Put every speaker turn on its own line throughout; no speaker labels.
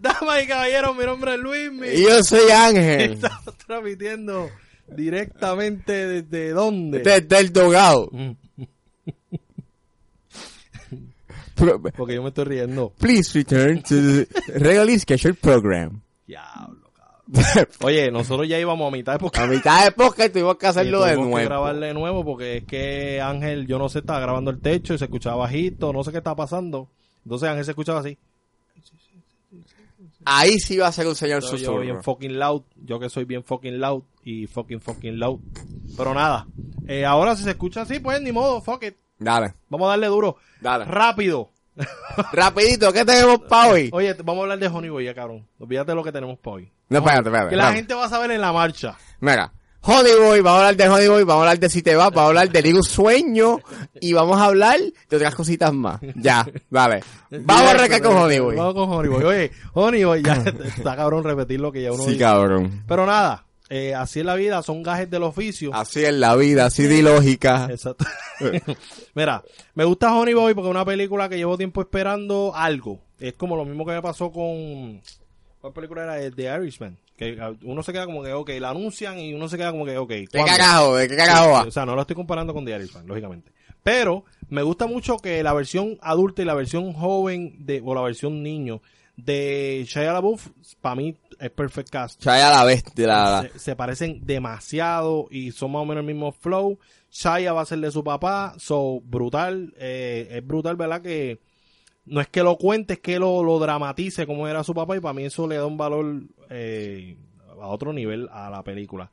Damas y caballeros, mi nombre es Luismi.
Y yo soy Ángel.
Estamos transmitiendo directamente desde dónde.
Este es del Dogado. Pro-
Porque yo me estoy riendo.
Please return to the regularly scheduled program.
Diablo, cabrón. Oye, nosotros ya íbamos a mitad porque
A mitad de podcast tuvimos que hacerlo de
tuvimos que
nuevo.
grabarle de nuevo porque es que Ángel, yo no sé, estaba grabando el techo y se escuchaba bajito, no sé qué estaba pasando. Entonces Ángel se escuchaba así.
Ahí sí va a ser un señor
Pero yo bien
susurro.
fucking loud, yo que soy bien fucking loud y fucking fucking loud. Pero nada, eh, ahora si se escucha así, pues ni modo, fuck it.
Dale,
Vamos a darle duro.
dale.
Rápido.
Rapidito, ¿qué tenemos para hoy?
Oye, te- vamos a hablar de Honey Boy, ya cabrón. Olvídate de lo que tenemos para hoy.
No, espérate, espérate.
Que la
espérate.
gente va a saber en la marcha.
Mira, Honey Boy, vamos a hablar de Honey Boy, vamos a hablar de Si Te Vas, vamos a hablar de Ligo Sueño y vamos a hablar de otras cositas más. Ya, vale. Vamos a arrancar con Honey Boy.
Vamos con Honey Boy. Oye, Honey Boy, ya está cabrón repetir lo que ya uno
Sí,
dice.
cabrón.
Pero nada, eh, así es la vida, son gajes del oficio.
Así es la vida, así de lógica.
Exacto. Mira, me gusta Honey Boy porque es una película que llevo tiempo esperando algo. Es como lo mismo que me pasó con... ¿Cuál película era? Eh, The Irishman. Que ah, uno se queda como que, ok, la anuncian y uno se queda como que, ok.
¿De qué
¿cuándo?
carajo? ¿De qué carajo va?
O sea, no lo estoy comparando con The Irishman, lógicamente. Pero me gusta mucho que la versión adulta y la versión joven de, o la versión niño de Shia LaBeouf, para mí es perfect cast.
Chaya la bestia, la, la-
Se, se parecen demasiado y son más o menos el mismo flow. Shia va a ser de su papá, so brutal. eh, es brutal, ¿verdad? Que no es que lo cuente, es que lo, lo dramatice como era su papá y para mí eso le da un valor eh, a otro nivel a la película.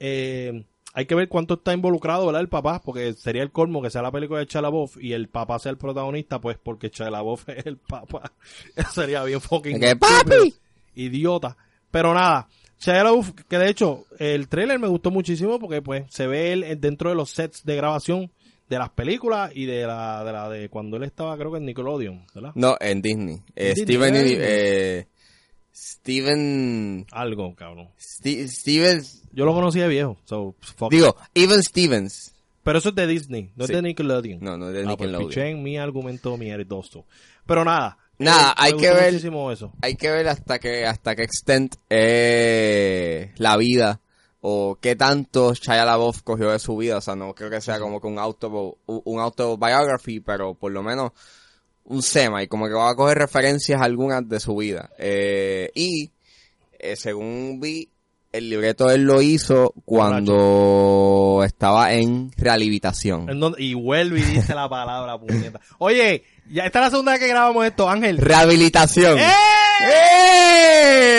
Eh, hay que ver cuánto está involucrado, ¿verdad? El papá, porque sería el colmo que sea la película de Chalabov y el papá sea el protagonista, pues porque Chalabov es el papá. Eso sería bien fucking...
¿Qué, papi?
Idiota. Pero nada, Shia LaBeouf, que de hecho el trailer me gustó muchísimo porque pues se ve él eh, dentro de los sets de grabación de las películas y de la de, la de cuando él estaba creo que en Nickelodeon, ¿verdad?
No, en Disney. Eh,
Disney,
Steven,
Disney.
eh, Steven,
Algo, cabrón.
Ste- Stevens,
Yo lo conocí de viejo, so fuck.
digo, Even Stevens.
Pero eso es de Disney, no
Sí.
es de Nickelodeon.
No, no es de
Ah, pues,
Nickelodeon.
piché en mi argumento mierdoso. Pero nada.
Nada,
me
hay
gustó
que ver-
muchísimo eso.
hay que ver hasta qué hasta qué extent eh, la vida o qué tanto Shia LaBeouf cogió de su vida, o sea, no creo que sea como que un auto un autobiography, pero por lo menos un sema y como que va a coger referencias algunas de su vida. Eh, y eh, según vi el libreto él lo hizo cuando estaba en
En
rehabilitación.
donde- y vuelve y dice la palabra, puñeta. Oye, ya esta es la segunda vez que grabamos esto, Ángel.
Rehabilitación.
¡Eh!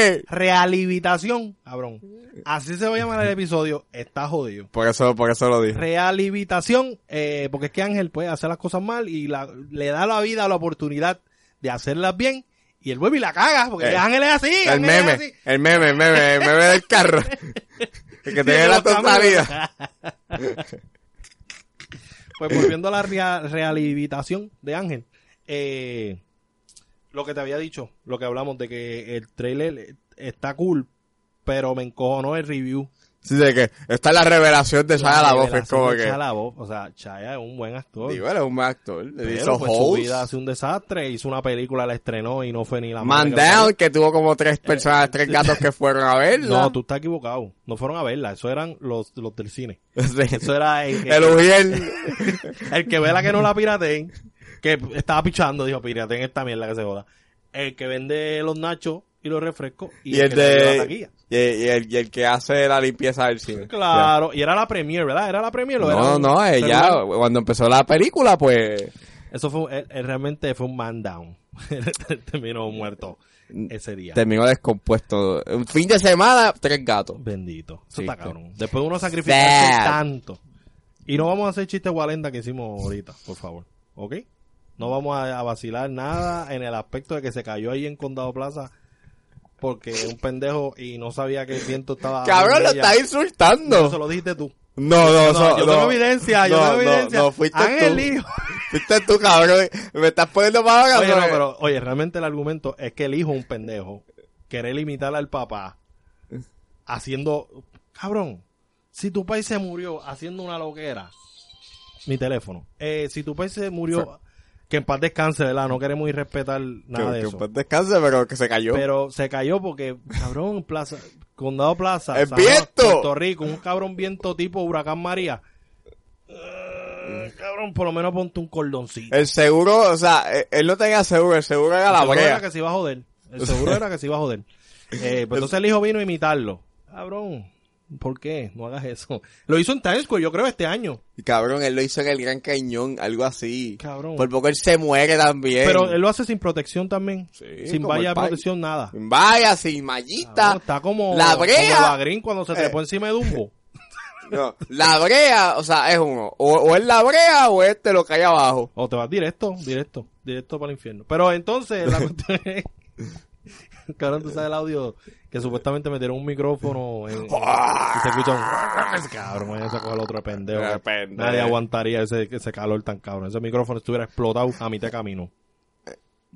¡Eh!
Realivitación, cabrón. Así se va a llamar el episodio. Está jodido.
Por eso por eso lo dije.
Realivitación, eh, porque es que Ángel puede hacer las cosas mal y la- le da la vida la oportunidad de hacerlas bien y él vuelve y la caga, porque
Eh,
Ángel es así.
El
Ángel es
meme,
así.
el meme, el meme, el meme del carro. El que tiene
Sí,
la
los caminos.
totalidad.
Pues volviendo a la rea- realivitación de Ángel, eh, lo que te había dicho, lo que hablamos de que el trailer está cool, pero me encojonó el review
Sí, de que está la revelación de Shia LaBeouf, es como que...
Shia LaBeouf, o sea, Chaya es un buen actor.
Digo, él es un buen actor, le
pero,
hizo
pues, su
Host,
vida hace un desastre, hizo una película, la estrenó y no fue ni la madre
Man
que lo parió.
Down, que tuvo como tres personas, tres gatos que fueron a verla.
No, tú estás equivocado. No fueron a verla, eso eran los, los del cine.
Sí.
Eso era el,
El Ujiel,
el que ve la que no la pirateen, que estaba pichando, dijo, pirateen esta mierda que se joda. El que vende los nachos y los refrescos y,
y el
que le dio la
de...
taquilla.
Y, y el, y el que hace la limpieza del cine.
Claro, y era la premiere, ¿verdad? Era la premiere. o era
No,
un
no, ella,
celular?
cuando empezó la película, pues...
Eso fue, él- él realmente fue un man down. Él Terminó muerto ese día.
Terminó descompuesto. Un fin de semana, tres gatos.
Bendito. Eso
Sí,
está
sí.
cabrón. Después de uno sacrificarse
Sad.
tanto. Y no vamos a hacer chistes gualenda que hicimos ahorita, por favor. ¿Ok? No vamos a, a vacilar nada en el aspecto de que se cayó ahí en Condado Plaza porque un pendejo y no sabía que el viento estaba...
Cabrón, lo
ella.
está insultando.
Ah, Eso lo dijiste tú.
No, no, no.
yo
no.
tengo evidencia, yo
No,
tengo
no,
evidencia.
No, fuiste
Ángel
tú.
dijo-
Fuiste tú, cabrón. Me estás poniendo para ahora,
Oye, no,
cabrón.
pero, oye, realmente el argumento es que el hijo es un pendejo. Querer limitar al papá haciendo. Cabrón, si tu país se murió haciendo una loquera. Mi teléfono. Eh, si tu país se murió Que en paz descanse, ¿verdad? No queremos ir respetar nada
que,
de
que
eso.
pues descanse, pero que se cayó.
Pero se cayó porque, cabrón, Plaza, Condado Plaza,
¡El
San
viento!
Puerto Rico, un cabrón viento tipo Huracán María. Eh, cabrón, por lo menos ponte un cordoncito.
El seguro, o sea, eh, él no tenía seguro, el seguro era
El
la
seguro
brea.
era que se iba a joder. El seguro era que se iba a joder. Eh, pues entonces el hijo vino a imitarlo. Cabrón, ¿por qué? No hagas eso. Lo hizo en Times Square, yo creo, este año.
Y cabrón, él lo hizo en el Gran Cañón, algo así.
Cabrón.
Por poco él se muere también.
Pero él lo hace sin protección también.
Eh, Sí,
sin
como el
valla de
pai.
protección, nada.
Vaya,
Cabrón,
sin mallita.
está como
La
como
brea.
la green cuando se te
Eh.
pone encima de Dumbo.
No, la brea, o sea, es uno. O, o es la brea o este lo cae abajo.
O te vas directo, directo, directo para el infierno. Pero entonces, la cuestión es. Cabrón, tú sabes el audio que supuestamente metieron un micrófono en, en- y se escucha un. Cabrón, esa cosa el otro de pendejo.
De
que
pendejo.
Nadie aguantaría ese, ese calor tan cabrón. Ese micrófono estuviera explotado a mitad de camino.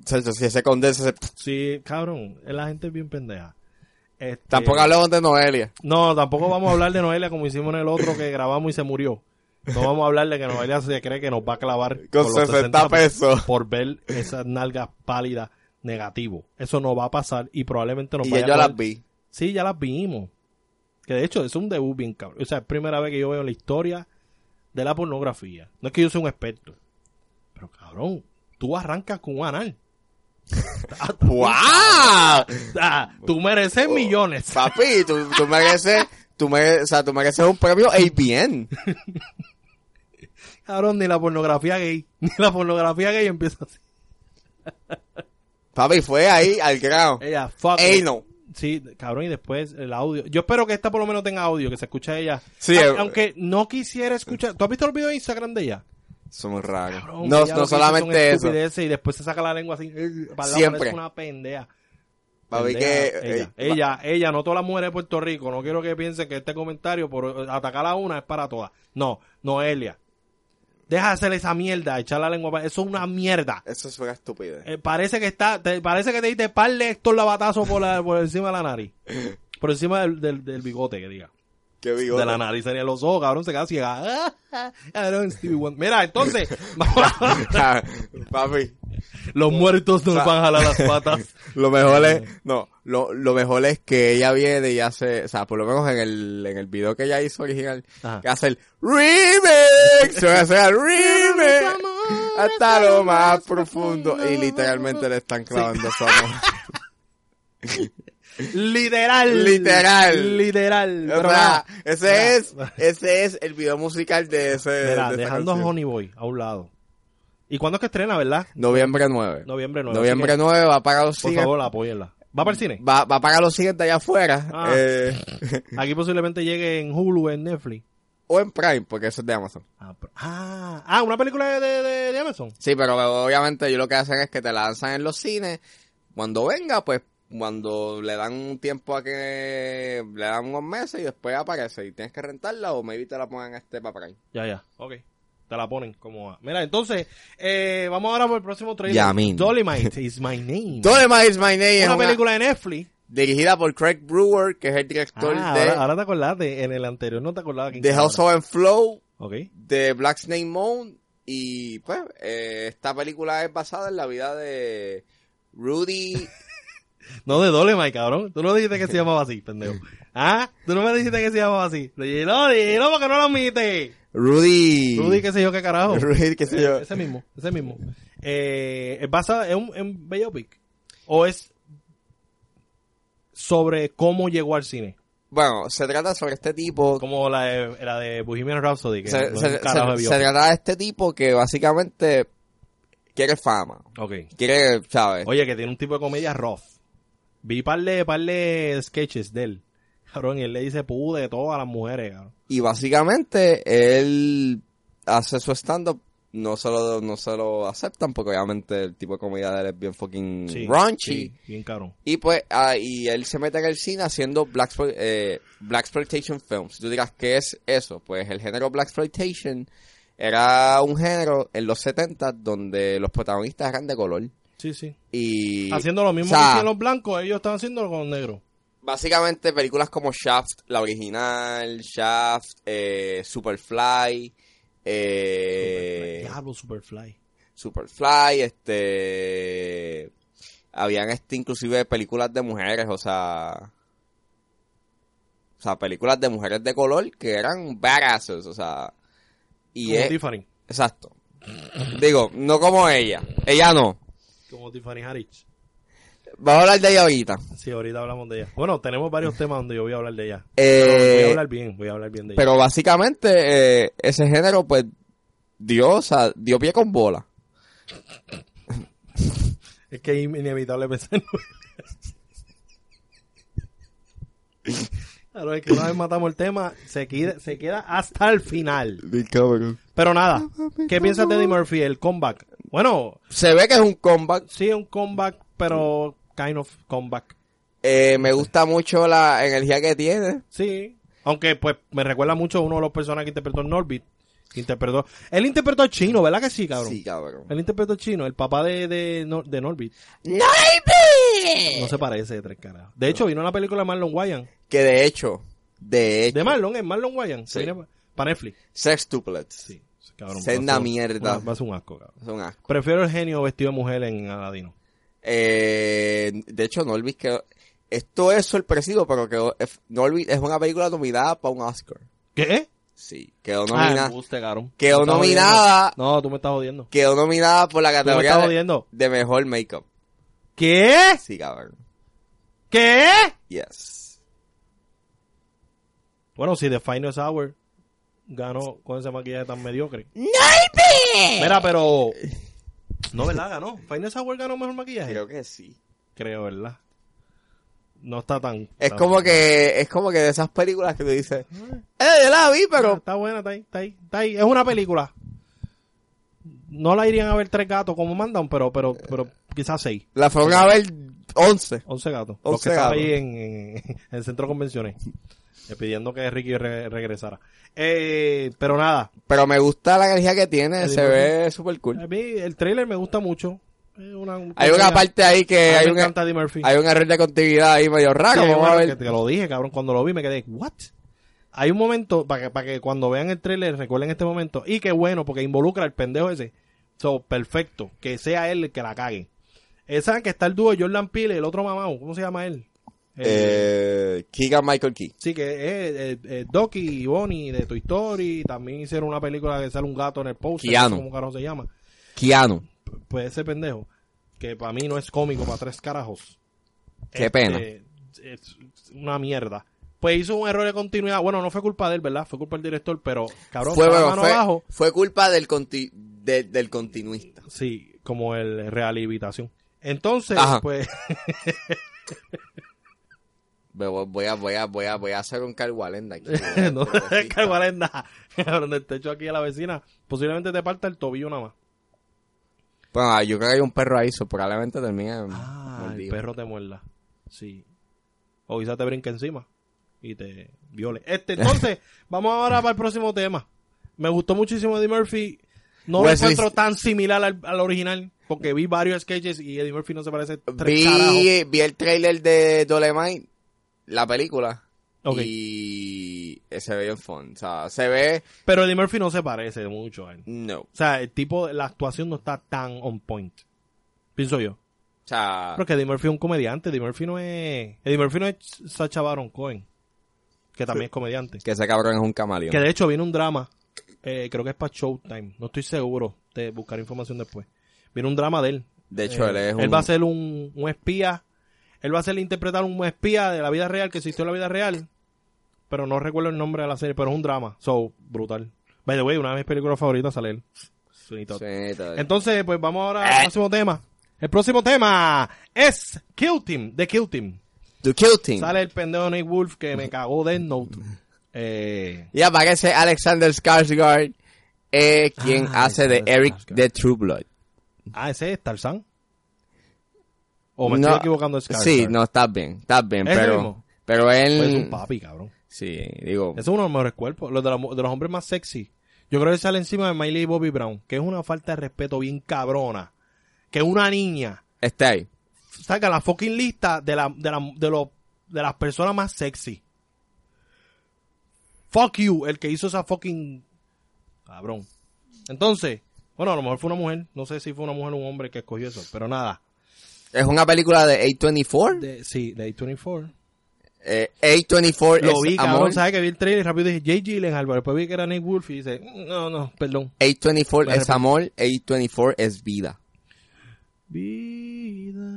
Chacho, si ese condensa, se...
Sí, cabrón, la gente es bien pendeja. Este-
tampoco hablamos de Noelia.
No, tampoco vamos a hablar de Noelia como hicimos en el otro que grabamos y se murió. No vamos a hablar de que Noelia se cree que nos va a clavar
Con 60 pesos.
por ver esas nalgas pálidas negativo. Eso no va a pasar y probablemente nos
Y
vaya
ya
a
yo
clavar.
las vi.
Sí, ya las vimos. Que de hecho es un debut bien cabrón. O sea, es la primera vez que yo veo en la historia de la pornografía. No es que yo sea un experto. Pero cabrón, tú arrancas con un anal.
¡Guau!
Ah, tú mereces
Oh,
millones.
Papi, tú, tú mereces, tú mereces, o sea, tú mereces un premio ABN.
Cabrón, ni la pornografía gay. Ni la pornografía gay empieza así.
Papi, fue ahí al grano.
Ella, fuck.
Ey,
it.
no.
Sí, cabrón, y después el audio. Yo espero que esta por lo menos tenga audio, que se escuche a ella.
Sí,
A-
eh.
aunque no quisiera escuchar. ¿Tú has visto el video de Instagram de ella?
Somos raros.
Cabrón, ella lo
no, no
que hizo son
solamente eso.
estupideces Y después se saca la lengua así. eh, para el lado,
Siempre.
parece una pendeja.
Papi, que,
Pendeja, ella,
eh,
ella, ella, no todas las mujeres de Puerto Rico. No quiero que piensen que este comentario por eh, atacar a una es para todas. No, Noelia. Deja de hacer esa mierda, echar la lengua. para- Eso es una mierda.
Eso es una estupidez.
Eh, parece que está, te- parece que te diste par de Héctor Lavatazo por, la, por encima de la nariz. Por encima del, del, del bigote, que diga.
Qué bigote.
De la nariz sería los ojos, cabrón, se queda ciega. ah, Cabrón, Stevie Wonder. Mira, entonces, vamos a-
Papi,
los muertos nos van a jalar las patas.
lo mejor es, no, lo, lo mejor es que ella viene y hace, o sea, por lo menos en el, en el video que ella hizo original,
Ajá.
que hace el remix, se va a hacer el remix, hasta lo más profundo, y literalmente le están clavando su amor.
Literal.
Literal.
Literal.
O
Pero
sea,
nada,
ese
mira,
es, ese es el video musical de ese, de
Mira,
esa
dejando a
canción.
Honey Boy a un lado. ¿Y cuándo es que estrena, verdad?
Noviembre 9.
Noviembre 9.
Noviembre
Así
9 va para los
que, Por
cines.
favor, apóyenla. ¿Va para el cine?
Va, va para los cines de allá afuera.
Ah.
eh,
Aquí posiblemente llegue en Hulu, en Netflix.
o en Prime, porque eso es de Amazon.
Ah, pero- ah, ah, una película de, de- de Amazon.
Sí, pero obviamente yo lo que hacen es que te la lanzan en los cines. Cuando venga, pues cuando le dan un tiempo a que le dan unos meses y después aparece y tienes que rentarla o maybe te la pongan este para Prime.
Ya, ya. Ok. Te la ponen como... a- Mira, entonces, eh, vamos ahora por el próximo trailer.
Yamin.
Dolomite is my name.
Dolemite is my name. es
una
una-
película de Netflix.
dirigida por Craig Brewer, que es el
Ah,
director de,
ahora, ahora te acordaste. En el anterior no te acordabas. quién
de
estaba.
House of and Flow,
Ok.
de Black Snake Moon y pues eh, esta película es basada en la vida de Rudy
No, de Dolomite, cabrón. Tú no dijiste que se llamaba así, pendejo. ¿Ah? Tú no me dijiste que se llamaba así. Dilo, dilo, porque no lo admite.
Rudy
Rudy, qué sé yo, qué carajo.
Rudy, qué sé yo.
Ese mismo, ese mismo. Eh, ¿Es basada en un en biopic? ¿O es sobre cómo llegó al cine?
Bueno, se trata sobre este tipo
Como la de, la de Bohemian Rhapsody, que
se,
no es
se-
un carajo de
se- se
biopic.
trata de este tipo que básicamente quiere fama.
Ok.
Quiere, ¿sabes?
Oye, que tiene un tipo de comedia rough. Vi par de, par de sketches de él. Cabrón, y él le dice pude todas las mujeres, cabrón.
Y básicamente él hace su stand-up. No se, lo, no se lo aceptan porque obviamente el tipo de comida de él es bien fucking
Sí,
Mm. raunchy.
sí, bien cabrón.
Y pues, ah, y él se mete en el cine haciendo Black, eh, Black Exploitation Films. Tú dirás, ¿qué es eso? Pues el género Black Exploitation era un género en los 70 donde los protagonistas eran de color.
Sí, sí.
Y,
Haciendo lo mismo
o sea,
que hacían los blancos, ellos estaban haciendo con los negros.
Básicamente películas como Shaft, la original, Shaft, eh, Superfly, eh,
Diablo, Superfly.
Superfly. Superfly, este habían este inclusive películas de mujeres, o sea, o sea, películas de mujeres de color que eran badasses, o sea, y
Como
es,
Tiffany.
exacto. Digo, no como ella, ella no.
Como Tiffany Harris.
Vamos a hablar de ella ahorita.
Sí, ahorita hablamos de ella. Bueno, tenemos varios temas donde yo voy a hablar de ella.
Eh,
Pero voy a hablar bien, voy a hablar bien de ella.
Pero básicamente eh, ese género pues dio, o sea, dio pie con bola.
Es que es inevitable pensar. Claro, es que una vez matamos el tema, se queda, se queda hasta el final. Pero nada, ¿qué piensas de Eddie Murphy, el comeback? Bueno,
Se ve que es un comeback.
sí, un comeback, pero kind of comeback.
Eh, me gusta mucho la energía que tiene.
Sí. Aunque, pues, me recuerda mucho a uno de los personajes que interpretó Norbit. Que interpretó... Él interpretó al chino, ¿verdad que sí, cabrón?
Sí, cabrón.
Él interpretó al chino, el papá de, de, Nor- de Norbit. No se parece de tres caras. De hecho, vino una película de Marlon Wayans.
Que de hecho, de hecho,
De Marlon, es Marlon Wayans.
Eh, Sí.
Se viene para Netflix.
sextuplets.
Sí. Cabrón,
Senda
va a ser-
mierda.
Va a ser un asco, cabrón.
Son asco.
Prefiero el genio vestido de mujer en Aladino.
Eh, de hecho, no olvides que esto es sorpresivo, pero que no olvides, es una película nominada para un Oscar.
¿Qué?
Sí, quedó
Ah,
nominada,
embuste, cabrón.
Quedó
Me estás
nominada.
jodiendo. No, tú me estás jodiendo.
quedó nominada por la
Tú me
categoría
estás
de,
jodiendo.
de mejor makeup.
¿Qué?
Sí, cabrón.
¿Qué?
Yes.
Bueno, si The Finest Hour ganó con ese maquillaje tan mediocre. Mira, pero... No, ¿verdad? Ganó. Finest Hour ganó mejor maquillaje.
Creo que sí.
Creo, ¿verdad? No está tan...
Es
tan-
como que, es como que de esas películas que tú dices, eh, yo la vi,
Ah,
pero
Está buena, está ahí, está ahí, está ahí. Es una película. No la irían a ver tres gatos como mandan, pero pero pero quizás seis.
la fueron a ver 11.
Once gatos. los
Once
que estaban
gatos.
ahí en, en- en el centro de convenciones. eh, Pidiendo que Ricky re- regresara. Eh, pero nada.
Pero me gusta la energía que tiene,
El
se ve super cool.
A mí el trailer me gusta mucho. Eh, una-
Hay una parte ahí que
Ah,
hay
me
un,
encanta Eddie Murphy.
hay un error de continuidad ahí medio
Sí,
raro. Vamos a
bueno,
ver.
que te lo dije, cabrón. Cuando lo vi me quedé, ¿what? Hay un momento, para que, para que cuando vean el trailer recuerden este momento. Y qué bueno, porque involucra al pendejo ese. So, perfecto. Que sea él el que la cague. Eh, ¿Saben que está el dúo de Jordan Peele, el otro mamado? ¿Cómo se llama él? Eh,
Eh, Keegan Michael Key.
sí, que es eh, eh, Doki y Bonnie de Toy Story. También hicieron una película que sale un gato en el poster.
Keanu.
No sé cómo carajo se llama.
Keanu.
Pues ese pendejo, que para mí no es cómico, para tres carajos.
Qué
Este,
pena.
Es una mierda. Pues hizo un error de continuidad. Bueno, no fue culpa de él, ¿verdad? Fue culpa del director, pero cabrón,
fue,
fue,
bueno,
mano
fue-
abajo.
fue culpa del, conti- de- del continuista.
Sí, como el rehabilitación. Entonces,
Ajá.
pues,
Me voy- Voy a, voy a, voy a, voy a hacer un cargualenda aquí.
no te en nada. Cabrón, del techo aquí a la vecina, posiblemente te parta el tobillo nada más.
Bueno, yo creo que hay un perro ahí, so probablemente termine.
Ah, el
mordido.
perro te muerda. Sí. O quizás te brinca encima y te viole. Este, entonces, vamos ahora para el próximo tema. Me gustó muchísimo Eddie Murphy. No lo
Wesley-
encuentro tan similar al, al original, porque vi varios sketches y Eddie Murphy no se parece tres carajos.
Vi, vi el trailer de Dolemite, la película.
Ok.
Y eh, se ve bien fun. O sea, se ve.
Pero Eddie Murphy no se parece mucho a él.
No. O
O sea, el tipo, la actuación no está tan on point. Pienso yo.
sea,
Porque Eddie Murphy es un comediante. Eddie Murphy no es... Eddie Murphy no es Sacha Baron Cohen, que también es comediante.
que ese cabrón es un camaleón.
Que de hecho viene un drama, eh, creo que es para Showtime, no estoy seguro, de buscar información después. Viene un drama de él.
De hecho,
Eh,
él es un.
va a ser un, un espía, él va a ser interpretar un espía de la vida real que existió en la vida real, pero no recuerdo el nombre de la serie, pero es un drama, so brutal. By the way, una de mis películas favoritas sale él. Sí, todo.
Sí, Eh. todo.
Entonces, pues vamos ahora al próximo tema. El próximo tema es Kill Team, de Kill Team.
The Kill Team.
Sale el pendejo Nate Wolf que me cagó Death Note. Eh,
Y aparece Alexander Skarsgård, eh, quien
Ah,
hace de
Alexander
Eric
Skarsgård.
de True Blood.
Ah, ese es Tarzán. O me
No,
estoy equivocando de Scar.
Sí, no, mm. estás bien, estás bien,
¿Es el
pero,
mismo? Pues
pero
es un
él...
papi, cabrón.
Sí, digo,
Es uno de los mejores cuerpos. Los de, la mu- de los hombres más sexy. Yo creo que sale encima de Miley Bobby Brown. Que es una falta de respeto bien cabrona. Que una niña
está ahí.
saca la fucking lista de, la, de, la- de, lo- de las personas más sexy. Fuck you, el que hizo esa fucking. Cabrón. Entonces, Bueno, a lo mejor fue una mujer. No sé si fue una mujer o un hombre que escogió eso, pero nada.
Es una película de A24.
De- sí, de A24.
Eh, A24
Lo
es
vi, cabrón,
amor.
¿sabes? Que vi el trailer y rápido dije J. Gyllenhaal, pero después vi que era Nick Wolf y dice, "Mm, no, no, perdón.
A24
Me
es
arrepentí.
amor, A24 es vida.
Vida.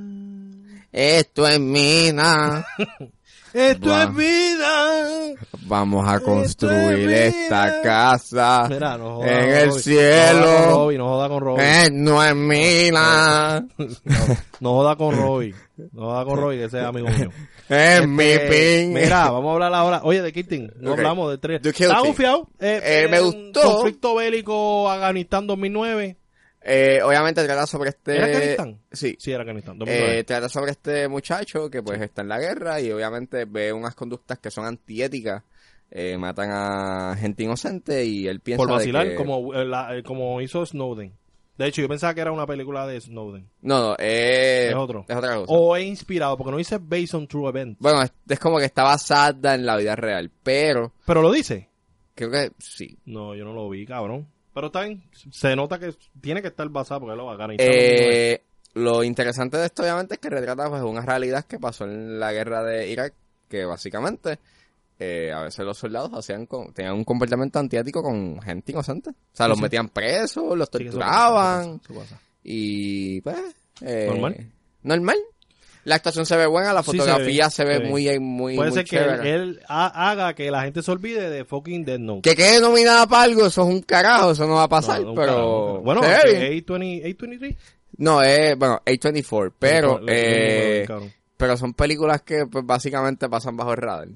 Esto es mina.
Esto
Buah.
es vida.
Vamos a
Esto es
construir
vida.
esta casa.
Mira, no joda
en
con
el
Robbie.
cielo.
No joda con Robbie, no joda con Robbie.
Eh, no es mina.
No
Eh.
joda con Robbie. No joda con Robbie, que ese es amigo mío.
Es
Este,
mi pin.
Mira, vamos a hablar ahora. Oye, de Kitting, no
Ok.
hablamos de tres.
The Kill
Está
Team.
gufiado. Eh,
Eh, me
eh,
gustó.
Conflicto bélico Afganistán 2009.
Eh, obviamente trata sobre este.
¿Era Afganistán?
Sí.
Sí, era Afganistán. 2009.
Eh, trata sobre este muchacho que pues está en la guerra y obviamente ve unas conductas que son antiéticas. Eh, matan a gente inocente y él piensa
Por
de
vacilar,
que-
como, eh, la- eh, como hizo Snowden. De hecho, yo pensaba que era una película de Snowden.
No, no, eh,
Es otro. Oh.
Es otra cosa.
O he inspirado, porque no dice based on true event.
Bueno, es, es como que está basada en la vida real, pero
Pero lo dice.
creo que sí.
No, yo no lo vi, cabrón. Pero está bien. Se nota que tiene que estar basado porque es lo bacán.
Eh, lo interesante de esto obviamente es que retrata pues una realidad que pasó en la guerra de Irak, que básicamente eh, a veces los soldados hacían con- tenían un comportamiento antiético con gente inocente. O sea,
Sí,
los
sí.
metían presos, los
Sí, eso pasa,
torturaban
eso pasa, eso pasa.
y pues... eh,
Normal.
Normal. La actuación se ve buena, la
Sí, se ve
fotografía
bien,
se ve,
se ve
muy, muy,
Puede
muy
ser que él,
chévere.
él ha- haga que la gente se olvide de fucking Dead Note.
Que quede nominada para algo, eso es un carajo, eso no va a pasar,
No, no, un
pero...
carajo. Bueno,
se ve bien.
A20, A23.
No, es, bueno, A24, pero,
Lo- lo-
eh,
lo- lo- lo- lo-
pero son películas que pues, básicamente pasan bajo el radar.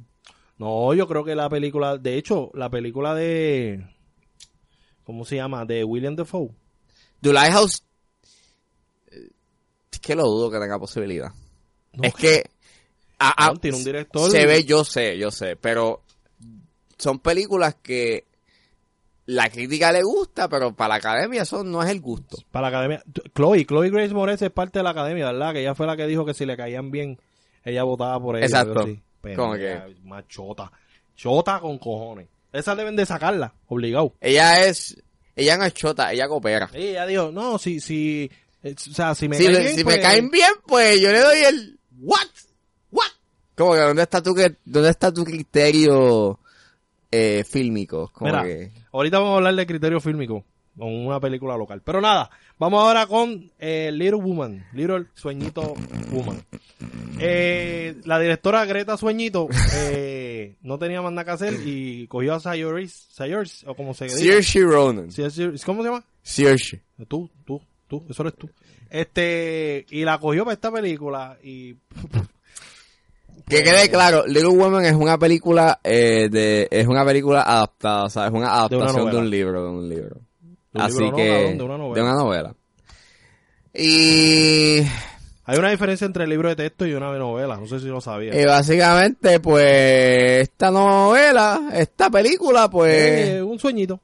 No, yo creo que la película, de hecho, la película de, ¿cómo se llama? De William Defoe.
The Lighthouse, eh, es que lo dudo que tenga posibilidad.
No.
es que, a- a-
Cabrón, tiene un director-
se ve, yo sé, yo sé, pero son películas que la crítica le gusta, pero para la academia eso no es el gusto.
Para la academia. T- Chloe, Chloe Grace Moretz es parte de la academia, ¿verdad? Que ella fue la que dijo que si le caían bien, ella votaba por ella.
Exacto.
algo así. Pero
Como
ella es Más chota. Chota con cojones. Esa deben de sacarla, obligado.
Ella es, ella no es chota, ella coopera.
Y ella dijo, no, si, si, eh, o sea, si me
si,
caen
le-
bien,
si
pues-
me caen bien, pues yo le doy el what, what. Como que dónde está tu que- dónde está tu criterio eh, fílmico, como
Mira,
que
ahorita vamos a hablar de criterio fílmico con una película local. Pero nada, vamos ahora con eh, Little Woman, Little Sueñito Woman. Eh, la directora Greta Sueñito eh, no tenía más nada que hacer y cogió a Sayoris, Sayors, o como se diga.
Saoirse Ronan,
Sí, Saoirse. ¿Cómo se llama?
Saoirse.
Tú, tú, tú, eso eres tú. Este, y la cogió para esta película y
Que quede claro, Little Women es una película eh, de es una película adaptada, o sea, es una
una
adaptación de,
novela.
un libro, de un libro.
De un
Así
libro no,
que
cabrón, de una novela.
novela. Y
hay una diferencia entre el libro de texto y una novela, no sé si lo sabía.
Y eh, básicamente, pues, esta novela, esta película, pues,
Eh, un sueñito.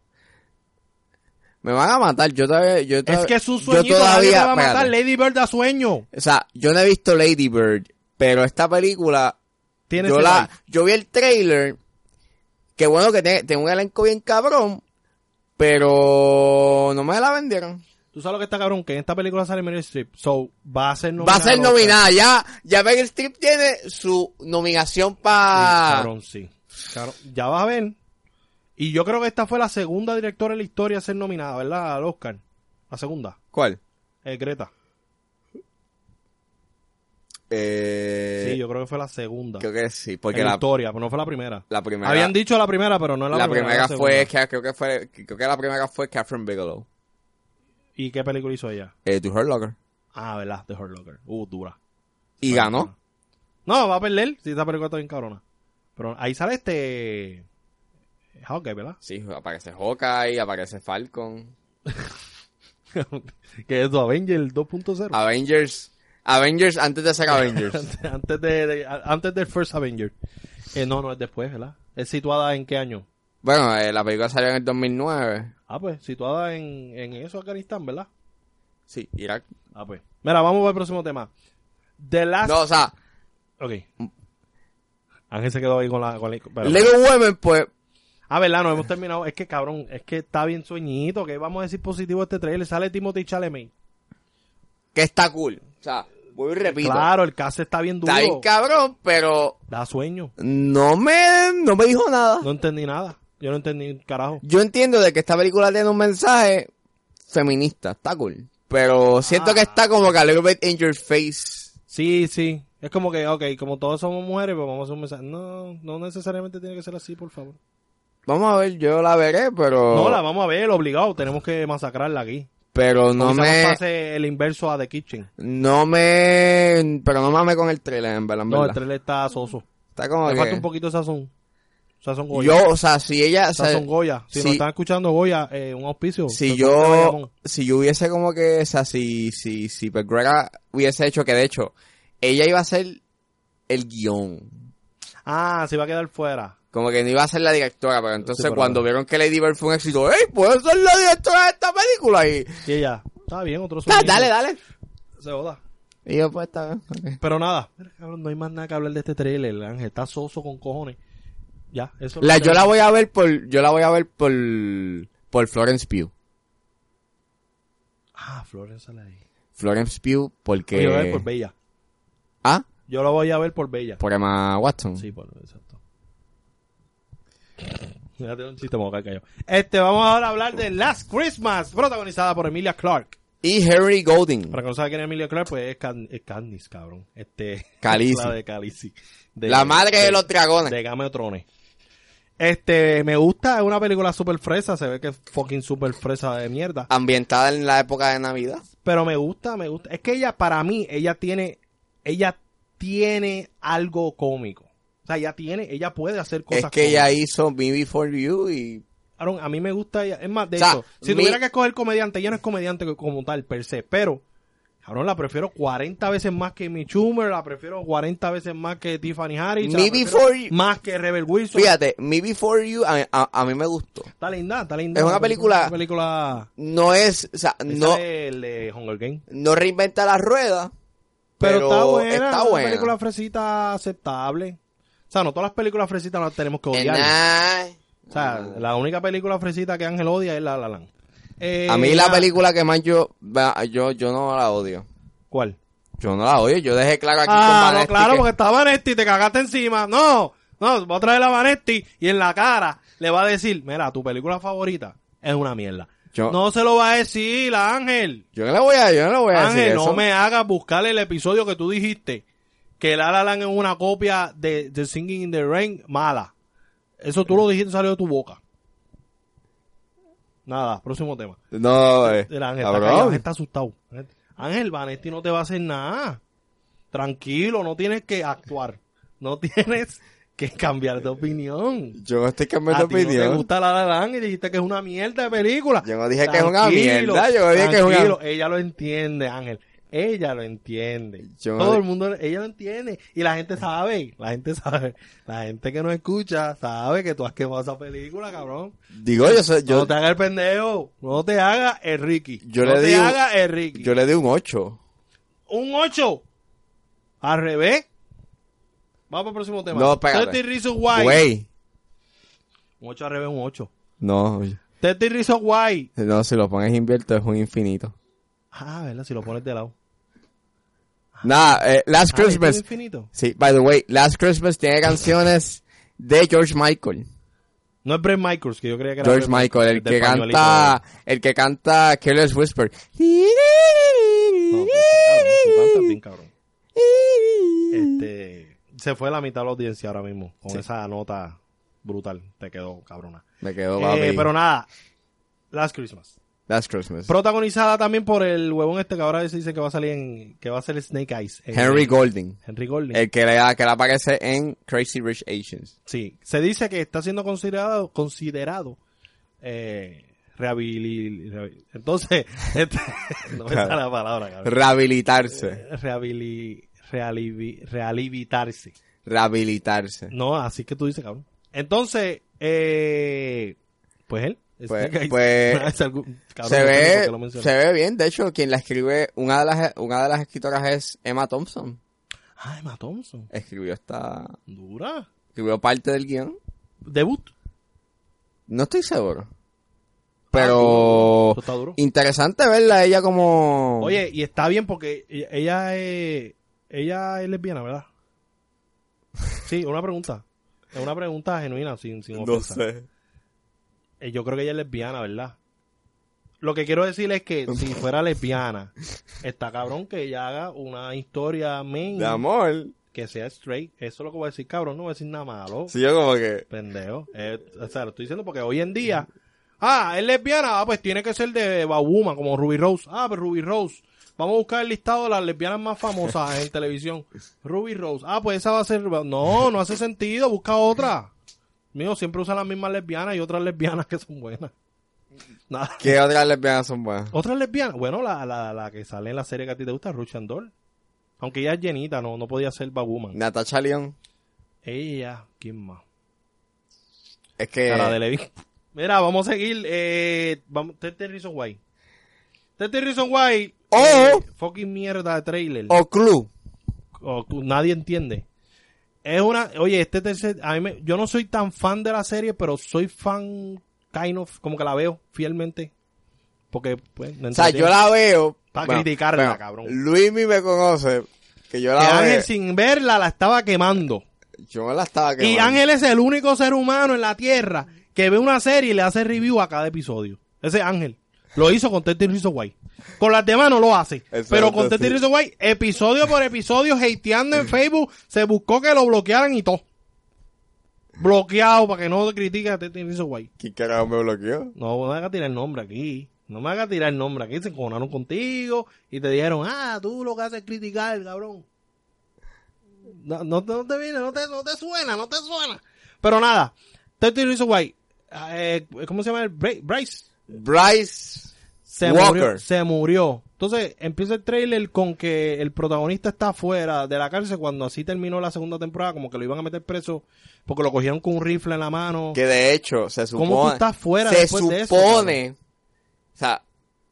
me van a matar. Yo todavía, yo
Es
todavía-
que es un
Eh, yo
sueñito, nadie te va a matar.
espérate.
Lady Bird da sueño.
O sea, yo no he visto Lady Bird, pero esta película,
Tiene
yo
ese
la,
vibe.
yo vi el trailer, que bueno que tiene, tiene un elenco bien cabrón, pero no me la vendieron.
Tú sabes lo que está cabrón, que en esta película sale Meryl Streep. So, va a ser
Va
nominada.
a ser
al Oscar.
nominada, ya, ya Meryl Streep tiene su nominación
Sí,
para...
Cabrón, sí. Cabrón, ya vas a ver. Y yo creo que esta fue la segunda directora en la historia a ser nominada, ¿verdad? Al Oscar. La segunda.
¿Cuál?
Eh, Greta.
Eh,
sí, yo creo que fue la segunda.
creo que sí, porque
en la
la,
historia, pero no fue la primera.
la primera...
Habían dicho la primera, pero no era
La,
la,
primera,
era la
fue,
segunda.
que- creo que fue, creo que la primera fue Catherine Bigelow.
¿Y qué película hizo ella?
Eh, to Her Locker.
Ah, ¿verdad? The Hurt Locker. Uh, dura.
Y ganó.
pues, No, va a perder. Si esta película está bien cabrona. Pero ahí sale este. Hawkeye, ¿verdad?
Sí, aparece Hawkeye, aparece Falcon.
que es The Avenger 2.0.
Avengers. Avengers antes de ser Avengers.
Antes, de, de- antes del First Avenger. Eh, no, no es después, ¿verdad? ¿Es situada en qué año?
bueno, eh, la película salió en el 2009.
Ah, pues, situada en, en eso, Afganistán, ¿verdad?
Sí, Irak.
Ah, pues. Mira, vamos al próximo tema. The Last.
No, o sea,
Ok. Ángel se quedó ahí con la. Con la- pero-
Little Women, pues,
Ah, verdad, no hemos terminado. Es que cabrón, es que está bien sueñito. que vamos a decir positivo de este trailer? Sale Timothy Chalamet.
Que está cool. O sea, voy y repito.
Claro, el caso está bien duro.
Está bien cabrón, pero
Da sueño.
no me, no me dijo nada.
No entendí nada. Yo no entendí un carajo.
Yo entiendo de que esta película tiene un mensaje feminista, está cool. Pero siento
Ah.
que está como que a little bit in your face.
Sí, sí. Es como que, ok, como todos somos mujeres, pues vamos a hacer un mensaje. No, no necesariamente tiene que ser así, por favor.
Vamos a ver, yo la veré, pero.
No, la vamos a ver, obligado. Tenemos que masacrarla aquí.
Pero no
Quizá nos
me.
pase el inverso a The Kitchen.
No me. Pero no mames con el trailer, en verdad. en
No, el
verdad.
trailer está soso.
Está como
Le falta
que.
un poquito de sazón. Sazón Goya.
Yo, o sea, si ella. o sea,
sazón Goya. Si
si-
nos están escuchando Goya, eh, un auspicio. Sazón
si
de
yo
Bayamón.
si yo hubiese como que o sea si si si McGregor hubiese hecho que de hecho ella iba a ser el guión
Ah, se va a quedar fuera.
como que no iba a ser la directora pero entonces
pero-
cuando vieron que Lady Bird fue un éxito ¡Ey! puedo ser la directora de esta película y
Y ella, está bien, otro
"Ah,
sonido.
dale dale
Se joda.
y yo pues está bien ok".
Pero nada, mira, cabrón, no hay más nada que hablar de este trailer, Ángel. Está soso con cojones. Ya, eso es
la,
lo que-
yo la voy a ver por yo la voy a ver por por Florence Pugh
Ah, Florence sale ahí.
Florence Pugh
Voy a ver
porque
por Bella.
ah
Yo la voy a ver por Bella.
por Emma Watson
Sí, por exacto. Ya tengo un chiste, me voy a caer callado. Este, vamos ahora a hablar de Last Christmas, protagonizada por Emilia Clark.
y Henry Golding
Para que no sabe quién es Emilia Clark, pues es, Can- es Candice, cabrón. Este,
Khaleesi.
La de Khaleesi. De-
la madre de, los dragones
de Game of Thrones. Este, me gusta, es una película super fresa, se ve que es fucking super fresa de mierda.
Ah. ambientada en la época de Navidad
Pero me gusta, me gusta. Es que ella, para mí, ella tiene, ella tiene algo cómico. O sea, ella tiene, ella puede hacer cosas
Es que ella
cómicas.
hizo Me Before You y...
Aaron, a mí me gusta ella. Es más, de
O sea,
hecho, si
mi-
tuviera que escoger comediante, ella no es comediante como tal, per se, pero, cabrón, la prefiero 40 veces más que Amy Schumer, la prefiero 40 veces más que Tiffany Harris, la
Me
prefiero
Before You-
más que Rebel Wilson.
Fíjate, Me Before You a, a- a mí me gustó.
Está linda, está linda.
Es una película-
Una película.
No es, o sea,
No.
no,
El de Hunger Games.
no reinventa la rueda,
Pero,
pero,
está buena.
está
una
buena.
película fresita aceptable. O sea, no todas las películas fresitas las tenemos que
Eh,
odiar.
nah.
O sea, la única película fresita que Ángel odia es La La Land. Eh,
A mí la película que más yo, va- yo, yo no la odio.
¿Cuál?
Yo no la odio, yo dejé claro aquí
Ah,
con
no,
Vanetti
claro,
que-
porque está Vanetti y te cagaste encima. No, no, va a traer a Vanetti y en la cara le va a decir, mira, tu película favorita es una mierda.
Yo-
No se lo va a decir a Ángel.
Yo no le voy a, yo no le voy a decir
Ángel, no
eso.
me hagas buscar el episodio que tú dijiste que La La Land es una copia de, de Singing in the Rain mala. Eso tú lo dijiste, salió de tu boca. Nada, próximo tema.
No, eh,
El Ángel está,
cabrón.
callado, Ángel está asustado. Ángel, Vanetti no te va a hacer nada. Tranquilo, no tienes que actuar. No tienes que cambiar de opinión.
Yo no estoy
A
cambiando
ti no te
opinión.
gusta La La Land y dijiste que es una mierda de película.
Yo no dije que es una mierda, yo dije que es una-
tranquilo, Ella lo entiende, Ángel. Ella lo entiende.
Yo no
Todo
di-
el mundo, ella lo entiende. Y la gente sabe, la gente sabe. La gente que nos escucha sabe que tú has quemado esa película, cabrón.
Digo, yo, soy- yo,
No te hagas el pendejo. No te hagas el Ricky.
Yo
no
le
te
di un-
hagas el Ricky.
yo le di un 8.
Un 8. Al revés. Vamos al próximo tema.
No, espérate.
30 Reasons Why.
Güey.
Un 8 al revés, un 8.
No,
30 Reasons Why.
No, si lo pones invierto es un infinito.
Ah, ¿verdad? Si lo pones de lado.
Nada, eh, Last
Ah, ¿le tengo
Christmas.
infinito?
Sí, by the way, Last Christmas tiene canciones de George Michael.
No es Brett Michaels, que yo creía que era
George
Bret
Michael, el
del
que
pañuelito.
canta, el que canta Careless Whisper.
No, tú cantas, tú cantas bien, cabrón.
Eh,
Este, se fue la mitad de la audiencia ahora mismo. Con esa nota brutal. Te quedó, cabrona.
Me quedó
Eh,
papi.
pero nada. Last Christmas.
Last Christmas.
Protagonizada también por el huevón este que ahora se dice que va a salir en, que va a ser Snake Eyes. en-
Henry Golding,
Henry Golding.
el que le, que le aparece en Crazy Rich Asians.
sí. Se dice que está siendo considerado, considerado, eh, rehabili- rehabil- entonces, este, no me sale la palabra, cabrón.
Rehabilitarse,
Rehabili- realivi- realivitarse.
rehabilitarse.
No, así que tú dices, cabrón. Entonces, eh, pues él.
Pues-
Snake Eyes.
pues,
Es algún- cabrón,
se
no sé por qué lo
ve,
mencioné.
se ve bien. De hecho, quien la escribe, una de las, una de las escritoras es Emma Thompson.
Ah, Emma Thompson.
Escribió esta,
Dura.
escribió parte del guión.
Debut.
No estoy seguro. Pero Oh,
Eso está duro.
interesante verla a ella como...
Ah, Oye, y está bien porque ella- ella es, ella es lesbiana, ¿verdad? Sí, una pregunta. Es una pregunta genuina, sin, sin
no
ofensa.
sé.
Eh, Yo creo que ella es lesbiana, ¿verdad? Lo que quiero decir es que si fuera lesbiana, está cabrón que ella haga una historia main
De amor.
que sea straight. Eso es lo que voy a decir, cabrón. No voy a decir nada malo.
Si yo como que...
Pendejo. Eh, o sea, lo estoy diciendo porque hoy en día. Ah, es lesbiana. Ah, pues tiene que ser de Babuma, como Ruby Rose. Ah, pero Ruby Rose. Vamos a buscar el listado de las lesbianas más famosas en televisión. Ruby Rose. Ah, pues esa va a ser. No, no hace sentido. Busca otra. Mío, siempre usan las mismas lesbianas y otras lesbianas que son buenas. Nada.
¿Qué otras lesbianas son buenas?
Otras lesbianas. Bueno, la, la, la que sale en la serie que a ti te gusta, Ruchan Doll. Aunque ella es llenita, no, no podía ser Babuma.
Natasha León.
Ella, ¿quién más?
Es que...
Cara de Levi. Eh, Mira, vamos a seguir. Eh, vamos, Tete Reason Why. Tete Reason Why.
O-
eh, fucking mierda de trailer.
O Club.
O tú- nadie entiende. Es una. Oye, este tercer. A mí me- yo no soy tan fan de la serie, pero soy fan. Kind of. Como que la veo fielmente. Porque, pues. me
O sea,
entretiene.
yo la veo...
Pa' criticarla, cabrón.
Luismi me conoce. Que yo
Que
la veo...
Ángel sin verla la estaba quemando.
Yo me la estaba
y
quemando.
Ángel es el único ser humano en la Tierra que ve una serie y le hace review a cada episodio. Ese Ángel. Lo hizo con Tete Rizzo Guay. Con las demás no lo hace.
Exacto,
pero con Tete
sí.
Rizzo Guay, episodio por episodio, hateando en Facebook, se buscó que lo bloquearan y todo. Bloqueado para que no critique a Tete Rizzo Guay.
¿Quién carajo me bloqueó?
No, no me hagas tirar el nombre aquí. No me hagas tirar el nombre aquí. Se encojonaron contigo y te dijeron, ah, tú lo que haces es criticar, cabrón. No, no, no te viene, no te, no te suena, no te suena. Pero nada, Tete Rizzo White, eh, ¿cómo se llama? el Bra- Bryce.
Bryce...
Se
Walker.
murió. Se murió. Entonces empieza el trailer con que el protagonista está fuera de la cárcel cuando así terminó la segunda temporada, como que lo iban a meter preso porque lo cogieron con un rifle en la mano.
Que de hecho, se supone.
tú estás fuera
Se
después de eso,
supone. o sea,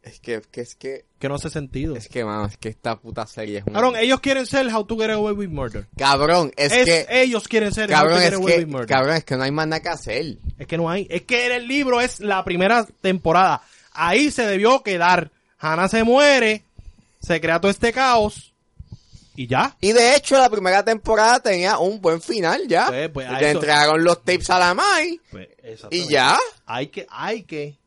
es que, que es que,
Que no hace sentido.
es que, mano, es que esta puta serie es un.
Cabrón, ellos quieren ser How to Get Away with Murder.
Cabrón, es,
Es-
que.
ellos quieren ser How
Cabrón
to Get
es
Away
que,
with Murder.
cabrón, es que no hay más nada que hacer.
Es que no hay. Es que en el libro es la primera temporada. Ahí se debió quedar. Hannah se muere. Se crea todo este caos. Y ya.
Y de hecho, la primera temporada tenía un buen final ya.
Pues, pues, a
Le
eso-
entregaron los tapes a la Mai y ya.
Hay que, hay que.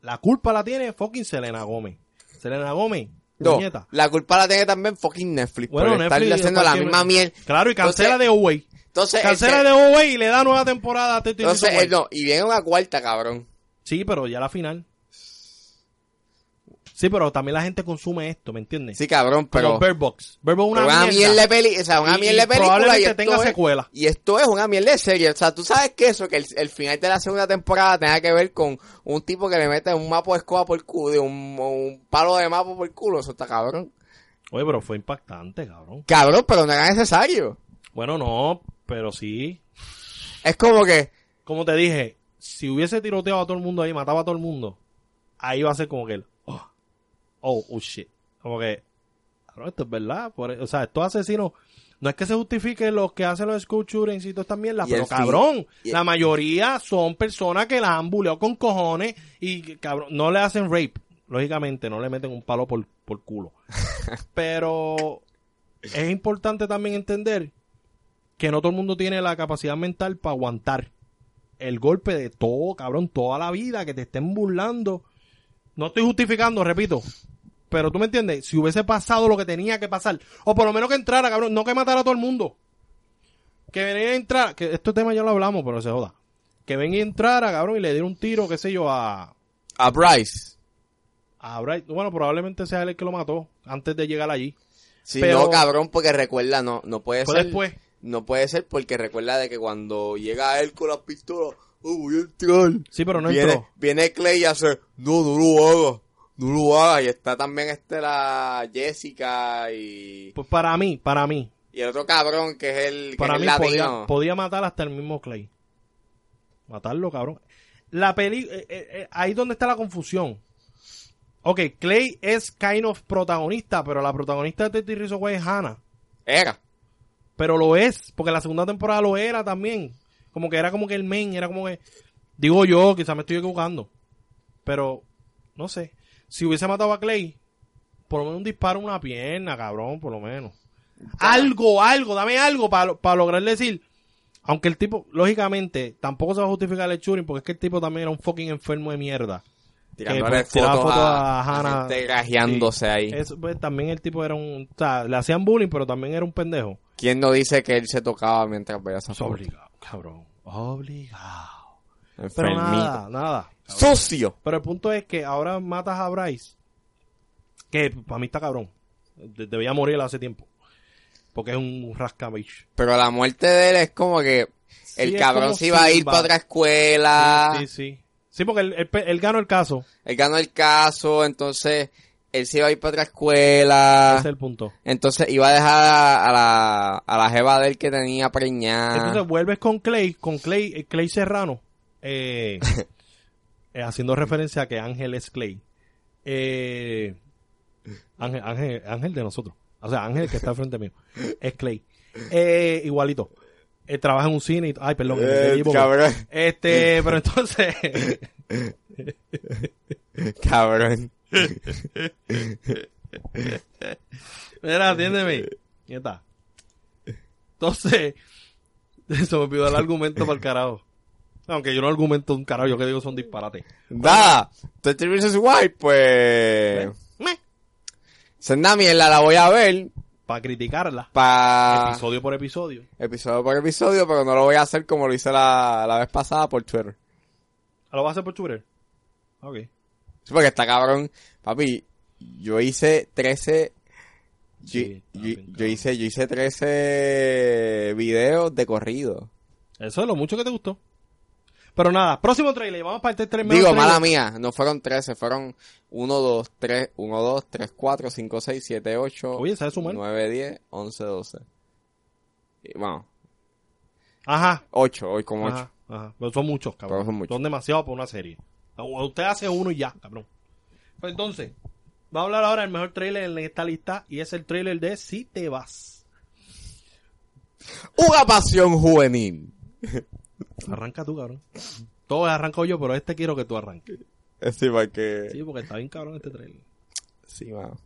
La culpa la tiene fucking Selena Gómez. Selena Gómez.
No,
puñeta.
la culpa la tiene también fucking Netflix por estarle
Netflix-
haciendo la
cualquier-
misma miel.
Claro, y cancela de Away.
Entonces,
Cancela
este-
de Away y le da nueva temporada a Tete y
entonces,
Away.
eh, no, y viene una cuarta, cabrón.
Sí, pero ya la final. Sí, pero también la gente consume esto, ¿me entiendes?
Sí, cabrón, pero...
Como Bird Box. Bird Box es
Pero
una, mierda.
de peli, o sea, una
Y-
mierda
y
de película
probablemente
y esto
tenga
es,
secuela.
Y esto es una mierda de serie, o sea, tú sabes que eso que el, el final de la segunda temporada tenga que ver con un tipo que le mete un mapo de escoba por culo, de un, un palo de mapo por culo, eso está cabrón.
Oye, pero fue impactante, cabrón.
Cabrón, pero no era necesario.
Bueno, no, pero sí.
Es como que
Como te dije, si hubiese tiroteado a todo el mundo ahí, mataba a todo el mundo, ahí va a ser como que el, oh, oh, oh, shit. Como que, cabrón, esto es verdad. por- e, o sea, estos asesinos, no es que se justifique los que hacen los school shootings y todas estas mierdas,
Y
pero
el fin-
cabrón,
y-
la mayoría son personas que las han buleado con cojones y cabrón, no le hacen rape. Lógicamente, no le meten un palo por, por culo. Pero es importante también entender que no todo el mundo tiene la capacidad mental para aguantar el golpe de todo, cabrón, toda la vida, que te estén burlando. No estoy justificando, repito. Pero tú me entiendes, si hubiese pasado lo que tenía que pasar, o por lo menos que entrara, cabrón, no que matara a todo el mundo. Que venía a entrar, que este tema ya lo hablamos, pero se joda. Que venga y entrara, cabrón, y le diera un tiro, qué sé yo, a,
a Bryce,
a Bright. Bueno, probablemente sea él el que lo mató antes de llegar allí.
si
Pero-
no cabrón, porque recuerda, no, no puede
Fue
ser.
después.
No puede ser porque recuerda de que cuando llega él con la pistola, oh, voy a entrar.
Sí, pero no
viene,
entró.
Viene Clay y hace, no, no lo haga, no lo haga. Y está también este la Jessica y,
Pues para mí, para mí,
y el otro cabrón que es el, que
Para
es
mí
el latino.
podía, podía matar hasta el mismo Clay. Matarlo, cabrón. La peli... eh, eh, eh, ahí donde está la confusión. Ok, Clay es kind of protagonista, pero la protagonista de Teddy Rizzo es Hannah.
Era.
Pero lo es, porque la segunda temporada lo era también. Como que era como que el main, era como que... Digo yo, quizá me estoy equivocando. Pero, no sé. Si hubiese matado a Clay, por lo menos un disparo en una pierna, cabrón, por lo menos. Algo, algo, dame algo para para lograr decir. Aunque el tipo, lógicamente, tampoco se va a justificar el shooting porque es que el tipo también era un fucking enfermo de mierda.
Tirándole
pues, tiraba
fotos,
fotos
a,
a Hannah.
gente gajeándose ahí.
Eso, pues, también el tipo era un. O sea, le hacían bullying, pero también era un pendejo.
¿Quién no dice que él se tocaba mientras veía esa foto?
Obligado, cabrón. Obligado. Pero
Enfermito.
nada, nada.
¡Sucio!
Pero el punto es que ahora matas a Bryce, que para mí está cabrón. De- debía morir hace tiempo. Porque es un rascabich.
Pero la muerte de él es como que el
Sí, es
cabrón
como
se iba a ir
Simba.
para otra escuela.
Sí, sí. Sí, porque él, él pe- él ganó el caso.
Él ganó el caso, entonces él se iba a ir para otra
Ese
escuela.
es el punto.
Entonces iba a dejar a, a la, a la jeva de él que tenía preñada.
Entonces vuelves con Clay, con Clay, eh, Clay Serrano, eh, eh, haciendo referencia a que Ángel es Clay. Eh, Ángel, Ángel, Ángel de nosotros. O sea, Ángel que está al frente mío. Es Clay. Eh, igualito. Eh, trabaja en un cine y... Ay, perdón.
Eh,
me equivoco.
cabrón,
Este, pero entonces...
cabrón.
Mira, atiéndeme. Ya está. Entonces, se me olvidó el argumento para el carajo. Aunque yo no argumento un carajo, yo que digo son disparates.
Da, tú estuviste guay, pues. Senda mierda, la voy a ver
Para criticarla,
para
episodio por episodio.
episodio por episodio, pero no lo voy a hacer como lo hice la, la vez pasada por Twitter.
¿Ah, ¿Lo vas a hacer por Twitter? Ok.
Sí, porque está cabrón. Papi, yo hice 13. Yo,
Sí, está
yo-
bien,
yo
cabrón.
hice, yo hice 13 videos de corrido.
Eso es lo mucho que te gustó. Pero nada, próximo trailer. Vamos para este trailer.
Digo,
menos
mala
trailer.
mía, no fueron 13, fueron 1, 2, 3, 1, 2, 3, 4, 5, 6, 7, 8,
Oye, ¿sabes sumar?
9, 10, 11, 12. Y, bueno,
Ajá.
8, hoy como 8.
Ajá, ajá. Pero son muchos, cabrón.
Pero son
son,
muchos.
demasiados para una serie. O- Usted hace uno y ya, cabrón. Pues entonces, va a hablar ahora del mejor trailer en esta lista y es el trailer de Si te vas.
Una pasión juvenil.
Arranca tú, cabrón. Todo arranco yo, pero este quiero que tú arranques.
Sí, porque...
Sí, porque está bien cabrón este trailer.
Sí, mano.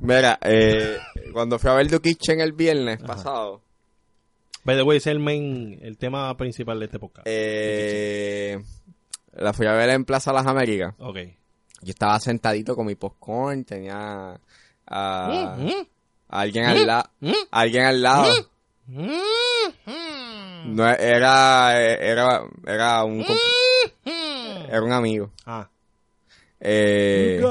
Mira, eh, cuando fui a ver The Kitchen el viernes pasado,
By the way, ese es el main, el tema principal de este podcast.
eh, la fui a ver en Plaza Las Américas.
ok.
Yo estaba sentadito con mi popcorn, tenía a,
Mm,
a alguien al lado.
mm,
Alguien al lado.
mm, mm,
No, era, era, era un, comp-
mm.
era un amigo.
Ah.
Eh,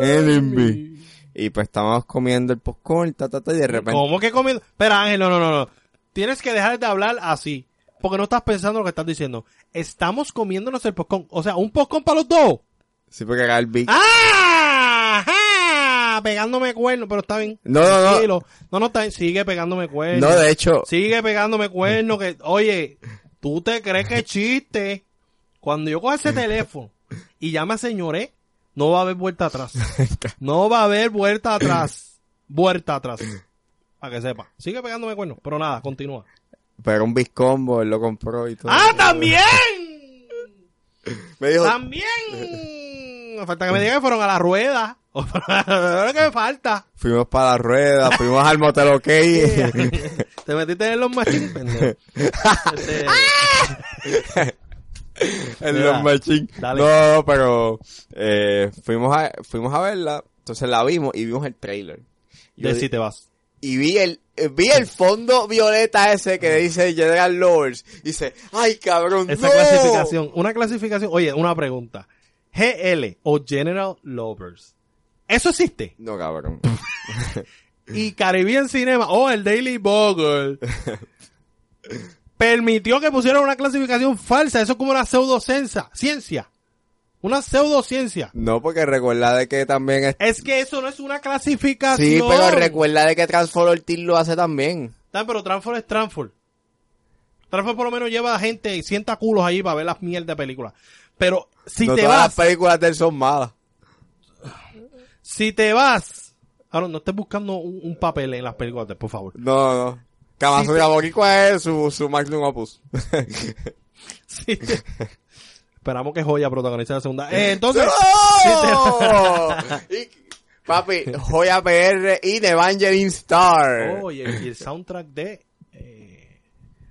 enemy. y pues estábamos comiendo el popcorn, ta, ta, ta, y de repente...
¿Cómo que comiendo? Espera, Ángel, no, no, no, no. Tienes que dejar de hablar así. Porque no estás pensando lo que estás diciendo. Estamos comiéndonos el poscón. O sea, un poscón para los dos.
Sí, porque era el big.
¡Ah! ¡Ah! Pegándome cuerno, pero está bien.
No, no, no.
Tranquilo. No, no, está bien. Sigue pegándome cuerno.
no, de hecho,
Sigue pegándome cuerno. Que, oye, ¿tú te crees que es chiste? Cuando yo cojo ese teléfono y ya me señoré, no va a haber vuelta atrás. No va a haber vuelta atrás. Vuelta atrás. Para que sepa. Sigue pegándome cuernos. Pero nada, continúa.
pero un big combo, él lo compró y todo.
¡Ah, también!
Me dijo,
¡También! Me falta que me digan que fueron a la rueda. O fueron- ¿Qué me falta?
fuimos para la rueda, fuimos al motel OK.
Te metiste en los machines, pendejo. Este,
en
Mira,
los machín.
dale.
No, no, pero eh, fuimos, a, fuimos a verla, entonces la vimos y vimos el trailer. Yo
de
di-
si te vas.
y vi el eh, vi el fondo violeta ese que dice General Lovers y dice ay cabrón
Esa
no!
clasificación. Una clasificación. Oye, una pregunta. GL o General Lovers. ¿Eso existe?
no cabrón
y Caribbean Cinema o el Daily Bugle permitió que pusieran una clasificación falsa. Eso es como una pseudociencia. Ciencia. Una pseudociencia.
no porque recuerda de que también es
Es que eso no es una clasificación.
sí pero recuerda de que Transform Ortiz lo hace también
Está, pero Transform es Transform. Transform por lo menos lleva gente y sienta culos ahí para ver las mierdas de películas. Pero si
no
te
todas
vas,
las películas de él son malas
si te vas. Ahora, no estés buscando un, un papel en las películas, de- por favor.
no no Kamasutra Boricua es su, su magnum opus
Si te, Esperamos que Joya protagonice la segunda. Eh, entonces,
¡No! Y- Papi, Joya PR y The Evangeline Star.
Oye, Oh, y el soundtrack de. eh,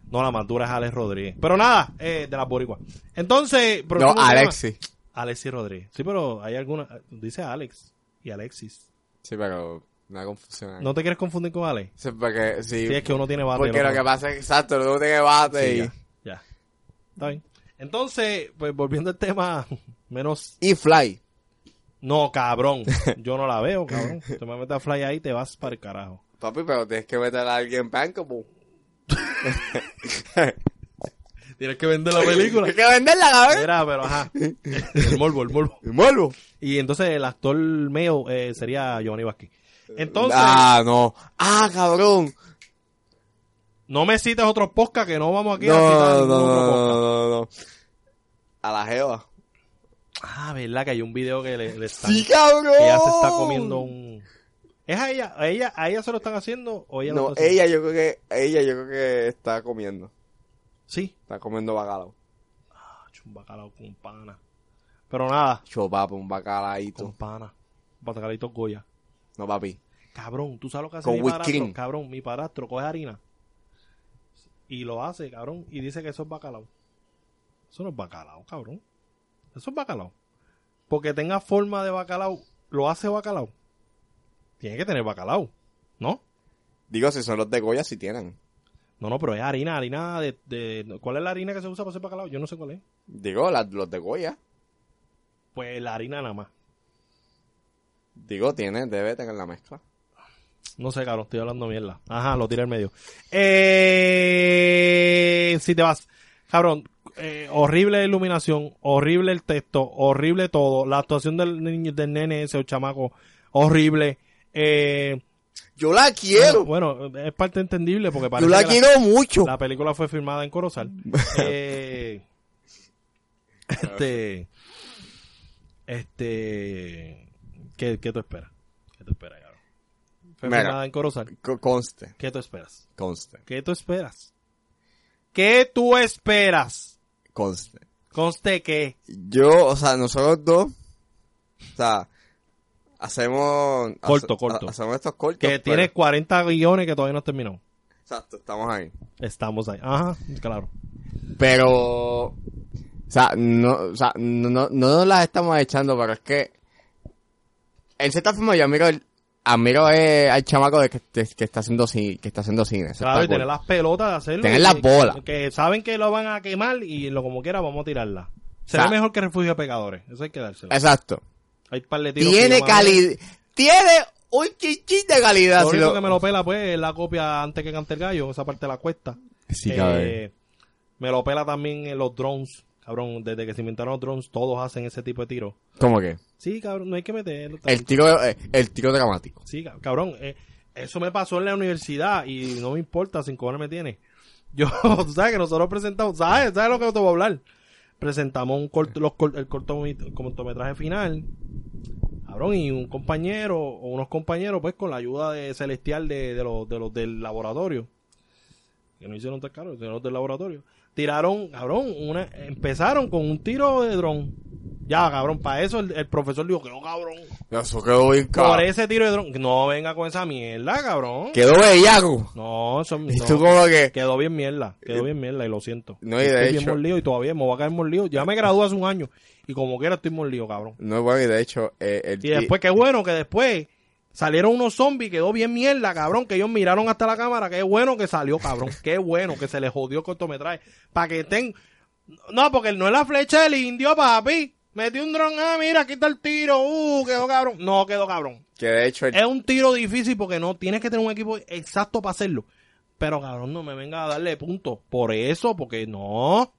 no, la más dura es Alex Rodríguez. Pero nada, eh, de las boricuas. Entonces.
no,
próximo tema.
Alexi.
Alexis Rodríguez. Sí, pero hay alguna. Dice Alex y Alexis.
Sí, pero una confusión. ahí.
¿No te quieres confundir con Alex?
Sí, porque, sí,
Sí, es que uno tiene bate. y el
porque lo
otro
que
no.
pasa es que, exacto, luego tiene bate
Sí,
y...
ya, ya. Está bien. Entonces, pues volviendo al tema menos...
Y Fly.
No, cabrón. Yo no la veo, cabrón. Te me metes a fly ahí y te vas para el carajo.
Papi, pero tienes que meter a alguien bankable.
Tienes que vender la
Hay que venderla, cabrón.
Mira, pero ajá. El morbo, el morbo.
Y Vuelvo.
Y entonces el actor mío eh, sería Giovanni Vázquez. Entonces,
Ah, no. Ah, cabrón.
no me cites otros podcast que no vamos aquí
No,
a citar
no, no,
ningún otro podcast.
no, no, no. A la jeva.
Ah, verdad que hay un video que le, le están...
Sí, cabrón.
que ella se está comiendo un... ¿Es a ella? ¿A ella, a ella se lo están haciendo o ella lo
No,
está haciendo?
ella yo creo que, ella yo creo que está comiendo.
Sí.
Está comiendo bacalao.
Hacho, un bacalao con pana. Pero nada,
Chopapo, un bacalaíto.
con pana. Bacalaito Goya.
No, papi.
Cabrón, ¿tú sabes lo que hace
Con
mi
whipped
padrastro?
cream.
Cabrón, mi padrastro coge harina. Y lo hace, cabrón. Y dice que eso es bacalao. Eso no es bacalao, cabrón. Eso es bacalao. Porque tenga forma de bacalao, lo hace bacalao. Tiene que tener bacalao, ¿no?
Digo, si son los de Goya, si tienen.
No,
no
no, pero es harina, harina de, de- ¿Cuál es la harina que se usa para hacer bacalao? Yo no sé cuál es.
Digo, las- los de Goya.
Pues la harina nada más.
Digo, tiene, debe tener la mezcla.
No sé, cabrón, estoy hablando mierda. Ajá, lo tiré al medio. Eh, si te vas. Cabrón, eh, horrible la iluminación, horrible el texto, horrible todo. La actuación del niño, del nene ese, o chamaco, horrible. Eh,
Yo la quiero.
bueno, es parte entendible porque
Yo
parece
la
que
quiero mucho.
la película fue filmada en Corozal. Eh, este. Este. ¿Qué, qué tú esperas? ¿Qué tú esperas, cabrón? Fue
Mira.
filmada en Corozal.
Co- Conste,
¿Qué tú esperas?
conste,
¿Qué tú esperas? ¿Qué tú esperas?
conste.
Conste que.
Yo, o sea, nosotros dos, o sea, hacemos...
Corto,
hace-
corto.
ha- Hacemos estos cortos.
Que
pero-
tienes 40 guiones que todavía no has terminado.
Exacto, estamos ahí.
Estamos ahí. Ajá, claro.
Pero, o sea, no, o sea, no, no, no nos las estamos echando, pero es que, en cierta forma yo admiro, el- admiro eh, al chamaco de que, de- que está haciendo cine, que está haciendo cine. eso
Claro,
está
y tener
cool.
las pelotas de hacerlo.
Tener
Y
las
que-
bolas.
Que saben que lo van a quemar y lo como quiera vamos a tirarla.
O
Será
sea-
mejor que refugio a pecadores. Eso hay que dárselo.
Exacto.
Hay par de tiros que
Eh, Tiene
yo mandé.
calidad, tiene un chinchín de calidad.
Lo
si
único
lo-
que me lo pela, pues, es la copia antes que cante el gallo. Esa parte la cuesta.
Sí,
Eh,
cabrón.
me lo pela también eh, los drones. Cabrón, desde que se inventaron los drones, todos hacen ese tipo de tiros.
¿Cómo que?
Sí, cabrón, no hay que meterlo.
El tiro, eh, el tiro dramático.
Sí, cab- cabrón, eh, eso me pasó en la universidad y no me importa, sin cojones me tiene. Yo, tú sabes que nosotros presentamos, ¿sabes? ¿Sabes lo que te voy a hablar? Presentamos un corto, los cor- el corto, el cortometraje final, cabrón, y un compañero o unos compañeros, pues con la ayuda de celestial de, de los, de los del laboratorio, que no hicieron tan caro, hicieron los del laboratorio, tiraron, cabrón, una, empezaron con un tiro de dron. Ya, cabrón, para eso el, el profesor dijo que no, cabrón.
Eso quedó bien
Por
cabrón.
ese tiro de dron. No venga con esa mierda, cabrón.
Quedó bellaco.
No, eso
Y tú
no.
como que...
Quedó bien mierda. Quedó bien mierda y lo siento.
No, y de
estoy bien
hecho-
mordido y todavía me voy a caer mordido. Ya me gradué hace un año y como quiera estoy mordido, cabrón.
No, bueno, y de hecho... eh, el
Y después, qué bueno que después salieron unos zombies. Quedó bien mierda, cabrón. Que ellos miraron hasta la cámara. Qué bueno que salió, cabrón. Qué bueno que se les jodió el cortometraje. Para que estén. No, porque no es la flecha del indio, papi. Metí un dron. Ah, mira, aquí está el tiro. Uh, quedó cabrón. No, quedó cabrón.
Que de hecho... el-
Es un tiro difícil porque no tienes que tener un equipo exacto para hacerlo. Pero cabrón, no me venga a darle puntos por eso, porque no.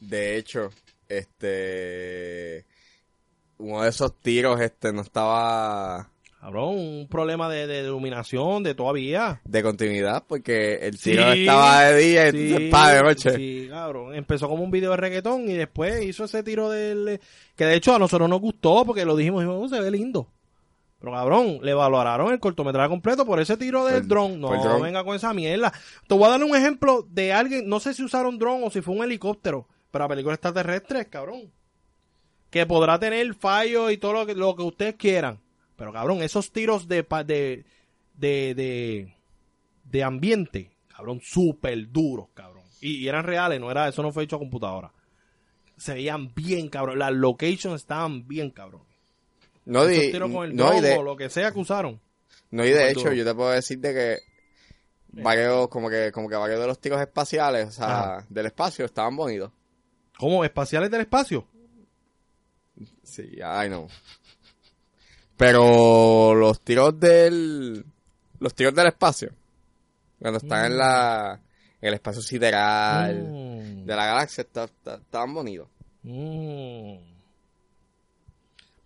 De hecho, este... Uno de esos tiros, este, no estaba
Cabrón, un problema de, de iluminación de todavía.
de continuidad porque el
Sí.
tiro estaba de día y
Sí,
entonces estaba de Eh, noche.
sí, cabrón. Empezó como un video de reggaetón y después hizo ese tiro del... Que de hecho a nosotros nos gustó porque lo dijimos, dijimos, "Oh, se ve lindo. Pero cabrón, le valoraron el cortometraje completo por ese tiro del
Por-
dron. No,
por el dron.
venga con esa mierda. Te voy a dar un ejemplo de alguien, no sé si usaron dron o si fue un helicóptero, para películas extraterrestres, cabrón. que podrá tener fallos y todo lo que, lo que ustedes quieran. Pero cabrón, esos tiros de, pa- de, de, de, de ambiente, cabrón, súper duros, cabrón. Y, y eran reales, no era, eso no fue hecho a computadora. Se veían bien, cabrón. Las locations estaban bien, cabrón.
No,
Esos
di-
tiros con el
no, y de,
globo, lo que sea que usaron.
No, y de
Súper
hecho,
duro.
yo te puedo decir de que varios, como que, como que varios de los tiros espaciales, o sea, del espacio, estaban bonitos.
¿Cómo? ¿Espaciales del espacio?
Sí, ay no. Pero los tiros del. Los tiros del espacio. Cuando están en la. En el espacio sideral.
Mm.
De la galaxia, está- está- estaban bonitos.
Mm.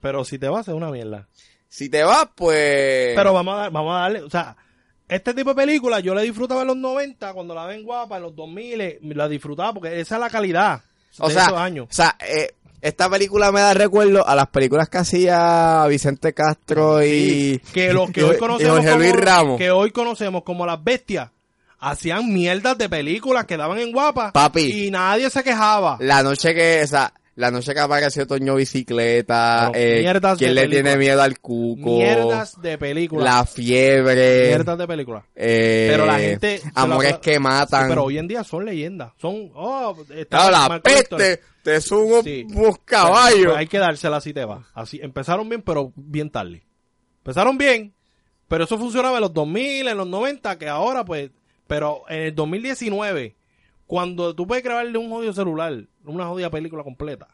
Pero si te vas es una mierda.
Si te vas, pues.
Pero vamos a, dar- vamos a darle, o sea, este tipo de películas yo la disfrutaba en los 90, cuando la ven guapa, en los 2000, la disfrutaba porque esa es la calidad
o
de
sea,
esos años.
o sea, eh, esta película me da recuerdo a las películas que hacía Vicente Castro y.
que los que
y-
hoy
y
conocemos
Jorge
como,
Luis Ramos.
que hoy conocemos como las bestias hacían mierdas de películas que daban en guapa
Papi.
y nadie se quejaba.
La noche que, o sea, la noche que apareció Toño Bicicleta,
Pero
eh,
mierdas de
¿Quién le
película.
tiene miedo al cuco?
Mierdas de películas.
La fiebre.
mierdas de películas.
eh,
Pero la gente se
Amores
la-
que matan.
Sí, pero hoy en día son leyendas. Son. Oh, está
Claro, la
Marco Víctor.
peste, te subo
Sí.
unos
Pues,
caballos.
pues hay que dársela así te va. Así, empezaron bien, pero bien tarde. Empezaron bien, pero eso funcionaba en los 2000, en los 90, que ahora pues. Pero en el 2019, cuando tú puedes grabarle un jodido celular, una jodida película completa.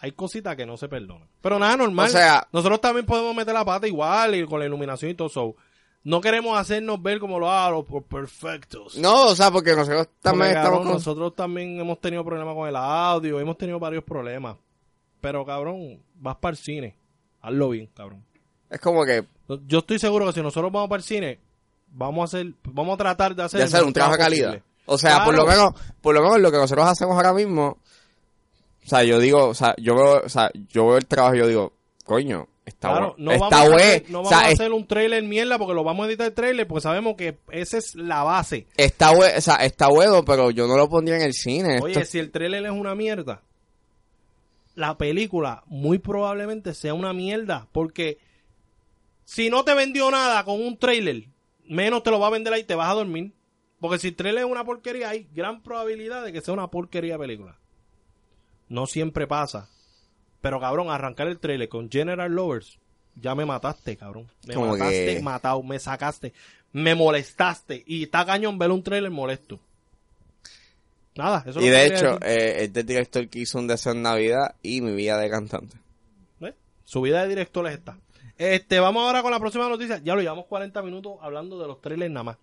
Hay cositas que no se perdonan. Pero nada, normal.
O sea-
Nosotros también podemos meter la pata igual y con la iluminación y todo eso. No queremos hacernos ver como lo ah, los perfectos.
No, o sea, porque nosotros
Porque,
también estamos
cabrón,
con...
Nosotros también hemos tenido problemas con el audio, hemos tenido varios problemas. Pero, cabrón, vas para el cine. Hazlo bien, cabrón.
Es como que
Yo estoy seguro que si nosotros vamos para el cine, vamos a hacer, vamos a tratar de hacer,
de hacer un trabajo de calidad. O sea, por lo
Claro.
menos, por lo menos lo que nosotros hacemos ahora mismo, o sea, yo digo, o sea, yo veo, o sea, yo veo el trabajo y yo digo, coño, está
Claro,
bueno.
no
está
vamos, a
bueno.
hacer, no
o
vamos
sea,
a
es-
hacer un trailer mierda porque lo vamos a editar el trailer porque sabemos que esa es la base.
Está bueno, o sea, está bueno, pero yo no lo pondría en el cine. Esto-
Oye, si el trailer es una mierda, la película muy probablemente sea una mierda. Porque si no te vendió nada con un trailer, menos te lo va a vender ahí y te vas a dormir. Porque si el trailer es una porquería, hay gran probabilidad de que sea una porquería de película. No siempre pasa. Pero cabrón, arrancar el trailer con General Lovers, ya me mataste, cabrón. Me
Como
mataste,
que-
matado, me sacaste, me molestaste. Y está cañón ver un trailer molesto. Nada, eso
y
es lo que
de
quería
hecho,
decir.
eh, este director que hizo un deseo en Navidad y mi vida de cantante.
¿Ves? Su vida de director es esta. Este, vamos ahora con la próxima noticia. Ya lo llevamos 40 minutos hablando de los trailers nada más.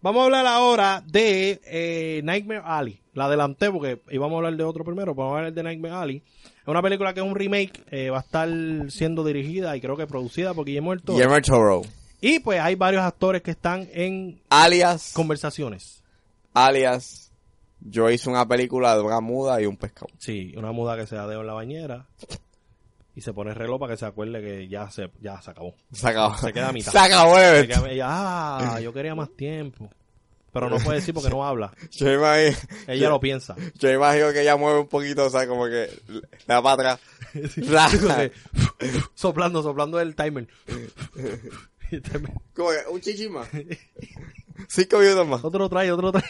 Vamos a hablar ahora de eh, Nightmare Alley. La adelanté porque íbamos a hablar de otro primero, pero vamos a hablar de Nightmare Alley. Es una película que es un remake, eh, va a estar siendo dirigida y creo que producida por Guillermo del Toro.
Guillermo del Toro,
Y pues hay varios actores que están en
alias,
conversaciones.
alias, yo hice una película de una muda y un pescado.
Sí, una muda que se da en la bañera y se pone el reloj para que se acuerde que ya se, ya se acabó.
Se acabó.
Se queda a mitad.
Se acabó eh. el
Se
evento.
queda- ella, ah, yo quería más tiempo. Pero no puede decir porque no habla.
Yo imagino,
Ella lo piensa.
yo imagino que ella mueve un poquito, o sea, como que la va para atrás. La-
Como que, soplando, soplando el timer.
como que un chichín más. Cinco minutos más.
otro trae, otro trae.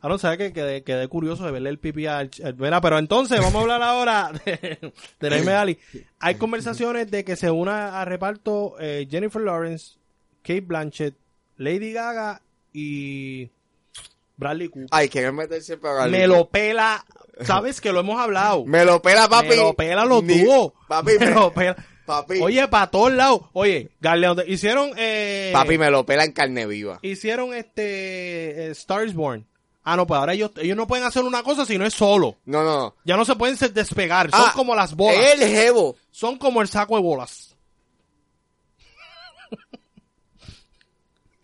Ahora, ¿sabes qué? Quedé, quedé curioso de verle el pipí al... ch- al- Mira, pero entonces vamos a hablar ahora de, de Nightmare Alley. Hay conversaciones de que se una a reparto eh, Jennifer Lawrence, Kate Blanchett, Lady Gaga y Bradley Cooper.
Ay, quieren meter siempre a
Me lo pela. Sabes que lo hemos hablado.
Me lo pela, papi.
Me lo pela los
Ni-
tubos.
Papi,
Me
me-
lo pela.
papi.
Oye, para todos lados. Oye, Garleón, hicieron. eh,
Papi, me lo pela en carne viva.
Hicieron este. eh, Stars Born. Ah, no, pues ahora ellos, ellos no pueden hacer una cosa si no es solo.
No, no, no.
Ya no se pueden se- despegar. Son
Ah,
como las bolas.
El jevo.
Son como el saco de bolas.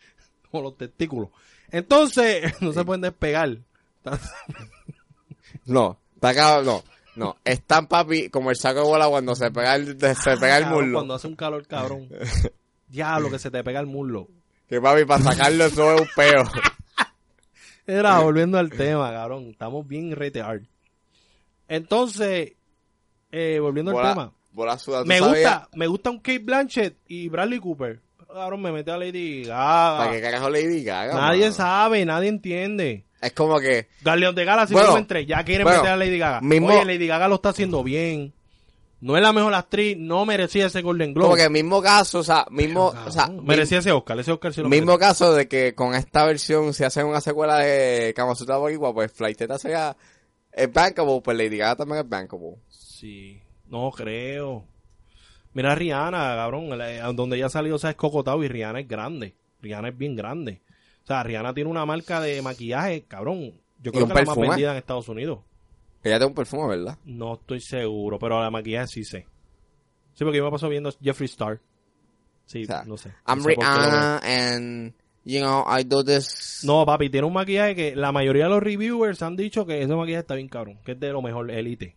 como los testículos. Entonces, no se pueden despegar.
No, está acá, no. No, están papi como el saco de bola cuando se pega el, de- se pega el
Cabrón,
muslo.
Cuando hace un calor, cabrón. Diablo, que se te pega el muslo.
Que papi, para sacarlo eso es un peo.
Era, volviendo al tema, cabrón. Estamos bien rete hard. Entonces, eh, volviendo
Bola-
al tema.
Bola suda, ¿tú
Me
sabías?
gusta, me gusta un Kate Blanchett y Bradley Cooper. Ahora me mete a Lady Gaga.
¿Para qué carajo Lady Gaga?
Nadie
mano?
sabe, nadie entiende.
Es como que.
Guardián de Gala, si
Bueno,
no entré, ya quieren
bueno,
meter a Lady Gaga.
mismo-
Oye, Lady Gaga lo está haciendo bien. No es la mejor actriz, no merecía ese Golden Globe.
Como que mismo caso, o sea, mismo.
Cabrón,
o sea,
merecía ese Oscar, ese Oscar sí lo
Mismo
merece.
caso de que con esta versión, si hacen una secuela de Kamasutra Boricua, pues Flighteta sería es bankable, pues Lady Gaga también es bankable.
Sí, no creo. Mira a Rihanna, cabrón, la- eh, donde ella salió, o sea, es cocotado y Rihanna es grande. Rihanna es bien grande. O sea, Rihanna tiene una marca de maquillaje, cabrón. Yo
Y
creo
un
que es la más
perfume.
vendida en Estados Unidos.
Ella tiene un perfume, ¿verdad?
No estoy seguro, pero la maquillaje sí sé. Sí, porque yo me paso viendo Jeffree Star. Sí,
O sea,
no sé.
I'm ah,
No sé por qué lo veo.
Rihanna and, you know, I do this.
No, papi, tiene un maquillaje que la mayoría de los reviewers han dicho que ese maquillaje está bien cabrón, que es de lo mejor elite.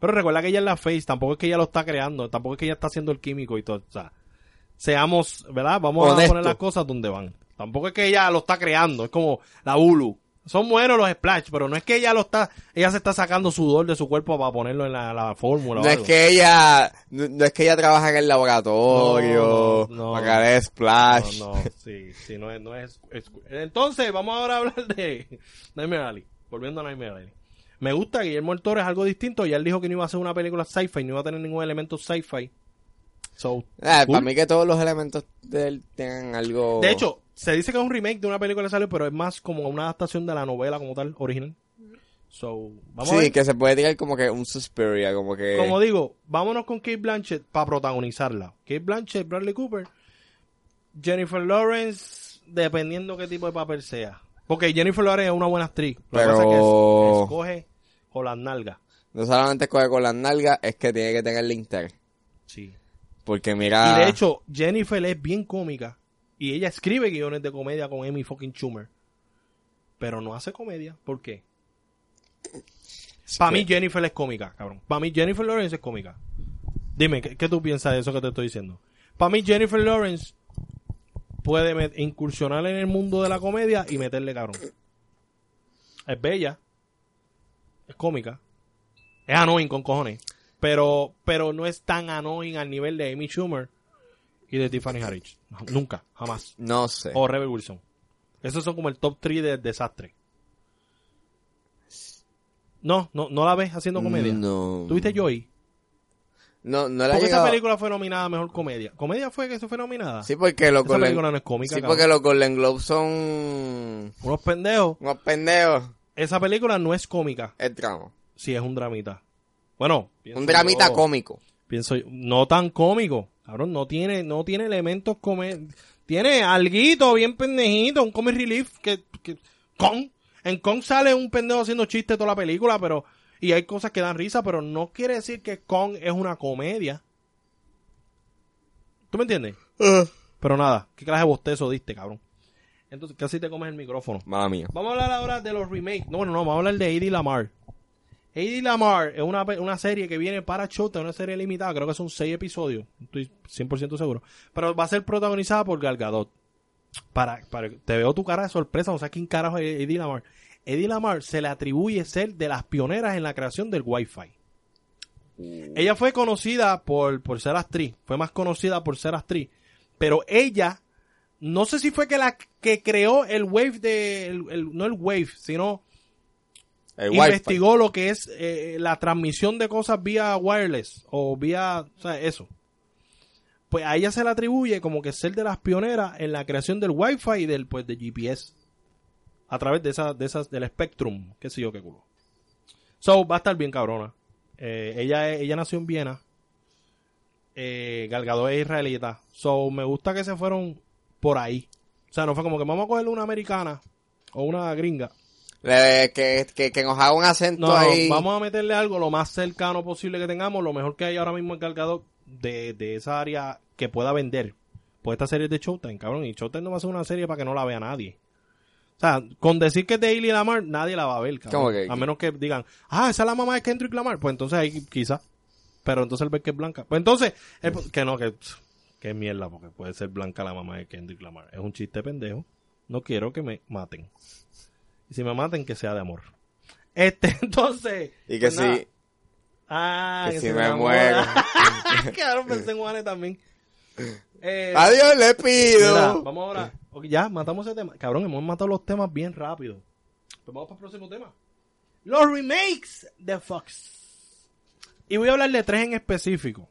Pero recuerda que ella es la face, tampoco es que ella lo está creando, tampoco es que ella está haciendo el químico y todo. O sea, seamos, ¿verdad? Vamos a
Honesto.
poner las cosas donde van. Tampoco es que ella lo está creando, es como la Hulu. Son buenos los splash, pero no es que ella lo está, ella se está sacando sudor de su cuerpo para ponerlo en la, la fórmula. o
No es
algo.
que ella, no, no es que ella trabaja en el laboratorio,
No, no, no.
para que haga splash.
No, no, sí, sí, no es, no es, es- Entonces, vamos ahora a hablar de Nightmare Alley. Volviendo a Nightmare Alley. Me gusta que Guillermo del Toro es algo distinto. Ya él dijo que no iba a hacer una película sci-fi, no iba a tener ningún elemento sci-fi. So,
Eh,
cool.
Para mí que todos los elementos de él tengan algo.
De hecho, se dice que es un remake de una película que salió, pero es más como una adaptación de la novela como tal, original. So, vamos a
sí,
ver.
que se puede tirar como que un Suspiria, como que.
Como digo, vámonos con Kate Blanchett para protagonizarla. Kate Blanchett, Bradley Cooper, Jennifer Lawrence, dependiendo qué tipo de papel sea. Porque Jennifer Lawrence es una buena actriz. Lo que
Pero-
pasa es que es- escoge con las nalgas.
No solamente coge con las nalgas, es que tiene que tener el interés.
Sí.
Porque mira.
Y de hecho, Jennifer es bien cómica. Y ella escribe guiones de comedia con Amy fucking Schumer. Pero no hace comedia. ¿Por qué? Para mí Jennifer es cómica, cabrón. Para mí Jennifer Lawrence es cómica. Dime, ¿qué, qué tú piensas de eso que te estoy diciendo? Para mí Jennifer Lawrence puede met- incursionar en el mundo de la comedia y meterle cabrón. Es bella. Es cómica. Es annoying con cojones. Pero, pero no es tan annoying al nivel de Amy Schumer y de Tiffany Harris. Nunca, jamás.
No sé.
O Rebel Wilson. Esos son como el top 3 del desastre. No, no, no la ves haciendo comedia.
No.
¿Tuviste Joy?
No, no la
Porque
he
esa
llegado.
película fue nominada a mejor comedia. ¿Comedia fue que se fue nominada?
Sí, porque los
Esa película no es cómica,
Sí,
cabrón.
porque los Golden Globes son
Unos pendejos.
unos pendejos.
Esa película no es cómica.
El tramo.
Si es un dramita. Bueno, pienso
Un dramita
yo-
cómico.
Pienso yo- no tan cómico. Cabrón, no tiene, no tiene elementos come Tiene alguito bien pendejito, un comic relief que, que- con. En con sale un pendejo haciendo chiste toda la película, pero y hay cosas que dan risa, pero no quiere decir que con es una comedia. ¿Tú me entiendes? Pero nada, ¿qué clase de bostezo diste, cabrón? Entonces, casi te comes el micrófono.
Mala mía.
Vamos a hablar ahora de los remakes. No, bueno, no, vamos a hablar de Aidy Lamar. Aidy Lamar es una, pe- una serie que viene para Chota, una serie limitada, creo que son seis episodios, estoy 100% seguro. Pero va a ser protagonizada por Gal Gadot. Para, para, te veo tu cara de sorpresa, no sabes quién carajo es Aidy Lamar. Aidy Lamar se le atribuye ser de las pioneras en la creación del Wi-Fi. Ella fue conocida por, por ser actriz, fue más conocida por ser actriz, pero ella no sé si fue que la que creó el wave de el- el- no el wave sino
El Eh, Wi-Fi.
investigó lo que es eh, la transmisión de cosas vía wireless o vía o sea, eso pues a ella se le atribuye como que ser de las pioneras en la creación del wifi y del pues de GPS a través de esas de esas del Spectrum qué sé yo qué culo so va a estar bien cabrona Eh, ella es- ella nació en Viena eh, Gal Gadot es israelita so me gusta que se fueron por ahí o sea no fue como que vamos a cogerle una americana o una gringa
Le- que, que, que nos haga un acento
no,
ahí.
vamos a meterle algo lo más cercano posible que tengamos, lo mejor que hay ahora mismo encargado de, de esa área que pueda vender. Pues esta serie es de Showtime, cabrón, y Showtime no va a ser una serie para que no la vea nadie. O sea, con decir que es de Ailey Lamar, nadie la va a ver, cabrón.
¿Cómo que?
A menos que digan, ah, esa es la mamá de Kendrick Lamar. Pues entonces ahí quizás. Pero entonces el ver que es blanca. Pues entonces, el- que no, que, que mierda, porque puede ser blanca la mamá de Kendrick Lamar. Es un chiste pendejo. No quiero que me maten. Y si me maten, que sea de amor. Este, entonces.
Y que
pues nada.
si,
Ah,
que si
se
me
enamora.
muero.
Claro, pensé en Juanes también. Eh,
Adiós, le
mira,
pido.
vamos ahora. Ok, ya, matamos ese tema. Cabrón, hemos matado los temas bien rápido. Pues vamos para el próximo tema. Los remakes de Fox. Y voy a hablar de tres en específico.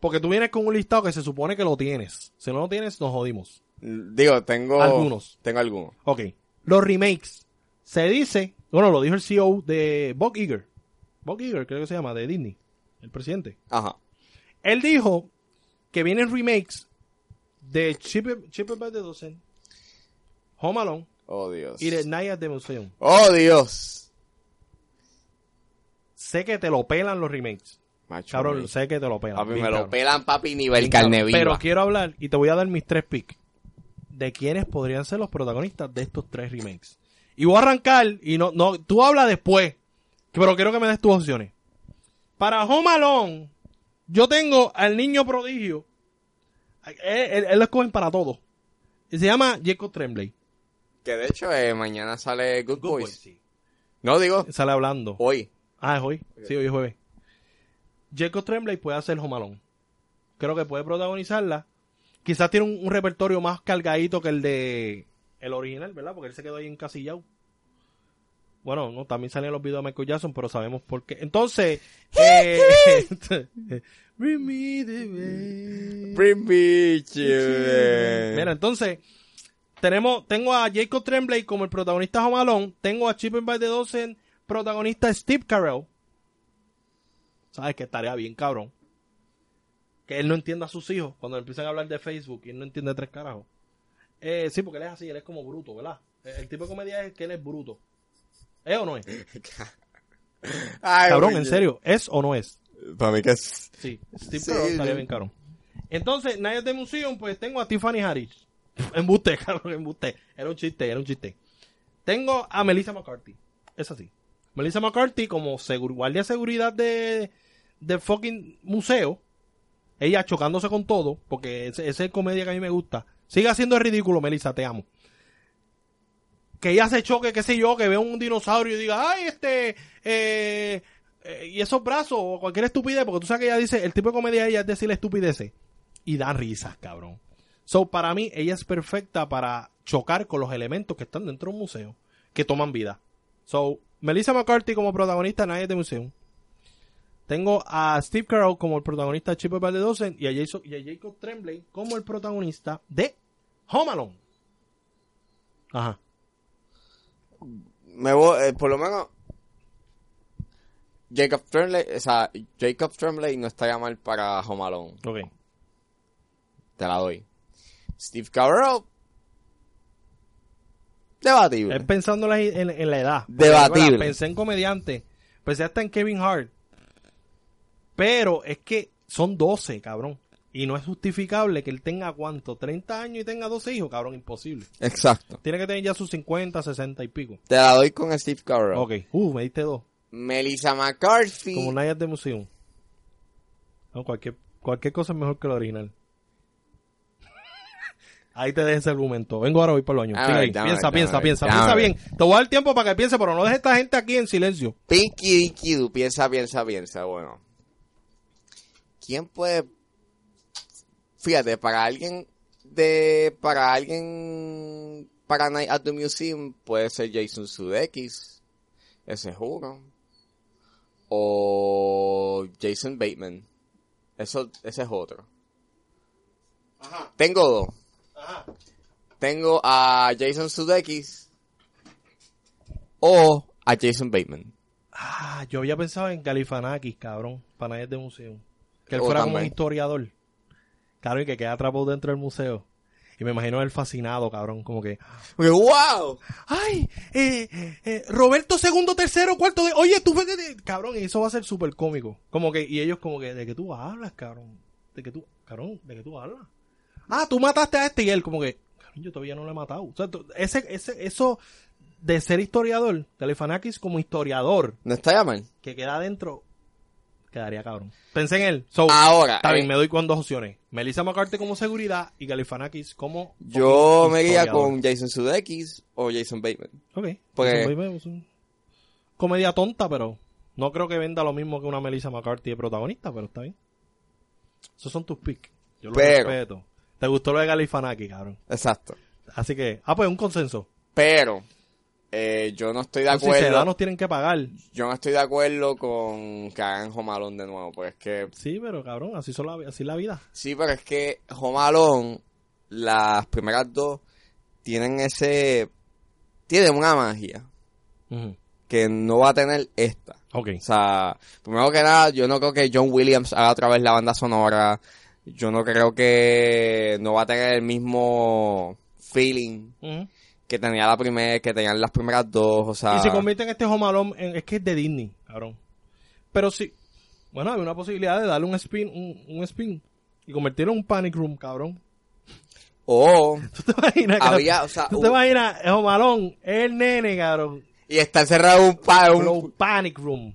Porque tú vienes con un listado que se supone que lo tienes. Si no lo tienes, nos jodimos.
Digo, tengo.
Algunos.
Tengo algunos.
Ok. Los remakes. Se dice, bueno, lo dijo el CEO de Bob Iger. Bob Iger, creo que se llama, de Disney. El presidente.
Ajá.
Él dijo que vienen remakes de Chip, Chip by the Dozen, Home Alone
Oh, Dios.
y The Night at the Museum.
Oh, Dios.
Sé que te lo pelan los remakes.
Macho.
Cabrón,
mí-
sé que te lo pelan.
a mí
bien
me lo
cabrón.
pelan, papi, nivel
Bien
carne
cabrón.
viva.
Pero quiero hablar y te voy a dar mis tres picks de quiénes podrían ser los protagonistas de estos tres remakes. Y voy a arrancar y no, no, tú habla después, pero quiero que me des tus opciones. Para Home Alone, yo tengo al niño prodigio. Él, él- él lo escogen para todo. Y se llama Jacob Tremblay.
Que de hecho, eh, mañana sale Good, Boys.
sí.
No, digo,
Sale hablando.
hoy.
Ah, es hoy. Sí, hoy es jueves. Jacob Tremblay puede hacer Jomalón. Creo que puede protagonizarla. Quizás tiene un, un repertorio más cargadito que el de el original, ¿verdad? Porque él se quedó ahí encasillado. Bueno, no, también salían los videos de Michael Jackson, pero sabemos por qué. Entonces, eh, Bring me the baby.
Bring me children.
Mira, entonces, tenemos, tengo a Jacob Tremblay como el protagonista Home Alone, tengo a Chip and by the Dozen, protagonista Steve Carell. ¿Sabes que estaría bien, cabrón? Que él no entienda a sus hijos cuando empiezan a hablar de Facebook y él no entiende tres carajos. Eh, sí, porque él es así, él es como bruto, ¿verdad? El, el tipo de comedia es que él es bruto. ¿Es o no es?
Ay,
Cabrón,
oye.
en serio, ¿es o no es?
Para mí que es.
Sí, Steve
Sí,
Carell estaría
yo-
bien cabrón. Entonces, Night at the Museum, pues tengo a Tiffany Harris. Embuste, cabrón, embuste. Era un chiste, era un chiste. Tengo a Melissa McCarthy. Es así. Melissa McCarthy como segur- guardia de seguridad de, de fucking museo. Ella chocándose con todo, porque esa es el comedia que a mí me gusta. Sigue haciendo el ridículo, Melissa, te amo. Que ella se choque, qué sé yo, que vea un dinosaurio y diga, ay, este, eh, eh, y esos brazos, o cualquier estupidez, porque tú sabes que ella dice, el tipo de comedia de ella es decir estupideces. Y dan risas, cabrón. So, para mí, ella es perfecta para chocar con los elementos que están dentro de un museo, que toman vida. So, Melissa McCarthy como protagonista en Night de Museum. Tengo a Steve Carell como el protagonista de Chip and the Dozen y a, Jason- y a Jacob Tremblay como el protagonista de Home Alone. Ajá.
Me voy, eh, por lo menos. Jacob Tremblay, o sea, Jacob Tremblay no estaría mal para Home Alone.
Ok.
Te la doy. Steve Carell. Debatible.
Es pensando en la, en- en la edad. Porque,
Debatible.
bueno, Pensé en comediante. Pensé hasta en Kevin Hart. Pero es que son 12, cabrón. Y no es justificable que él tenga cuánto, 30 años y tenga 12 hijos, cabrón, imposible.
Exacto.
Tiene que tener ya sus 50, 60 y pico.
Te la doy con Steve Carell.
Ok. Uh, me diste dos.
Melissa McCarthy.
Como Night de Museum. No, cualquier, cualquier cosa es mejor que la original. Ahí te dejes ese argumento. Vengo ahora, voy para el baño.
All
Sigue ahí.
right, all
piensa,
right,
piensa,
all
piensa,
right,
piensa
all
bien.
right.
Te voy a dar tiempo para que piense, pero no dejes a esta gente aquí en silencio.
Pinky Dinky Doo, piensa, piensa, piensa. Bueno, ¿quién puede? Fíjate, para alguien de, para alguien para Night at the Museum puede ser Jason Sudeikis, ese juro, o Jason Bateman, eso, ese es otro. Tengo dos. Tengo a Jason Sudeikis o a Jason Bateman.
Ah, yo había pensado en Galifanakis, cabrón, para Night de Museum. Que él
Oh,
fuera como un
también.
historiador. Claro, y que queda atrapado dentro del museo. Y me imagino el fascinado, cabrón, como que...
Porque, ¡Wow!
¡Ay! eh, eh, Roberto segundo, tercero, cuarto de. Oye, tú vete de- Cabrón, y eso va a ser súper cómico. Como que, y ellos como que, ¿de que tú hablas, cabrón? ¿De que tú, cabrón, de que tú hablas? Ah, tú mataste a este y él, como que, cabrón, yo todavía no lo he matado. O sea, tú- ese, ese, eso de ser historiador, Galifanakis como historiador,
No está mal.
que queda adentro, quedaría cabrón. Pensé en él. So,
Ahora,
está bien,
eh,
me doy con dos opciones. Melissa McCarthy como seguridad y Galifanakis como.
yo me iría
historiador.
con Jason Sudeikis o Jason Bateman.
Ok.
Porque-
Jason Bateman, Jason- comedia tonta, pero no creo que venda lo mismo que una Melissa McCarthy de protagonista, pero está bien. Esos son tus picks. Yo los
Pero-
respeto. Te gustó lo de Galifanaki, cabrón.
Exacto.
Así que, ah, pues un consenso.
Pero eh, yo no estoy de
Los
acuerdo.
ciudadanos tienen que pagar.
Yo no estoy de acuerdo con que hagan Jomalón de nuevo, porque es que
Sí, pero cabrón, así, son la, así es la vida.
Sí, pero es que Jomalón, las primeras dos, tienen ese. Tienen una magia que no va a tener esta.
Ok.
O sea, primero que nada, yo no creo que John Williams haga otra vez la banda sonora. Yo no creo que no va a tener el mismo feeling
Ujú.
que tenía la primera, que tenían las primeras dos. O sea,
Y se convierte en este Home Alone, en- es que es de Disney, cabrón. Pero sí, bueno, hay una posibilidad de darle un spin, un, un spin y convertirlo en un panic room, cabrón.
o
¿Tú te imaginas? cabrón?
había, o sea,
¿Tú
u-
te imaginas? Es Home Alone, es el nene, cabrón.
y está encerrado un pa, un-
Pero un panic room.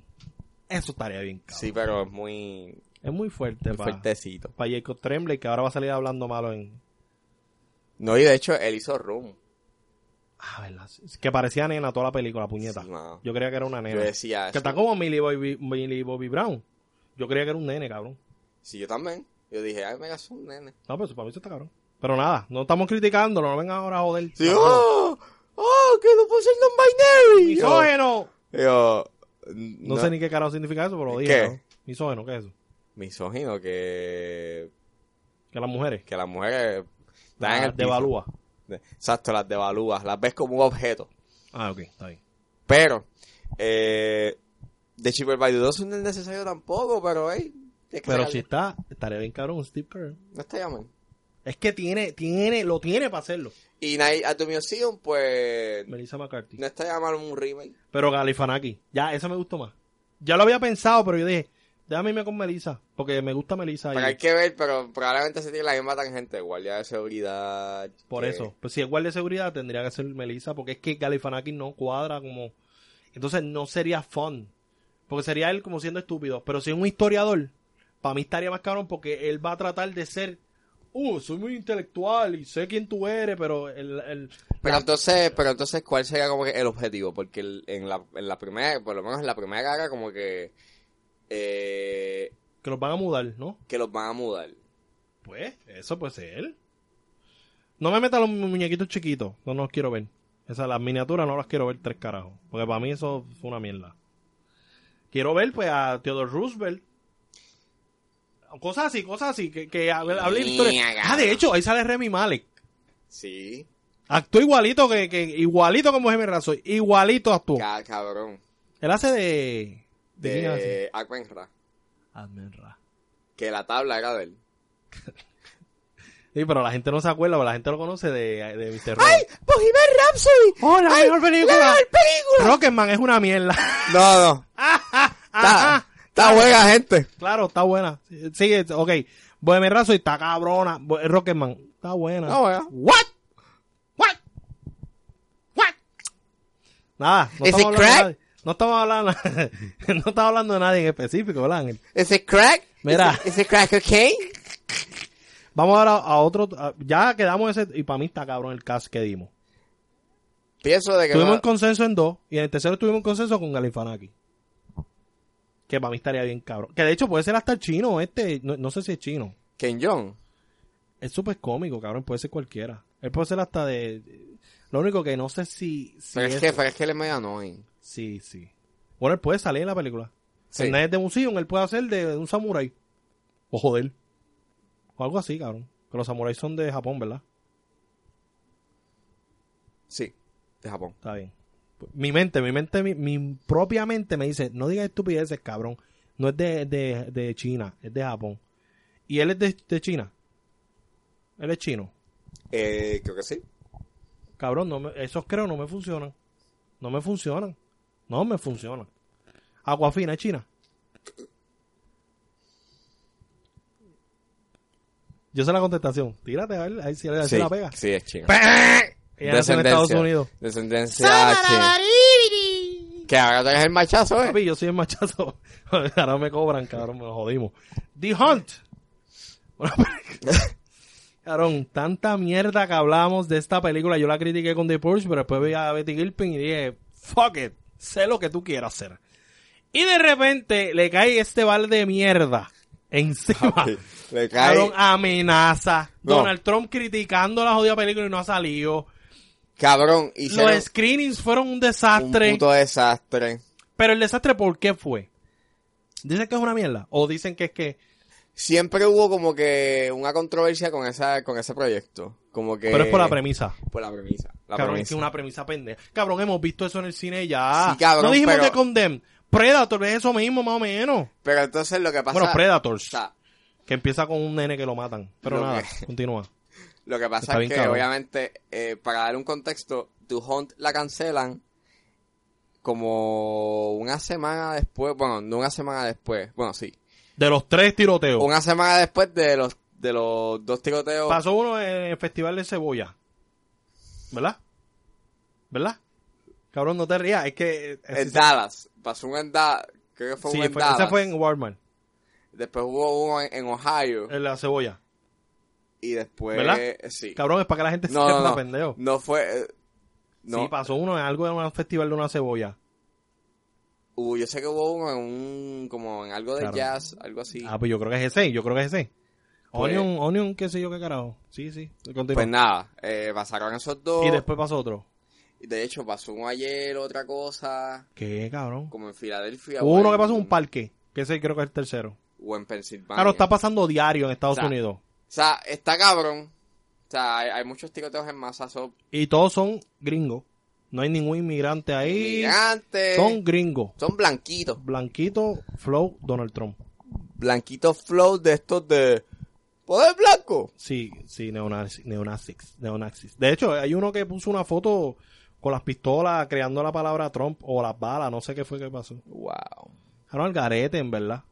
Eso estaría bien, cabrón.
Sí, pero es muy,
Es muy fuerte
muy
para
fuertecito.
pa Jacob Tremblay, que ahora va a salir hablando malo en...
No, y de hecho, él hizo Room.
Ah, verdad. Es Que parecía nena toda la película, puñeta.
Sí, mano.
Yo creía que era una nena.
Yo decía
Que
eso.
está como Millie Bobby, Millie Bobby Brown. Yo creía que era un nene, cabrón.
Sí, yo también. Yo dije, ay, mega, es un nene.
No, pero eso para mí eso está cabrón. Pero nada, no estamos criticándolo, no vengan ahora a joder.
Sí,
Tampoco.
oh, oh, que no puedo ser non-binary. Yo,
¡Misógeno!
yo,
No, sé ni qué carajo significa eso, pero lo
¿Qué?
dije. ¿no? Misógeno, ¿qué es eso?
Misógino que,
Que las mujeres
que las mujeres están en el
las
piso.
devalúa.
Exacto, las devalúas. Las ves como un objeto.
Ah, ok, está bien.
Pero, eh, The Cheaper by the Dozen no es necesario tampoco, pero, hey, es que
Pero
sacarle-
si está, estaría bien cabrón un Steve Kerr.
No está llamando.
Es que tiene, tiene, lo tiene para hacerlo.
Y Night at the Museum, pues,
Melissa McCarthy.
no está llamando un remake.
Pero Galifanaki, ya, esa me gustó más. Ya lo había pensado, pero yo dije, déjame irme con Melissa, porque me gusta Melissa. y-
Pero hay que ver, pero probablemente se tiene la misma tangente, guardia de seguridad. eh,
Por
que-
eso. Pues si es guardia de seguridad, tendría que ser Melissa, porque es que Galifanaki no cuadra como. Entonces no sería fun. Porque sería él como siendo estúpido. Pero si es un historiador, para mí estaría más cabrón, porque él va a tratar de ser. Uh, soy muy intelectual y sé quién tú eres, pero el. el-
Pero entonces, pero entonces, ¿cuál sería como que el objetivo? Porque el- en la, en la primera, por lo menos en la primera era como que, eh,
que los van a mudar, ¿no?
que los van a mudar.
Pues, eso puede ser. No me metan los mu- muñequitos chiquitos. No los quiero ver. Esas, las miniaturas no las quiero ver tres carajos. Porque para mí eso fue una mierda. Quiero ver, pues, a Theodore Roosevelt. Cosas así, cosas así. Que, que hable hable de historia.
Mierda.
Ah, de hecho, ahí sale Remy Malek.
Sí,
Actuó igualito que, que igualito como Jaime Razo. Igualito actuó.
ca- cabrón.
Él hace de. Oh. ¿De, quién hace?
De Aquenra,
Admin Ra.
que la tabla era de él.
Sí, pero la gente no se acuerda, pero la gente lo conoce de, de Mr.
¡Bohemian Pues Rhapsody!
¡Oh, la mejor película!
película!
Rocketman es una mierda.
No, no, está,
Ah, Ajá.
está buena, gente.
Claro, está buena. Sí, es- ok. Bohemian Rhapsody está cabrona. Bo- Rocketman está buena.
Está buena.
What? What? What? Nada, no
¿Is
estamos
it
hablando
crack?
de nadie. No estamos hablando, no estamos hablando de nadie en específico, ¿verdad? Ángel?
¿Ese crack?
Mira.
¿Ese crack okay?
Vamos ahora a otro. a- ya quedamos ese. Y para mí está cabrón el cast que dimos.
Pienso de que...
Tuvimos
no-
un consenso en dos. Y en el tercero tuvimos un consenso con Galifanaki. Que para mí estaría bien cabrón. Que de hecho puede ser hasta el chino este. No, no sé si es chino.
Ken Jeong.
Es súper cómico, cabrón. Puede ser cualquiera. Él puede ser hasta de... Lo único que no sé si... si
pero, es
es-
que, pero es que él es medio annoying.
Sí, sí. Bueno, él puede salir en la película.
Sí.
En Night at the Museum, él puede hacer de, de un samurái. O joder. O algo así, cabrón. Que los samuráis son de Japón, ¿verdad?
Sí, de Japón.
Está bien. Mi mente, mi mente, mi, mi propia mente me dice, no digas estupideces, cabrón. No es de, de, de China, es de Japón. Y él es de, de China. Él es chino.
Eh, creo que sí.
Cabrón, no me- esos creo no me funcionan. No me funcionan. No me funcionan. Aguafina, China. Yo sé la contestación. Tírate a ver, a ver si a ver si
sí,
la pega.
sí, es chino.
Ella nació en Estados Unidos.
Descendencia china. Que ahora tenés el machazo, eh.
Papi, yo soy el machazo. Ahora me cobran, cabrón, me lo jodimos. The Hunt. Una película- cabrón, tanta mierda que hablamos de esta película. Yo la critiqué con The Purge, pero después vi a Betty Gilpin y dije, fuck it. sé lo que tú quieras hacer. Y de repente le cae este bal de mierda encima.
Ok, Le
Ah. Cabrón, ah.
cae.
amenaza.
No.
Donald Trump criticando la jodida película y no ha salido.
Cabrón, hicieron
Los screenings fueron un
un
desastre.
puto desastre.
Pero el desastre, ¿por qué fue? ¿Dicen que es una mierda? ¿O dicen que es que...
Siempre hubo como que una controversia con esa con ese proyecto. Como que.
Pero es por la premisa.
Por la premisa. Eh, La
cabrón, es
premisa.
que es una premisa pendeja. Cabrón, hemos visto eso en el cine ya.
Sí, cabrón,
no dijimos
pero-
de Condemn. Predator es eso mismo, más o menos.
Pero entonces lo que pasa.
bueno,
o
Predators.
sea,
Que empieza con un nene que lo matan. Pero
Lo
nada,
que-
continúa.
Lo que pasa
Está
es
bien
que,
cabrón.
obviamente, eh, para dar un contexto, Hunt la cancelan como una semana después, bueno, no una semana después, bueno, sí,
De los tres tiroteos.
una semana después de los de los dos tiroteos.
Pasó uno en el Festival de Cebolla. ¿Verdad? ¿Verdad? Cabrón, no te rías. Es que... eh,
en
sí,
Dallas, pasó uno en Dallas, creo que fue
sí,
uno en
fue-
Dallas.
ese fue en Walmart.
Después hubo uno en, en Ohio
En la Cebolla.
y después
Eh,
eh,
¿Verdad?
sí.
Cabrón, es para que la gente
No,
sepa,
no, no,
pendejo.
no fue eh, no,
Sí, pasó uno en algo de un festival de una cebolla.
hubo- Uh, yo sé que hubo uno en un como en algo de
Claro.
jazz, algo así.
Ah, pues yo creo que es ese, yo creo que es ese.
Pues-
Onion, Onion, qué sé yo qué carajo. Sí, sí, continúa.
pues nada, eh, pasaron esos dos.
y después pasó otro.
De hecho, pasó uno ayer, otra cosa,
¿Qué, cabrón?
como en Filadelfia.
Hubo
o
uno que
en-
pasó en un parque, que ese creo que es el tercero.
O en Pensilvania.
Claro, está pasando diario en Estados
O sea,
Unidos.
O sea, está cabrón. O sea, hay, hay muchos tiroteos en masa. Son
Y todos son gringos. No hay ningún inmigrante ahí.
gigantes.
Son gringos.
son blanquitos.
Blanquito, Flow, Donald Trump.
Blanquitos flow de estos de... ¡Poder blanco!
Sí, sí, neonazis, neonazis, neonazis. De hecho, hay uno que puso una foto con las pistolas creando la palabra Trump o las balas, no sé qué fue que pasó.
Wow.
Cabrón, al garete, en verdad.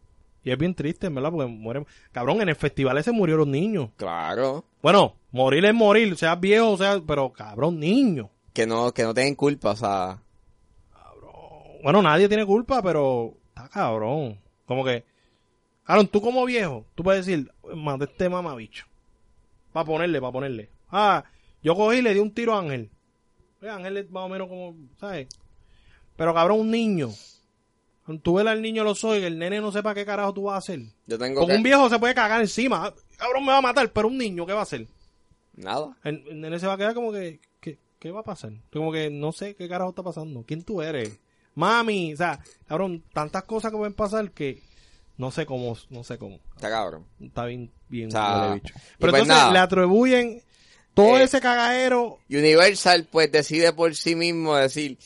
Y es bien triste, en verdad, porque mueren. Cabrón, en el festival ese murieron niños.
Claro.
Bueno, morir es morir, seas viejo, o sea, pero cabrón, niño.
Que no, que no tienen culpa, o sea...
Bueno, nadie tiene culpa, pero está cabrón. Como que, cabrón, tú como viejo, tú puedes decir, mate este mamabicho. Para ponerle, para ponerle. Ah, yo cogí y le di un tiro a Ángel. Eh, Ángel es más o menos como, ¿sabes? Pero cabrón, un niño. Cuando tú ves al niño lo soy, el nene no sepa qué carajo tú vas a hacer.
Yo tengo
Con
que...
un viejo se puede cagar encima. Ah, Cabrón, me va a matar, pero un niño, ¿qué va a hacer?
Nada.
El, el nene se va a quedar como que, ¿qué, qué va a pasar? Como que no sé qué carajo está pasando. ¿Quién tú eres? Mami, o sea, cabrón, tantas cosas que pueden pasar que no sé cómo, no sé cómo.
Está cabrón.
Está bien, bien,
O sea,
huele bicho.
y
Pero
pues
entonces
nada.
le atribuyen todo
Eh,
ese cagadero.
Universal pues decide por sí mismo decir,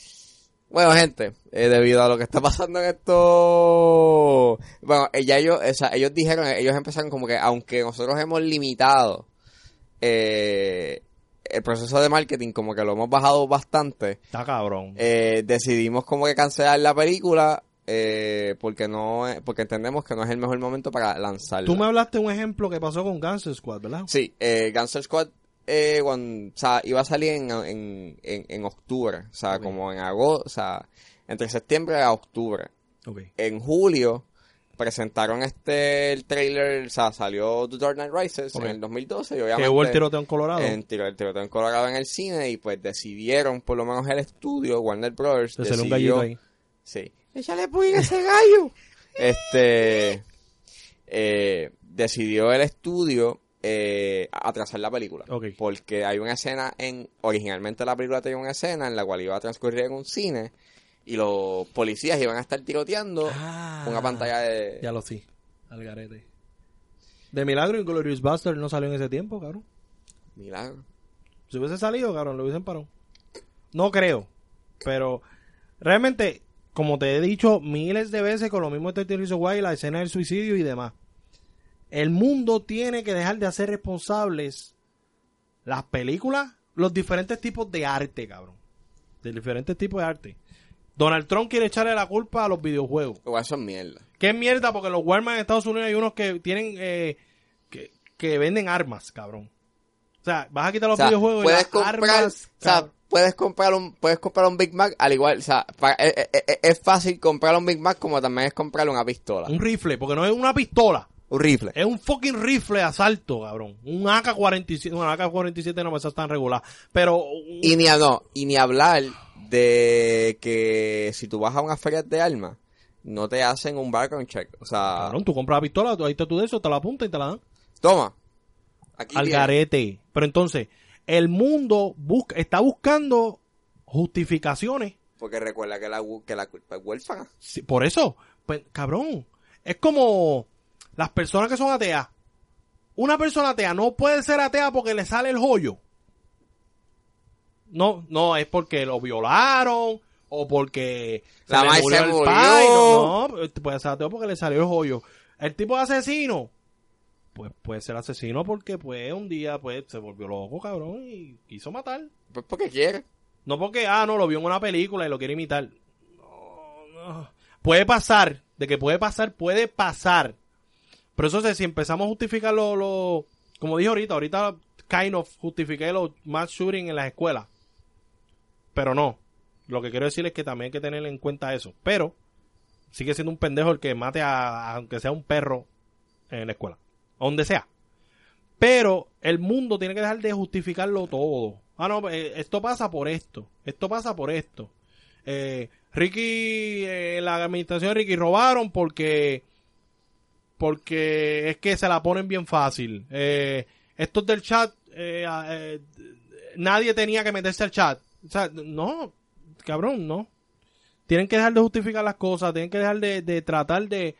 bueno gente, eh, debido a lo que está pasando en esto, bueno, eh, ya ellos, o sea, ellos dijeron, eh, ellos empezaron como que aunque nosotros hemos limitado eh, el proceso de marketing, como que lo hemos bajado bastante,
Está cabrón.
eh, decidimos como que cancelar la película eh, porque no, porque entendemos que no es el mejor momento para lanzarla.
Tú me hablaste de un ejemplo que pasó con Gangster Squad, ¿verdad?
Sí, eh, Guns N' Squad eh, cuando- o sea, iba a salir en, en, en, en octubre, o sea,
Ok.
como en agosto, o sea, entre septiembre a octubre.
Ok.
En julio presentaron este el trailer, o sea, salió The Dark Knight Rises
Ok.
en el 2012 y
Que hubo el
obviamente
tiroteo en Colorado.
en tiro, el tiroteo en Colorado en el cine y pues decidieron, por lo menos el estudio, Warner Brothers,
Se salió un
decidió-
gallito ahí.
Sí. Échale puya a ese gallo. este. eh, decidió el estudio eh, atrasar la película.
Ok.
Porque hay una escena en. Originalmente la película tenía una escena en la cual iba a transcurrir en un cine. Y los policías iban a estar tiroteando
Ah.
una pantalla de.
Ya lo sí. Al garete. De milagro, Glorious Buster no salió en ese tiempo, cabrón.
Milagro.
Si hubiese salido, cabrón, lo hubiesen parado. No creo. Pero realmente, como te he dicho miles de veces con lo mismo este de Terry Guay, la escena del suicidio y demás. El mundo tiene que dejar de hacer responsables las películas, los diferentes tipos de arte, cabrón. De diferentes tipos de arte. Donald Trump quiere echarle la culpa a los videojuegos.
O eso es mierda.
Qué mierda, porque en los Walmart en Estados Unidos hay unos que tienen eh, que, que venden armas, cabrón. O sea, vas a quitar los
O sea,
videojuegos y
puedes
las
comprar,
armas.
o sea,
cabrón.
puedes comprar un puedes comprar un Big Mac al igual, o sea, pa- eh, eh, eh, es, fácil comprar un Big Mac como también es comprar una pistola,
un rifle, porque no es una pistola,
un rifle.
es un fucking rifle de asalto, cabrón. Un AK-47, bueno, AK-47 no me está tan regular, pero un-
Y ni, a- no, y ni hablar de que si tú vas a una feria de armas, no te hacen un background check. O sea,
Cabrón, tú compras la pistola, tú, ahí está tú de eso, te la apunta y te la dan.
toma. Aquí
al
tiene.
garete. Pero entonces, el mundo busca, está buscando justificaciones.
Porque recuerda que la, hu- que la culpa es huérfana.
Sí, Por eso, pues, cabrón, es como las personas que son ateas. Una persona atea no puede ser atea porque le sale el joyo. No, no, es porque lo violaron o porque
La madre se
el
murió.
pai. No, no, puede ser ateo porque le salió el joyo. El tipo de asesino, pues puede ser asesino porque pues un día pues se volvió loco, cabrón, y quiso matar.
Pues porque quiere.
No porque, ah, no, lo vio en una película y lo quiere imitar. No, no. Puede pasar, de que puede pasar, puede pasar. Pero eso es, si empezamos a justificar lo, lo- como dije ahorita, ahorita kind of justifiqué los mass shooting en las escuelas. Pero no. Lo que quiero decir es que también hay que tener en cuenta eso. Pero sigue siendo un pendejo el que mate a, a- aunque sea un perro en la escuela. O donde sea. Pero el mundo tiene que dejar de justificarlo todo. Ah, no, eh, esto pasa por esto. Esto pasa por esto. Eh, Ricky, eh, la administración de Ricky robaron porque. Porque es que se la ponen bien fácil. Eh, estos del chat, eh, ah, eh, nadie tenía que meterse al chat. O sea, no, cabrón, no. Tienen que dejar de justificar las cosas, tienen que dejar de, de tratar de.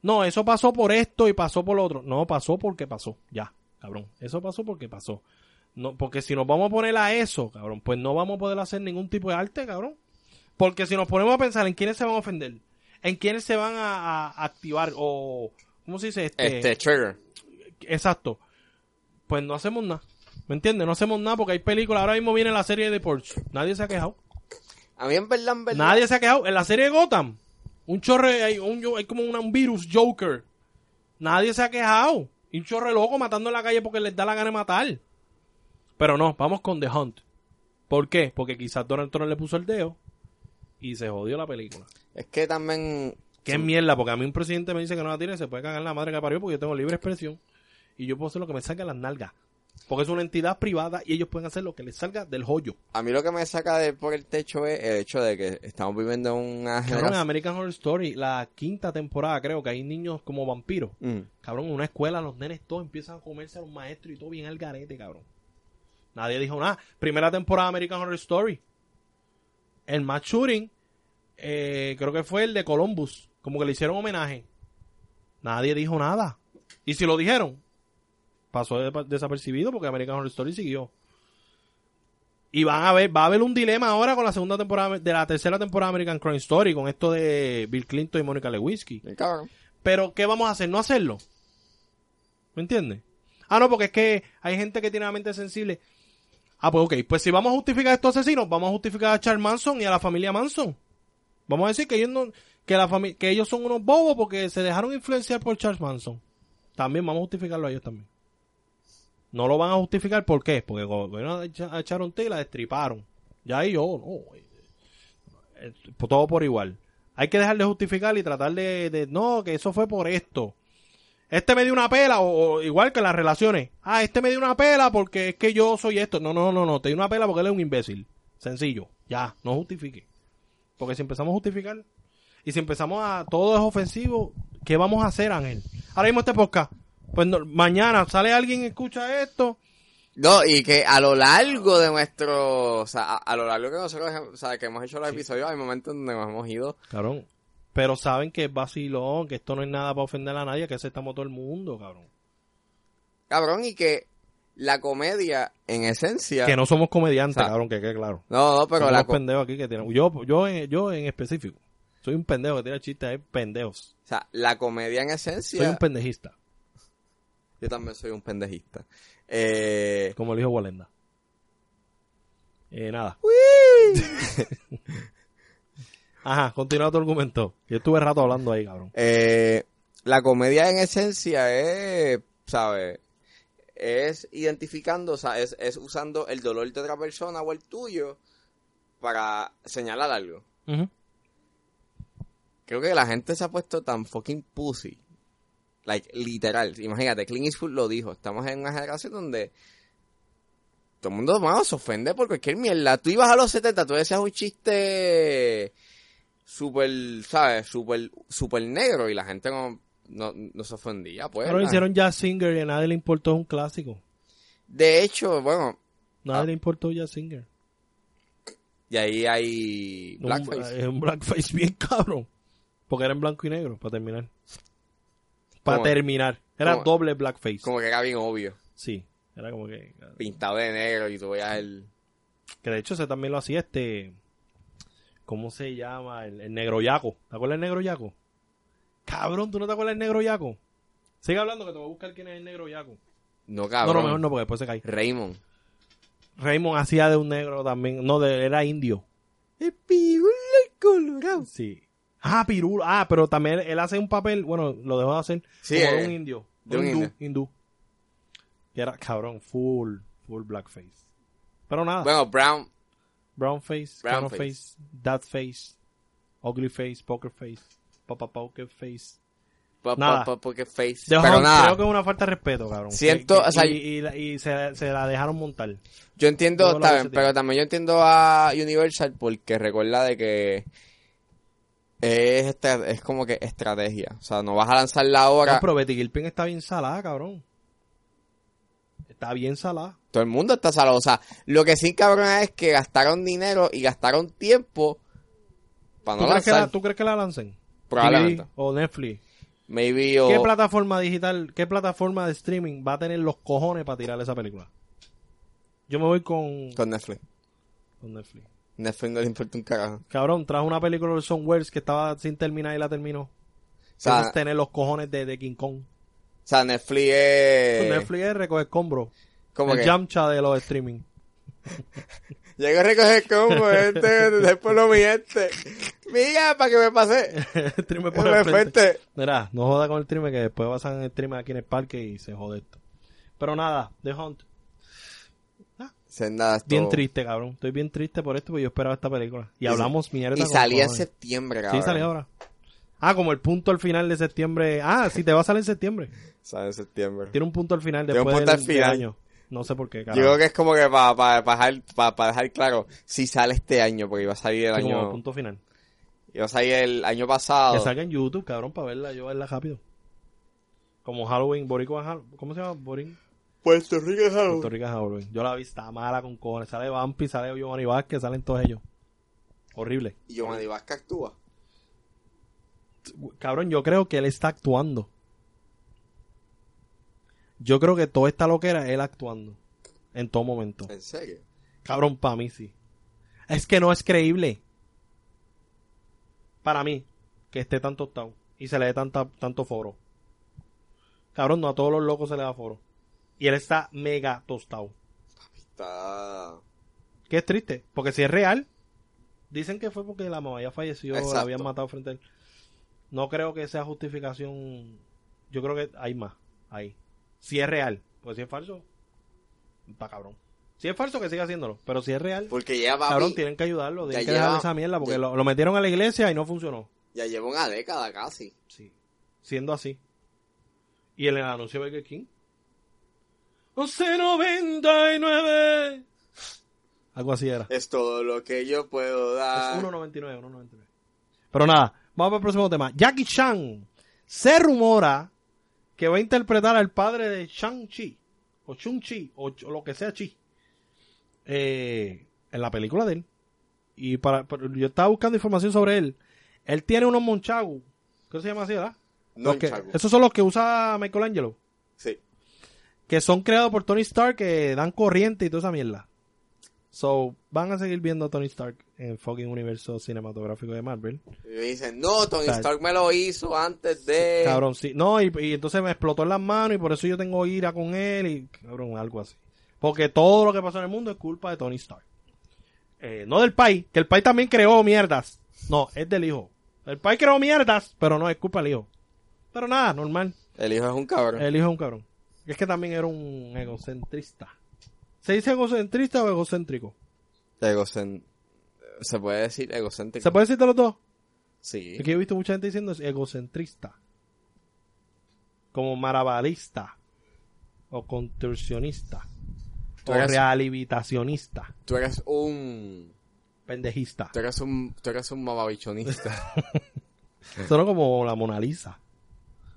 No, eso pasó por esto y pasó por lo otro. No, pasó porque pasó. Ya, cabrón. Eso pasó porque pasó. No, porque si nos vamos a poner a eso, cabrón, pues no vamos a poder hacer ningún tipo de arte, cabrón. Porque si nos ponemos a pensar en quiénes se van a ofender, en quiénes se van a, a activar o. ¿Cómo se dice?
Este, Trigger.
Exacto. Pues no hacemos nada. ¿Me entiendes? No hacemos nada porque hay películas. Ahora mismo viene la serie de Porsche. Nadie se ha quejado.
A mí en verdad, en verdad.
Nadie se ha quejado. En la serie de Gotham, un chorre, hay, un, hay como una- un virus Joker. Nadie se ha quejado. Y un chorre loco matando en la calle porque les da la gana de matar. Pero no, vamos con The Hunt. ¿Por qué? Porque quizás Donald Trump le puso el dedo y se jodió la película.
Es que también.
Qué mierda, porque a mí un presidente me dice que no la tire, se puede cagar la madre que parió porque yo tengo libre expresión y yo puedo hacer lo que me salga de las nalgas. Porque es una entidad privada y ellos pueden hacer lo que les salga del joyo.
A mí lo que me saca de por el techo es el hecho de que estamos viviendo una
Cabrón, en
generación.
American Horror Story, la quinta temporada creo que hay niños como vampiros.
Mm.
Cabrón, en una escuela los nenes todos empiezan a comerse a los maestros y todo bien al garete, cabrón. Nadie dijo nada. Primera temporada de American Horror Story. El mass shooting, eh, creo que fue el de Columbus. Como que le hicieron homenaje. Nadie dijo nada. Y si lo dijeron, pasó de- desapercibido porque American Horror Story siguió. Y van a ver, va a haber un dilema ahora con la segunda temporada de la tercera temporada de American Crime Story con esto de Bill Clinton y Mónica Lewinsky.
Bien cabrón.
Pero, ¿qué vamos a hacer? ¿No hacerlo? ¿Me entiendes? Ah, no, porque es que hay gente que tiene la mente sensible. Ah, pues ok, pues si vamos a justificar a estos asesinos, vamos a justificar a Charles Manson y a la familia Manson. Vamos a decir que ellos no, que la fami- que ellos son unos bobos porque se dejaron influenciar por Charles Manson. También vamos a justificarlo a ellos también. No lo van a justificar, ¿por qué? Porque bueno, a Charon y la destriparon. Ya ahí yo, no, eh, eh, todo por igual. Hay que dejar de justificar y tratar de, de, no, que eso fue por esto. Este me dio una pela, o, o igual que las relaciones. Ah, este me dio una pela porque es que yo soy esto. No, no, no, no, te dio una pela porque él es un imbécil. Sencillo, ya, no justifique. Porque si empezamos a justificar y si empezamos a todo es ofensivo, ¿qué vamos a hacer, Ángel? Ahora mismo este podcast. Pues no- mañana sale alguien, escucha esto.
No, y que a lo largo de nuestro, o sea, a, a lo largo que nosotros, o sea, que hemos hecho los episodios, hay momentos donde nos hemos ido.
Cabrón. Pero saben que es vacilón, que esto no es nada para ofender a nadie, que aceptamos todo el mundo, cabrón.
Cabrón, y que la comedia, en esencia...
Que no somos comediantes,
O sea,
cabrón, que quede claro.
no, no, pero
Somos
la,
unos
co-
pendejos aquí que tiran- Yo, yo, en- yo en específico. Soy un pendejo que tira chistes de pendejos.
o sea, la comedia en
Soy
esencia...
un pendejista,
yo también soy un pendejista. Eh,
como lo dijo Walenda. Eh, nada. Ajá, continúa tu argumento. Yo estuve rato hablando ahí, cabrón.
eh, la comedia en esencia es, ¿sabes? Es identificando, o sea, es, es usando el dolor de otra persona o el tuyo para señalar algo.
Ujú.
Creo que la gente se ha puesto tan fucking pussy. Like, literal. Imagínate, Clint Eastwood lo dijo. Estamos en una generación donde todo el mundo, mano, se ofende por cualquier mierda. Tú ibas a los 70, tú decías un chiste súper, ¿sabes? Súper, súper negro y la gente no, no, no se ofendía, pues.
Pero
la-
hicieron Jazz Singer y a nadie le importó es un clásico.
De hecho, bueno,
Nadie
Ah.
le importó Jazz Singer.
y ahí hay
Un-
blackface.
Es un blackface bien cabrón. Porque era en blanco y negro, para terminar. Para
¿Cómo?
terminar. Era
¿Cómo?
doble blackface.
Como que era bien obvio.
Sí. Era como que.
Pintado de negro y tú veías el...
Que de hecho ese también lo hacía este. ¿Cómo se llama? El, el negro yaco. ¿Te acuerdas del negro yaco? Cabrón, ¿tú no te acuerdas del negro yaco? Sigue hablando que te voy a buscar quién es el negro yaco.
No,
No,
cabrón.
no, mejor no, porque después se cae.
Raymond.
Raymond hacía de un negro también. No, de, era indio.
El pirula colorado.
Sí. Ah, Pirul. Ah, pero también él hace un papel, bueno, lo dejó de hacer.
Sí,
como de
eh,
un indio.
de un
un hindú,
indio.
hindú. Que era, cabrón, full, full blackface. Pero nada.
Bueno, Brown,
brown face,
brown
brown face, that face, ugly face, poker face, papa poker face.
pa-
Nada.
pa- pa- porque face.
Dejó-
Pero nada,
Creo que es una falta de respeto, cabrón.
Siento,
Que- que-
o sea,
y, y la- y se, se la dejaron montar.
yo entiendo,
Yo lo
está
hago
bien,
ese
pero
tipo.
también yo entiendo a Universal porque recuerda de que es, estra- es como que estrategia. O sea, no vas a lanzar la
No,
obra.
pero Betty Gilpin está bien salada, cabrón. Está bien salada.
Todo el mundo está salado. O sea, lo que sí cabrona es que gastaron dinero y gastaron tiempo para
¿Tú,
Ah, no
crees que la,
lanzar.
¿Tú crees que la lancen?
Probablemente.
DVD O Netflix.
Maybe o...
¿Qué plataforma digital, qué plataforma de streaming va a tener los cojones para tirar esa película? Yo me voy con,
Con Netflix.
con Netflix.
Netflix no le importa un carajo. O
Cabrón, trajo una película de Orson Welles que estaba sin terminar y la terminó.
sea,
Eso es tener los cojones de, de King Kong.
o sea, Netflix es...
Netflix es recoger escombros.
Como
el
eh, que...
Yamcha de los streaming.
Llego a recoger como este, después lo miente. Mira, para que me pase.
el streamer por
Me
el frente.
frente.
Mira, no joda con el streamer que después pasan el streamer aquí en el parque y se jode esto. Pero nada, The Hunt.
Sin nada, esto-
Bien triste, cabrón. Estoy bien triste por esto porque yo esperaba esta película. Y,
Oh. Y
hablamos mierda.
Y
con
salía en
cojones.
septiembre,
Sí,
cabrón.
sale ahora. Ah, como el punto al final de septiembre. Ah, sí, te va a salir en septiembre.
Sale en septiembre.
Tiene un punto al final
Tiene un
después
punto al
del,
final.
del año. No sé por qué,
Yo
carajo.
creo que es como que para pa, pa dejar, pa- pa dejar claro, si sale este año, porque iba a salir el
Sí, como
año,
punto final.
iba a salir el año
Que
pasado.
salga en YouTube, cabrón, para verla, yo verla rápido. Como Halloween, Boricua Halloween. ¿Cómo se llama? Borin.
Puerto Rico es algo.
Puerto Rico Halloween. Yo la vi, está mala con cojones. Sale Vampi, sale Giovanni Vázquez, salen todos ellos. Horrible.
Y Giovanni Vázquez actúa.
Cabrón, yo creo que él está actuando. Yo creo que toda esta loquera él actuando. En todo momento.
¿En serio?
Cabrón, para mí sí. Es que no es creíble. Para mí, que esté tan tostado y se le dé tanta, tanto foro. Cabrón, no a todos los locos se le da foro. Y él está mega tostado.
Está...
Que es triste, porque si es real, dicen que fue porque la mamá ya falleció,
Exacto.
la habían matado frente a él. No creo que sea justificación. Yo creo que hay más ahí. Si es real, pues si es falso, está cabrón. Si es falso, que siga haciéndolo, pero si es real,
Porque ya va
Cabrón, tienen que ayudarlo. Tienen
ya
que dejar
lleva-
esa mierda porque
ya-
lo, lo metieron a la iglesia y no funcionó.
ya lleva una década casi.
Sí. Siendo así. Y el anuncio de Burger King. 11.99. Algo así era.
Es todo lo que yo puedo dar.
Es 1.99, 1.99. Pero nada, vamos para el próximo tema. Jackie Chan. Se rumora que va a interpretar al padre de Shang-Chi. O Chung-Chi. O, Ch- o lo que sea Chi. eh, en la película de él. Y para, pero yo estaba buscando información sobre él. Él tiene unos monchagu. ¿Qué se llama así, verdad?
No,
Los que-
Chaco.
esos son los que usa Michelangelo.
Sí.
Que son creados por Tony Stark que dan corriente y toda esa mierda. So, van a seguir viendo a Tony Stark en el fucking universo cinematográfico de Marvel.
Y me dicen, no, Tony
Tal.
Stark me lo hizo antes de...
Cabrón, sí. No, y, y entonces me explotó en las manos y por eso yo tengo ira con él y, cabrón, algo así. Porque todo lo que pasó en el mundo es culpa de Tony Stark. Eh, no del país, que el país también creó mierdas. No, es del hijo. El país creó mierdas, pero no, es culpa del hijo. Pero nada, normal.
El hijo es un cabrón.
El hijo es un cabrón. Es que también era un egocentrista. ¿Se dice egocentrista o egocéntrico?
Egocen- Se puede decir egocéntrico.
¿Se puede decir de los dos?
Sí.
Es que yo he visto mucha gente diciendo es egocentrista. Como marabalista. O contorsionista.
Tú
o
eres-
realivitacionista,
Tú eres un.
pendejista.
Tú eres un, tú eres un mamabichonista.
Sonó como la Mona Lisa.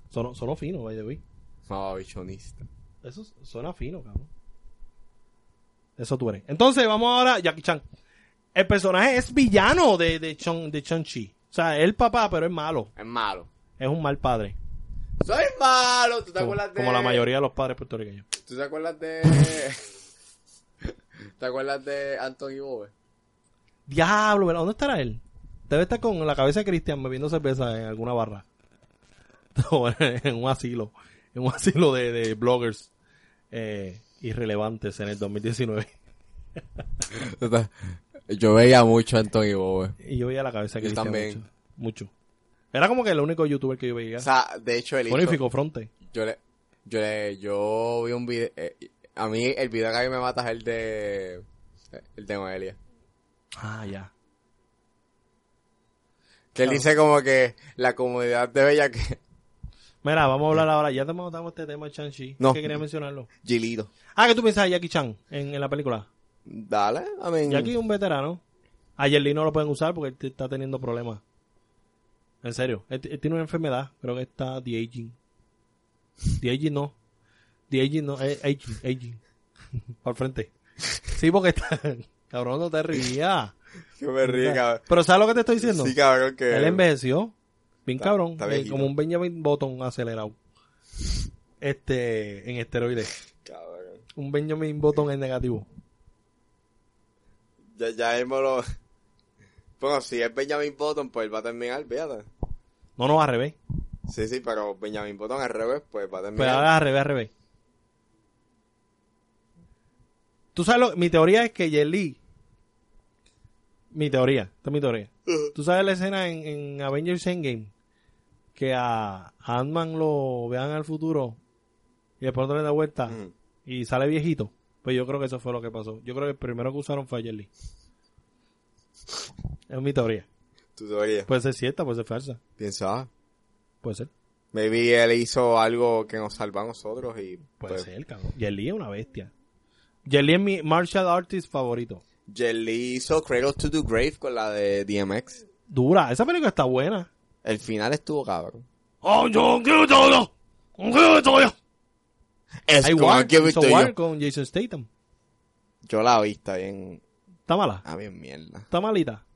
Sonó, sonó fino, by the way.
mamabichonista.
Eso s- suena fino, cabrón. Eso tú eres. Entonces, vamos ahora, Jackie Chan. El personaje es villano de, de, Chon, de Chon-Chi. O sea, es el papá, pero es malo.
Es malo.
Es un mal padre.
Soy malo. ¿Tú te
Como,
acuerdas de.?
como la mayoría de los padres puertorriqueños.
¿Tú te acuerdas de. ¿Te acuerdas de Anthony Bobe?
Diablo, ¿verdad? ¿Dónde estará él? Debe estar con la cabeza de Cristian bebiendo cerveza en alguna barra. O en un asilo. En un asilo de, de bloggers eh, irrelevantes en el 2019.
Yo veía mucho a Anthony Bobe.
Y yo veía la cabeza de
Yo
Cristian
también.
mucho. Mucho. Era como que el único youtuber que yo veía.
O sea, de hecho, el hizo-
Bonifico Fronte.
Yo le, yo le, yo vi un video, a mí el video que a mí me mata es el de, el de Noelia.
Ah, ya.
Que él
Claro.
dice como que la comunidad de Bella que,
Mira, vamos a hablar ahora. Ya te matamos este tema de Chan-Chi.
No.
Que quería mencionarlo.
Gilito.
Ah, que tú pensabas de Jackie Chan en, en la película.
Dale, a mí.
Jackie es un veterano. A Jet Li no lo pueden usar porque él t- está teniendo problemas. En serio. Él, t- él tiene una enfermedad. Creo que está de aging. De aging no. De aging no. Eh, aging. Aging. Al frente. Sí, porque está... Cabrón, no te rías.
Que me ríe, cabrón.
Pero ¿sabes lo que te estoy diciendo?
Sí, cabrón, que.
Él envejeció. Bien
Está-
cabrón.
está
eh,
viejito.
como un Benjamin Button acelerado. Este, en esteroides.
Cabrón.
Un Benjamin Button en negativo.
Ya, ya mismo lo. Bueno, si es Benjamin Button, pues él va a terminar, fíjate.
No, no, al revés.
Sí, sí, pero Benjamin Button al revés, pues va a
Pero
terminar.
ahora al revés, al revés. Tú sabes lo, mi teoría es que Jelly. Mi teoría, esta es mi teoría.
Uh-huh.
Tú sabes la escena en, en Avengers Endgame que a a Ant-Man lo vean al futuro y después no le da vuelta
Ujú.
y sale viejito. Pues yo creo que eso fue lo que pasó. Yo creo que el primero que usaron fue a Jelly. Es mi teoría.
Tu teoría.
Puede ser cierta, puede ser falsa.
Piensa.
Puede ser.
Maybe él hizo algo que nos salva a nosotros y. pues,
Puede ser, cabrón. Jelly es una bestia. Jelly es mi martial artist favorito.
Jelly hizo Cradle to the Grave con la de DMX.
Dura, esa película está buena.
El final estuvo cabrón.
Oh, yo quiero todo. Yo quiero todo.
Es
Hay War, hizo War con Jason Statham.
Yo la vi, está bien.
Está mala,
Ah, bien mierda.
está malita.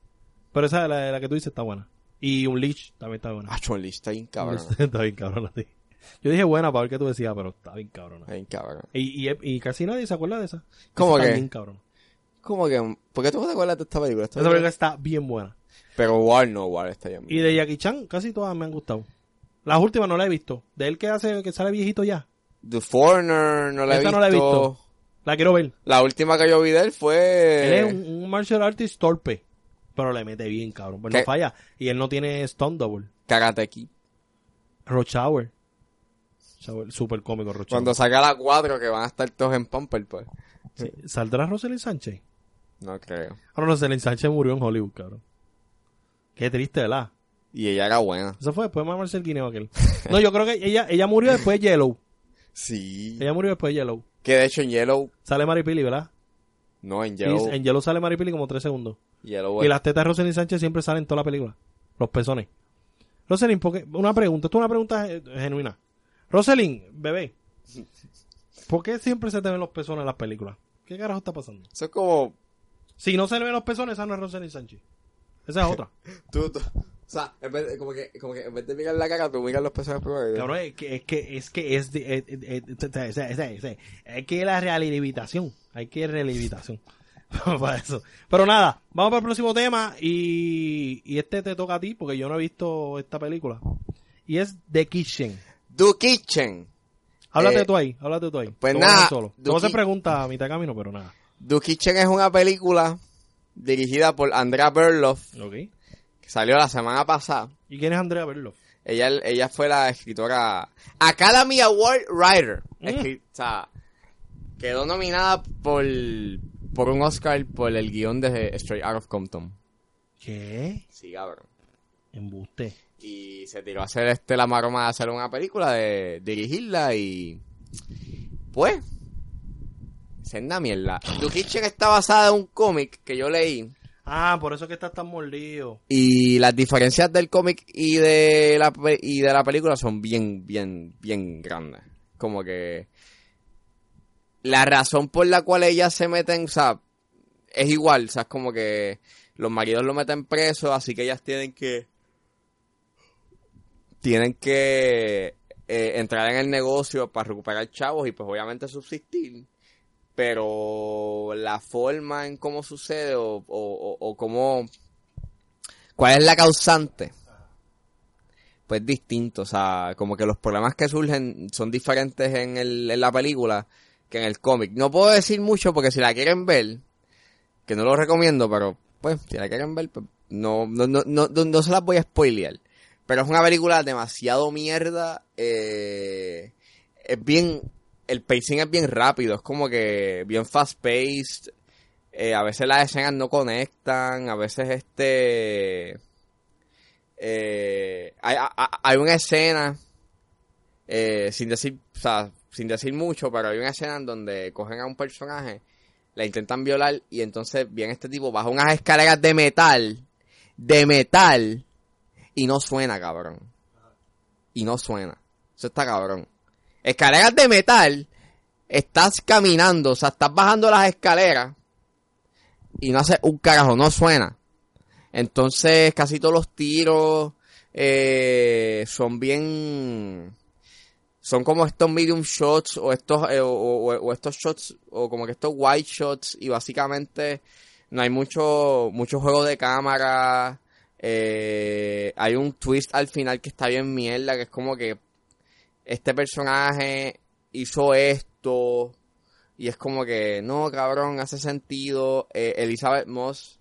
Pero esa de la, la que tú dices está buena. Y un Leech también está buena.
Ah, Chun-Li está bien cabrón.
está bien cabrona, sí. Yo dije buena para ver qué tú decías, pero está bien cabrona.
Está bien cabrón.
Y, y, y casi nadie se acuerda de esa.
¿Cómo
Esa está
que?
bien cabrona.
Como que. ¿Por qué tú no te acuerdas de esta película? Esta
Esa película
película-
está bien buena.
Pero War no, War está bien.
Y de Jackie Chan, casi todas me han gustado. Las últimas no las he visto. De él que hace, que sale viejito ya.
The Foreigner no la he
Esta
visto.
no la he visto. La quiero ver.
La última que yo vi de él
Él
fue.
es un, un martial artist torpe. Pero le mete bien, cabrón. Pero no
¿Qué?
falla. Y él no tiene stunt double.
Karate Kid.
Rochauer. Shower, Súper cómico, Rochauer.
Cuando saca la 4, que van a estar todos en Pamper, pues.
Sí. ¿Saldrá Rosalind Sánchez?
No creo.
Ahora Rosalind Sánchez murió en Hollywood, cabrón. Qué triste, ¿verdad?
Y ella era buena.
Eso fue después de mamarse el guineo aquel. No, yo creo que ella, ella murió después de Yellow.
Sí.
Ella murió después de Yellow.
Que de hecho en Yellow.
Sale Maripili, ¿verdad?
No, en
Sí,
Yellow.
en Yellow sale Maripili como tres segundos.
Yellow
Y las tetas de Rosalind Sánchez siempre salen en toda la película. Los pezones. Rosalind, porque una pregunta, esto es una pregunta eh, genuina. Rosalind, bebé, ¿por qué siempre se te ven los pezones en las películas? ¿Qué carajo está pasando?
Eso es como.
Si no se le ven los pezones, esa no es Rosalind Sánchez. Esa es otra.
Tú, tú- o sea, en vez de, como que, como que en vez de mirar la cara, tú miras los personajes primero.
Cabrón, es que es que es que es de- eh, eh, eh, eh, eh, eh, eh, eh, hay que la realivitación, hay que realivitación para eso. Pero nada, vamos para el próximo tema y, y este te toca a ti porque yo no he visto esta película. Y es The Kitchen.
The Kitchen.
Háblate
Eh,
tú ahí, háblate tú ahí.
pues
Te voy a dejar
nada,
solo.
The
No se
Ki-
pregunta a mitad de camino, pero nada.
The Kitchen es una película dirigida por Andrea Berloff,
Ok.
que salió la semana pasada.
¿Y quién es Andrea Berlo?
Ella, ella fue la escritora Academy Award Writer. Escri- o sea, quedó nominada por, por un Oscar por el guión de Straight Out of Compton.
¿Qué?
Sí, cabrón.
Embuste.
y se tiró a hacer este la maroma de hacer una película de dirigirla y pues Senda mierda. The Kitchen está basada en un cómic que yo leí.
Ah, por eso es que estás tan mordido.
Y las diferencias del cómic y de la pe- y de la película son bien, bien, bien grandes. Como que la razón por la cual ellas se meten, o sea, es igual, o sea, es como que los maridos lo meten preso, así que ellas tienen que tienen que eh, entrar en el negocio para recuperar chavos y pues obviamente subsistir pero la forma en cómo sucede o, o, o- o cómo cuál es la causante pues distinto o sea como que los problemas que surgen son diferentes en, el, en la película que en el cómic no puedo decir mucho porque si la quieren ver que no lo recomiendo pero pues si la quieren ver pues, no, no, no, no, no- no se las voy a spoilear pero es una película demasiado mierda eh, es bien. El pacing es bien rápido, es como que bien fast paced. eh, a veces las escenas no conectan, a veces este. eh, hay, a- a- hay una escena, eh, sin decir, o sea, sin decir mucho, pero hay una escena en donde cogen a un personaje, la intentan violar y entonces viene este tipo, baja unas escaleras de metal, de metal, y no suena, cabrón. Y no suena. Eso está cabrón escaleras de metal, estás caminando, o sea, estás bajando las escaleras y no hace un carajo, no suena. Entonces, casi todos los tiros eh, son bien. Son como estos medium shots o estos, eh, o, o- o estos shots, o como que estos wide shots, y básicamente no hay mucho, mucho juego de cámara. eh, hay un twist al final que está bien mierda, que es como que este personaje hizo esto y es como que no cabrón hace sentido Eh, Elizabeth Moss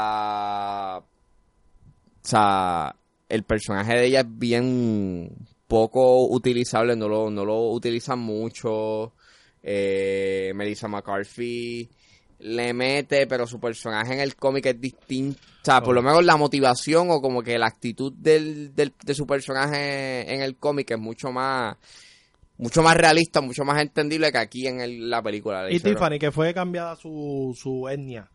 la o sea el personaje de ella es bien poco utilizable no lo no lo utilizan mucho eh, Melissa McCarthy le mete pero su personaje en el cómic es distinto o sea, por lo menos la motivación o como que la actitud del, del- de su personaje en el cómic es mucho más mucho más realista, mucho más entendible que aquí en el- la película. Le
Y
hicieron-
Tiffany, que fue cambiada su, su etnia.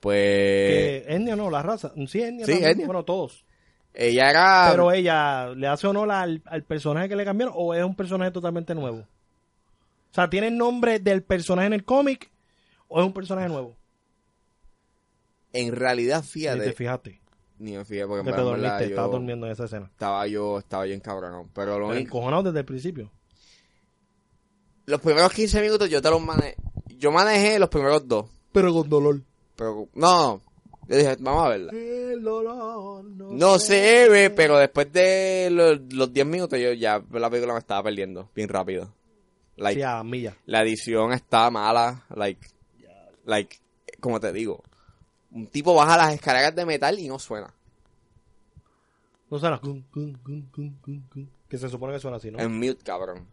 Pues
Que etnia no, la raza. Sí, etnia.
Sí,
también.
etnia. Ah,
Bueno, todos.
ella era...
Pero ella, ¿le hace honor al, al personaje que le cambiaron o es un personaje totalmente nuevo? O sea, ¿tiene el nombre del personaje en el cómic o es un personaje nuevo?
En realidad,
Ni te
fíjate.
fijaste.
Ni me fijé porque
Que
pues, en
te
verdad, en
dormiste,
verdad,
estabas
yo-
durmiendo en esa escena.
Estaba yo, estaba yo encabronado. Pero
Pero
lo único-
encojonado desde el principio.
los primeros 15 minutos yo te los manejé. Yo manejé los primeros dos.
Pero con dolor.
Pero no, yo dije, vamos a verla.
El dolor no,
No se ve, pero después de los, los 10 minutos yo ya la película me estaba perdiendo bien rápido. Like,
Sí, a millas.
la edición está mala, like, like, como te digo, un tipo baja las escaleras de metal y no suena.
No suena. cum, cum, cum, cum, cum, cum, Que se supone que suena así, ¿no?
En mute, cabrón.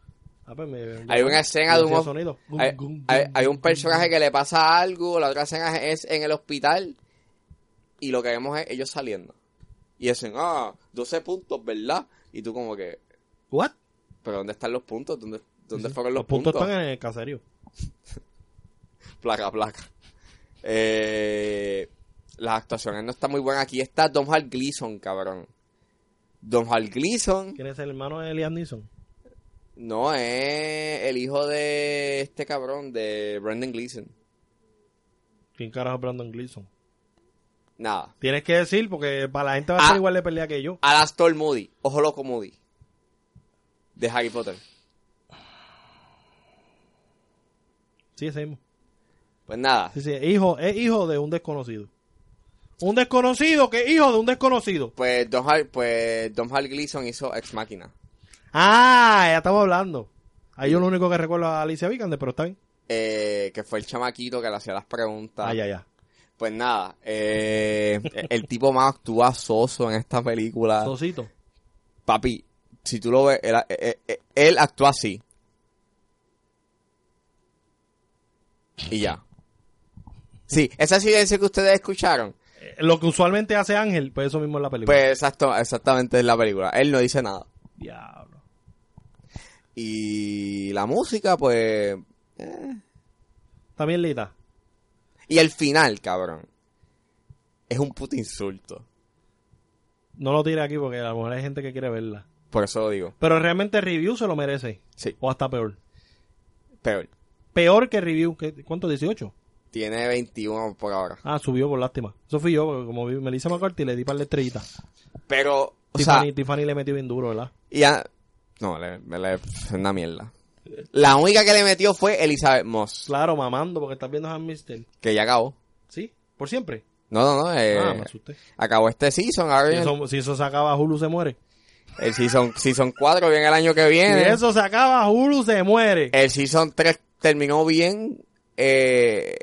Ah, pues me-
Em, Hay una escena de un
hacía
of-
sonido. Cum,
Hay,
cum,
hay-
cum,
hay un
cum,
personaje que le pasa algo, la otra escena es en el hospital y lo que vemos es ellos saliendo. Y dicen, ah, 12 puntos, ¿verdad? Y tú como que,
cum. ¿What?
pero ¿dónde están los puntos? ¿Dónde, dónde
Sí,
fueron
los
los,
puntos?
puntos?
están en el caserío.
Placa, placa. Eh, las actuaciones no están muy buenas. Aquí está Don Hal Gleason, cabrón. Don Hal Gleason
¿Quién es el hermano de Liam Neeson?
no es el hijo de este cabrón, de Brendan Gleason.
¿Quién carajo es Brandon Gleason?
Nada.
Tienes que decir porque para la gente va a ser
Ah.
igual de pelea que yo.
Alastor Moody, Ojo Loco Moody, de Harry Potter.
Sí, ese mismo.
Pues nada,
Sí, sí, es hijo, es hijo de un desconocido. Un desconocido que es hijo de un desconocido.
pues Don Hal, pues Don Hal Gleason hizo Ex Máquina.
Ah, ya estamos hablando. Ahí yo lo único que recuerdo a Alicia Vikander, pero está bien.
eh, que fue el chamaquito que le hacía las preguntas.
Ah, ya, ya.
Pues nada, eh, el tipo más actúa soso en esta película.
Sosito.
Papi, si tú lo ves, él, él- él- él actúa así. Y ya. Sí, esa silencio que ustedes escucharon,
Eh, Lo que usualmente hace Ángel, pues eso mismo es la película.
pues exacto, exactamente es la película. Él no dice nada.
Diablo.
Y la música, pues. eh,
También Lita.
Y el final, cabrón. Es un puto insulto.
No lo tire aquí porque a lo mejor hay gente que quiere verla.
Por eso lo digo.
Pero realmente review se lo merece.
Sí.
O hasta peor.
Peor.
Peor que review. ¿qué- ¿Cuánto? 18.
Tiene 21 por ahora.
Ah, subió por lástima. Eso fui yo, porque como vi Melissa McCarthy le di para la estrellita.
Pero, o sea,
Tiffany, Tiffany le metió bien duro, ¿verdad?
y ya... No, le, me le- es una mierda. La única que le metió fue Elizabeth Moss,
Claro, mamando, porque estás viendo a Mister.
que ya acabó.
¿Sí? ¿Por siempre?
No, no, no. eh,
ah, me asusté.
acabó este season. Ahora
Si
viene
eso, si eso se acaba, Hulu se muere.
el season, season 4, viene el año que
Si
viene.
eso se acaba, Hulu se muere.
El Season 3 terminó bien. Eh,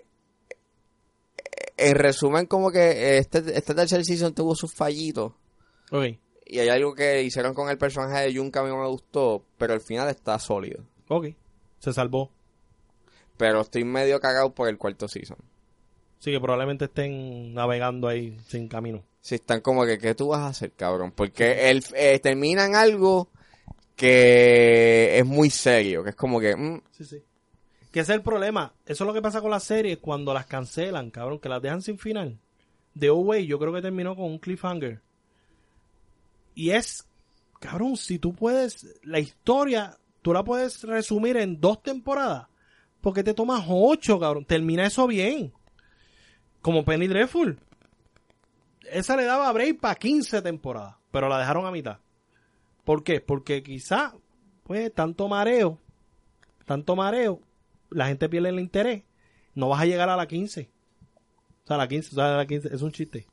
en resumen, como que este, este tercer Season tuvo sus fallitos.
Ok,
Y hay algo que hicieron con el personaje de Jun que a mí no me gustó, pero el final está sólido.
ok. Se salvó.
Pero estoy medio cagado por el cuarto Season.
Sí, que probablemente estén navegando ahí sin camino.
Si están como que, ¿qué tú vas a hacer, cabrón? Porque el, eh, terminan algo que es muy serio, que es como que... mm,
Sí, sí. Que ese es el problema. Eso es lo que pasa con las series cuando las cancelan, cabrón, que las dejan sin final. The Away yo creo que terminó con un cliffhanger. Y es, cabrón, si tú puedes, la historia, tú la puedes resumir en dos temporadas. Porque te tomas ocho, cabrón. Termina eso bien. Como Penny Dreadful. Esa le daba break para 15 temporadas. Pero la dejaron a mitad. ¿Por qué? Porque quizá, pues, tanto mareo tanto mareo, la gente pierde el interés, no vas a llegar a la 15. O sea, la 15, o sea, la 15 es un chiste.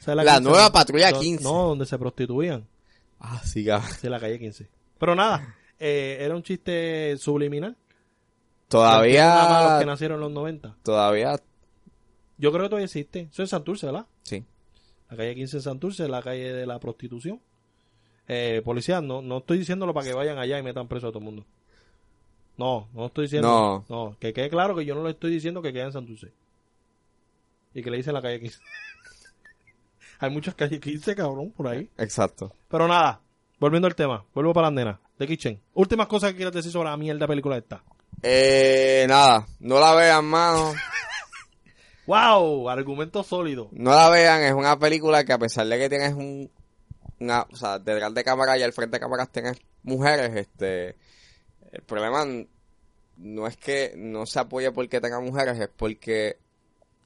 O sea,
La
15,
nueva
no-
patrulla
no-
15.
No, donde se prostituían,
Ah, sí, cabrón.
sí, la calle 15. Pero nada, eh, era un chiste subliminal. Nada más los que
Todavía...
nacieron en los 90.
Todavía...
Yo creo que todavía existe. Eso es Santurce, ¿verdad?
Sí.
La calle 15 en Santurce, la calle de la prostitución. Eh, policías, no, no estoy diciéndolo para que vayan allá y metan preso a todo el mundo. No, no estoy diciendo. No. que quede claro que yo no le estoy diciendo que quede en Santurce. Y que le dicen la calle 15. Hay muchas calles 15, cabrón, por ahí.
Exacto.
Pero nada, volviendo al tema. Vuelvo para las nenas. The Kitchen. Últimas cosas que quieras decir sobre la mierda película esta.
Eh, nada, no la vean, mano.
¡Wow! Argumento sólido.
No la vean, es una película que a pesar de que tienes un, una, o sea, detrás de cámara y al frente de cámaras tienes mujeres, este, el problema n- no es que no se apoye porque tenga mujeres, es porque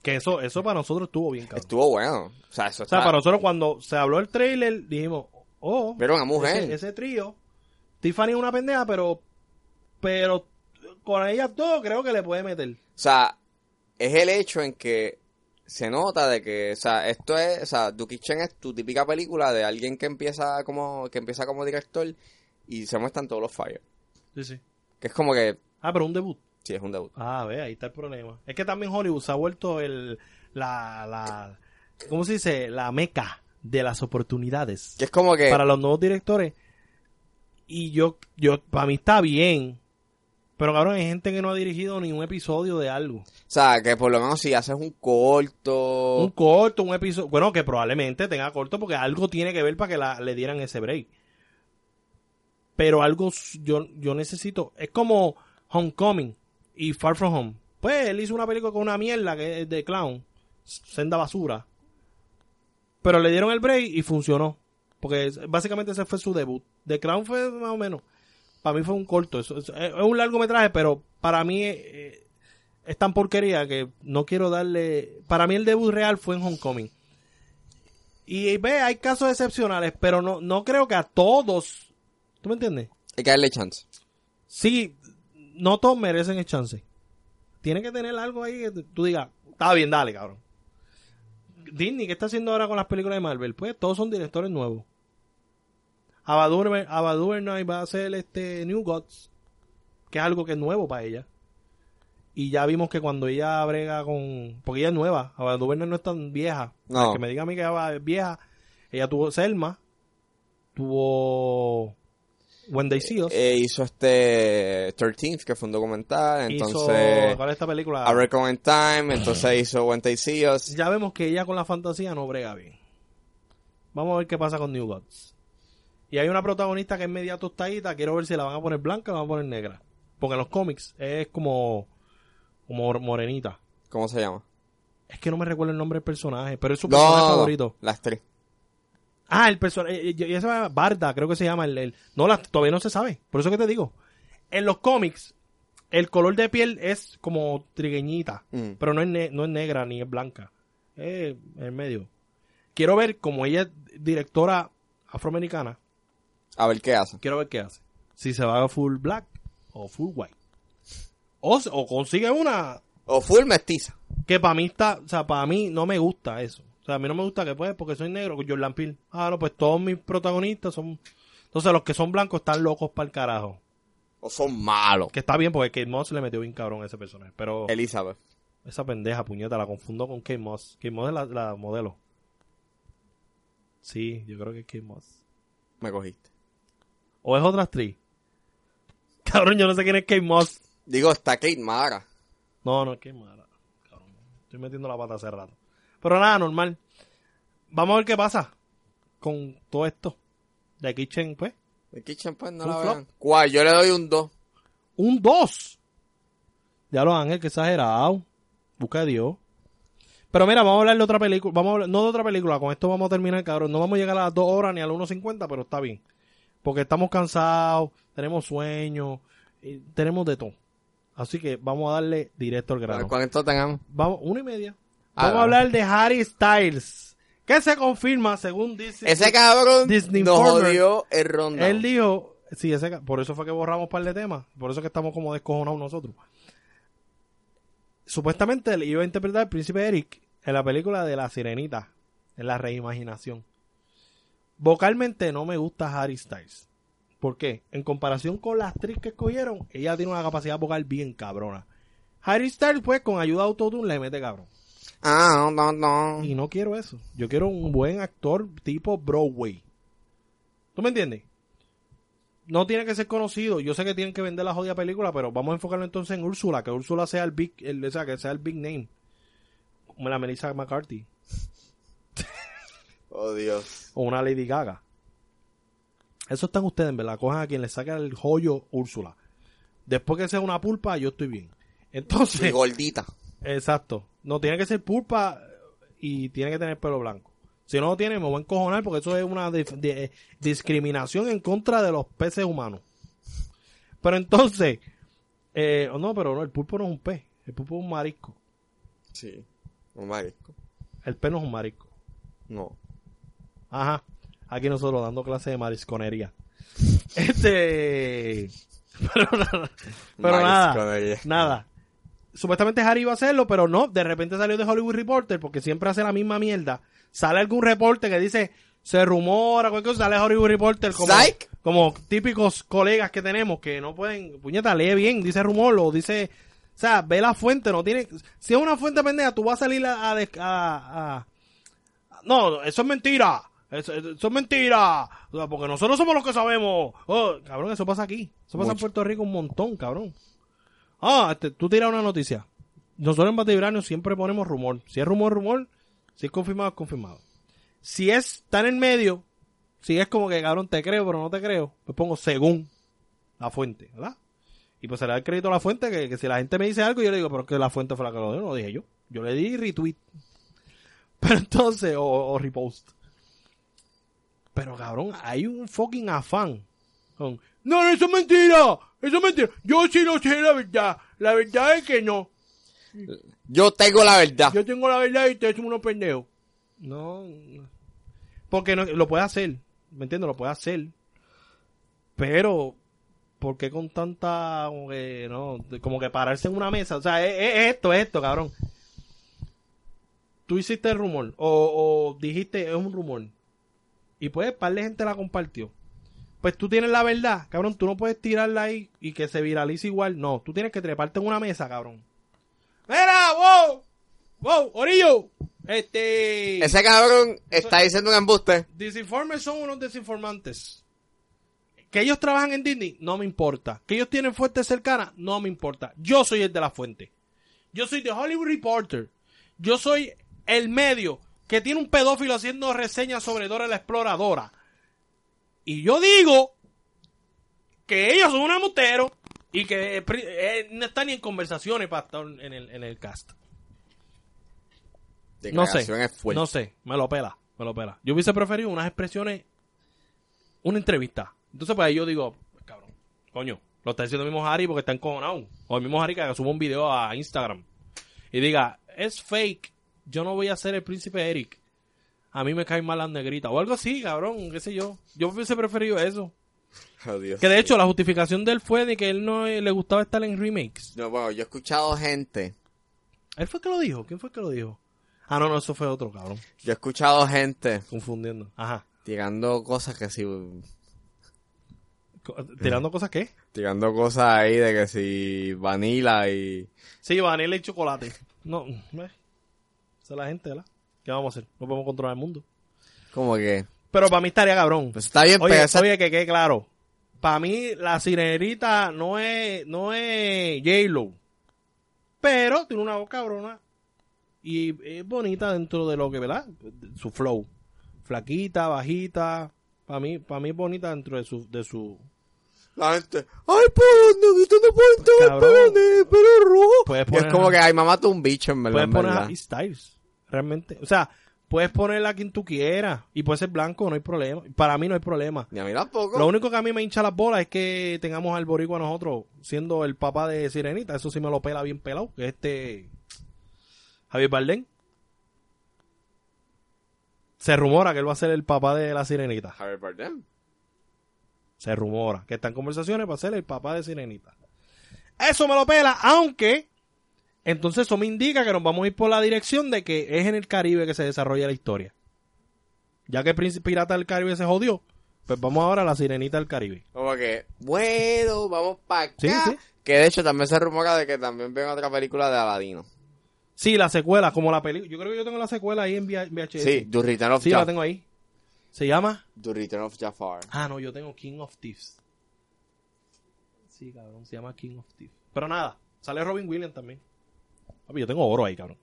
Que eso, eso para nosotros estuvo ah. bien, cabrón.
estuvo bueno. O sea, eso
O sea,
está,
para nosotros cuando se habló el trailer, dijimos, oh,
pero una mujer.
Ese, ese trío. Tiffany es una pendeja, pero. Pero con ellas dos creo que le puede meter.
O sea, es el hecho en que se nota de que, o sea, esto es, o sea, The Kitchen es tu típica película de alguien que empieza como, que empieza como director y se muestran todos los fallos.
Sí, sí.
Que es como que,
Ah, pero un debut.
sí, es un debut.
Ah, ve, ahí está el problema. Es que también Hollywood se ha vuelto el. La. la ¿Cómo se dice? La meca de las oportunidades.
Que es como que,
Para los nuevos directores. Y yo. yo Para mí está bien. Pero cabrón, hay gente que no ha dirigido ni un episodio de algo.
o sea, que por lo menos si haces un corto,
un corto, un episodio. Bueno, que probablemente tenga corto porque algo tiene que ver para que la- le dieran ese break. Pero algo s- yo, yo necesito. Es como Homecoming y Far From Home. Pues él hizo una película con una mierda que es de clown. s- Senda basura. Pero le dieron el break y funcionó. Porque es- básicamente ese fue su debut. The Clown fue más o menos. Para mí fue un corto. eso- eso- es es un largometraje, pero para mí eh, es tan porquería que no quiero darle. Para mí el debut real fue en Homecoming. Y ve, hay casos excepcionales, pero no, no creo que a todos. ¿Tú me entiendes?
hay que darle chance.
Sí, no todos merecen el chance. Tiene que tener algo ahí que tú digas, está bien, dale, cabrón. Disney, ¿qué está haciendo ahora con las películas de Marvel? Pues todos son directores nuevos. Abadur, Abadur va a hacer este New Gods, que es algo que es nuevo para ella. Y ya vimos que cuando ella brega con... Porque ella es nueva, Abadur no es tan vieja.
No.
Al Que me diga a mí que ella es vieja. Ella tuvo Selma, tuvo When They See Us.
Eh, hizo este 13th, que fue un documental, entonces,
hizo ¿cuál es esta película?
A Record in Time, entonces hizo When They See Us.
Ya vemos que ella con la fantasía no brega bien. Vamos a ver qué pasa con New Gods. Y hay una protagonista que es media tostadita. Quiero ver si la van a poner blanca o la van a poner negra. Porque en los cómics es como como morenita.
¿Cómo se llama?
Es que no me recuerdo el nombre del personaje, pero es su
No,
personaje
no, no,
favorito.
la actriz.
Ah, el personaje. Esa llama Barda, creo que se llama. El, el- no, la, todavía no se sabe. Por eso que te digo. En los cómics, el color de piel es como trigueñita.
Mm.
Pero no es, ne- no es negra ni es blanca. Es en medio. Quiero ver, como ella es directora afroamericana,
A ver qué hace.
quiero ver qué hace. Si se va a full black o full white. O, se- o consigue una
O full mestiza.
que para mí está, o sea, para mí no me gusta eso. O sea, a mí no me gusta que pues, porque soy negro, con Jordan Peele. Ah, no, pues todos mis protagonistas son... Entonces los que son blancos están locos para el carajo.
O son malos.
Que está bien porque Kate Moss le metió bien cabrón a ese personaje. Pero
Elizabeth.
esa pendeja, puñeta, la confundo con Kate Moss. Kate Moss es la, la modelo. Sí, yo creo que es Kate Moss.
Me cogiste.
¿O es otra actriz? Cabrón, yo no sé quién es Kate Moss.
Digo, está Kate Mara.
No, no, qué mala. Cabrón. Estoy metiendo la pata hace rato. Pero nada, normal. Vamos a ver qué pasa con todo esto. De Kitchen, pues.
The Kitchen pues no
Full
la
flop.
vean. ¿Cuál? Yo le doy un 2.
Un 2. Ya lo Ángel, que exagerado. Busca a Dios. Pero mira, vamos a hablar de otra película. Vamos a hablar- no de otra película. Con esto vamos a terminar, cabrón. No vamos a llegar a las 2 horas ni a las 1.50, pero está bien. Porque estamos cansados, tenemos sueños, y tenemos de todo. Así que vamos a darle directo al grano.
¿Cuánto tengamos?
Vamos, una y media.
Ah,
Vamos
no.
a hablar de Harry Styles. Que se confirma, según dice.
Ese cabrón
Disney
nos
Informer.
jodió el rondo.
Él dijo. Sí, ese, ca- por eso fue que borramos un par de temas. Por eso que estamos como descojonados nosotros. Supuestamente él iba a interpretar al príncipe Eric en la película de La Sirenita. En la reimaginación. Vocalmente no me gusta Harry Styles. ¿Por qué? En comparación con la actriz que escogieron, ella tiene una capacidad vocal bien cabrona. Harry Styles, pues, con ayuda de autotune le mete cabrón.
Ah, no, no, no.
Y no quiero eso. Yo quiero un buen actor tipo Broadway. ¿Tú me entiendes? No tiene que ser conocido. Yo sé que tienen que vender la jodida película, pero vamos a enfocarlo entonces en Úrsula. Que Úrsula sea el big, el- o sea, que sea el big name. Como la Melissa McCarthy.
Oh, Dios.
O una Lady Gaga. Eso están ustedes, ¿verdad? Cojan a quien le saca el joyo Úrsula. Después que sea una pulpa, yo estoy bien.
Y
Entonces.
gordita.
Exacto. No tiene que ser pulpa y tiene que tener pelo blanco. Si no lo tiene, me voy a encojonar porque eso es una dif- de- eh, discriminación en contra de los peces humanos. Pero entonces, eh, oh, no, pero no, el pulpo no es un pez. El pulpo es un marisco.
Sí. Un marisco.
El pez no es un marisco.
No.
Ajá. Aquí nosotros dando clase de marisconería. Este. Pero nada. Pero nada.
Marisconería.
Pues Nada. Supuestamente Harry iba a hacerlo, pero no. De repente salió de Hollywood Reporter, porque siempre hace la misma mierda. Sale algún reporte que dice, se rumora, cualquier cosa, sale Hollywood Reporter como,
Psych.
como típicos colegas que tenemos que no pueden, puñeta, lee bien, dice rumor, lo dice, o sea, ve la fuente, no tiene, si es una fuente pendeja, tú vas a salir a, a des- a- a- no, eso es mentira, eso, eso es mentira, O sea, porque nosotros somos los que sabemos, Oh, cabrón, eso pasa aquí, eso pasa en
Mucho.
Puerto Rico un montón, cabrón. Ah, este, tú tiras una noticia. Nosotros en Batibrano siempre ponemos rumor. Si es rumor, rumor. Si es confirmado, es confirmado. Si es, está en el medio. Si es como que, cabrón, te creo, pero no te creo. Pues pongo según la fuente, ¿verdad? Y pues se le da el crédito a la fuente que, que si la gente me dice algo, yo le digo, pero es que la fuente fue la que lo dio, no lo dije yo. Yo le di retweet. Pero entonces, o, o repost. Pero cabrón, hay un fucking afán. Con, no, eso es mentira. Eso es mentira. Yo sí lo sé la verdad. La verdad es que no.
Yo tengo la verdad.
Yo tengo la verdad y ustedes son unos pendejos. No. no. Porque no- lo puede hacer. ¿Me entiendes? Lo puede hacer. Pero, ¿por qué con tanta. Como que, no, de- como que pararse en una mesa? O sea, es, es esto, es esto, cabrón. Tú hiciste el rumor. O, o dijiste, es un rumor. Y pues, par de gente la compartió. Pues tú tienes la verdad, cabrón. Tú no puedes tirarla ahí y que se viralice igual. No, tú tienes que treparte en una mesa, cabrón. ¡Mira, wow! ¡Wow, Orillo! Este.
Ese cabrón está diciendo un embuste.
Desinformes son unos desinformantes. Que ellos trabajan en Disney, no me importa. Que ellos tienen fuentes cercanas, no me importa. Yo soy el de la fuente. Yo soy The Hollywood Reporter. Yo soy el medio que tiene un pedófilo haciendo reseñas sobre Dora la Exploradora. Y yo digo que ellos son un amutero Y que eh, pri- eh, no está ni en conversaciones para estar en el, en el cast. No sé.
Declaración es fuerte.
No sé. Me lo pela. Me lo pela. Yo hubiese preferido unas expresiones. Una entrevista. Entonces, pues ahí yo digo, cabrón, coño, lo está diciendo el mismo Harry porque está encojonado. O el mismo Harry que suba un video a Instagram y diga, es fake. Yo no voy a ser el príncipe Eric. A mí me caen mal las negritas. O algo así, cabrón, qué sé yo. Yo hubiese preferido eso.
Oh, Dios.
Que de hecho la justificación de él fue de que él no eh, le gustaba estar en remakes.
No, bueno, yo he escuchado gente,
¿Él fue que lo dijo? ¿Quién fue que lo dijo? Ah, no, no, eso fue otro cabrón.
yo he escuchado gente
Confundiendo. Ajá.
tirando cosas que si, Eh.
Co- ¿Tirando cosas qué?
tirando cosas ahí de que si vanilla y
Sí, vanilla y chocolate. No, eh. Esa es la gente, ¿verdad? ¿Qué vamos a hacer? No podemos controlar el mundo.
como que,
Pero para mí estaría cabrón.
pues está bien,
Oye,
pero esa-
oye, que quede claro. Para mí, la sirenita no es, no es J-Lo. Pero tiene una voz cabrona. Y es bonita dentro de lo que, ¿verdad? Su flow. Flaquita, bajita. Para mí, para mí es bonita dentro de su, de su.
la gente, ay, pero no, esto no pueden tomar
Cabrón.
pelo, pero rojo.
Puedes
Y
poner-
es como que, ay, mamá, tú un bicho, en verdad,
Puedes
en
Pues poner
verdad.
a Styles. Realmente. O sea, puedes ponerla a quien tú quieras. Y puede ser blanco, no hay problema. Para mí no hay problema.
Ni a mí tampoco.
Lo único que a mí me hincha las bolas es que tengamos al boricua a nosotros siendo el papá de Sirenita. Eso sí me lo pela bien pelado. que es Este Javier Bardem. Se rumora que él va a ser el papá de la Sirenita.
Javier Bardem.
Se rumora que está en conversaciones para ser el papá de Sirenita. Eso me lo pela, aunque entonces eso me indica que nos vamos a ir por la dirección de que es en el Caribe que se desarrolla la historia. Ya que Príncipe Pirata del Caribe se jodió, pues vamos ahora a la Sirenita del Caribe.
Como que, bueno, vamos para acá.
Sí, sí.
Que de hecho también se rumora de que también ven otra película de Aladino.
Sí, la secuela, como la película. Yo creo que yo tengo la secuela ahí en V- VHS.
Sí, The Return of
Sí, la
Jafar.
tengo ahí. ¿Se llama?
The Return of Jafar.
Ah, no, yo tengo King of Thieves. Sí, cabrón, se llama King of Thieves. Pero nada, sale Robin Williams también. Papi, yo tengo oro ahí, cabrón.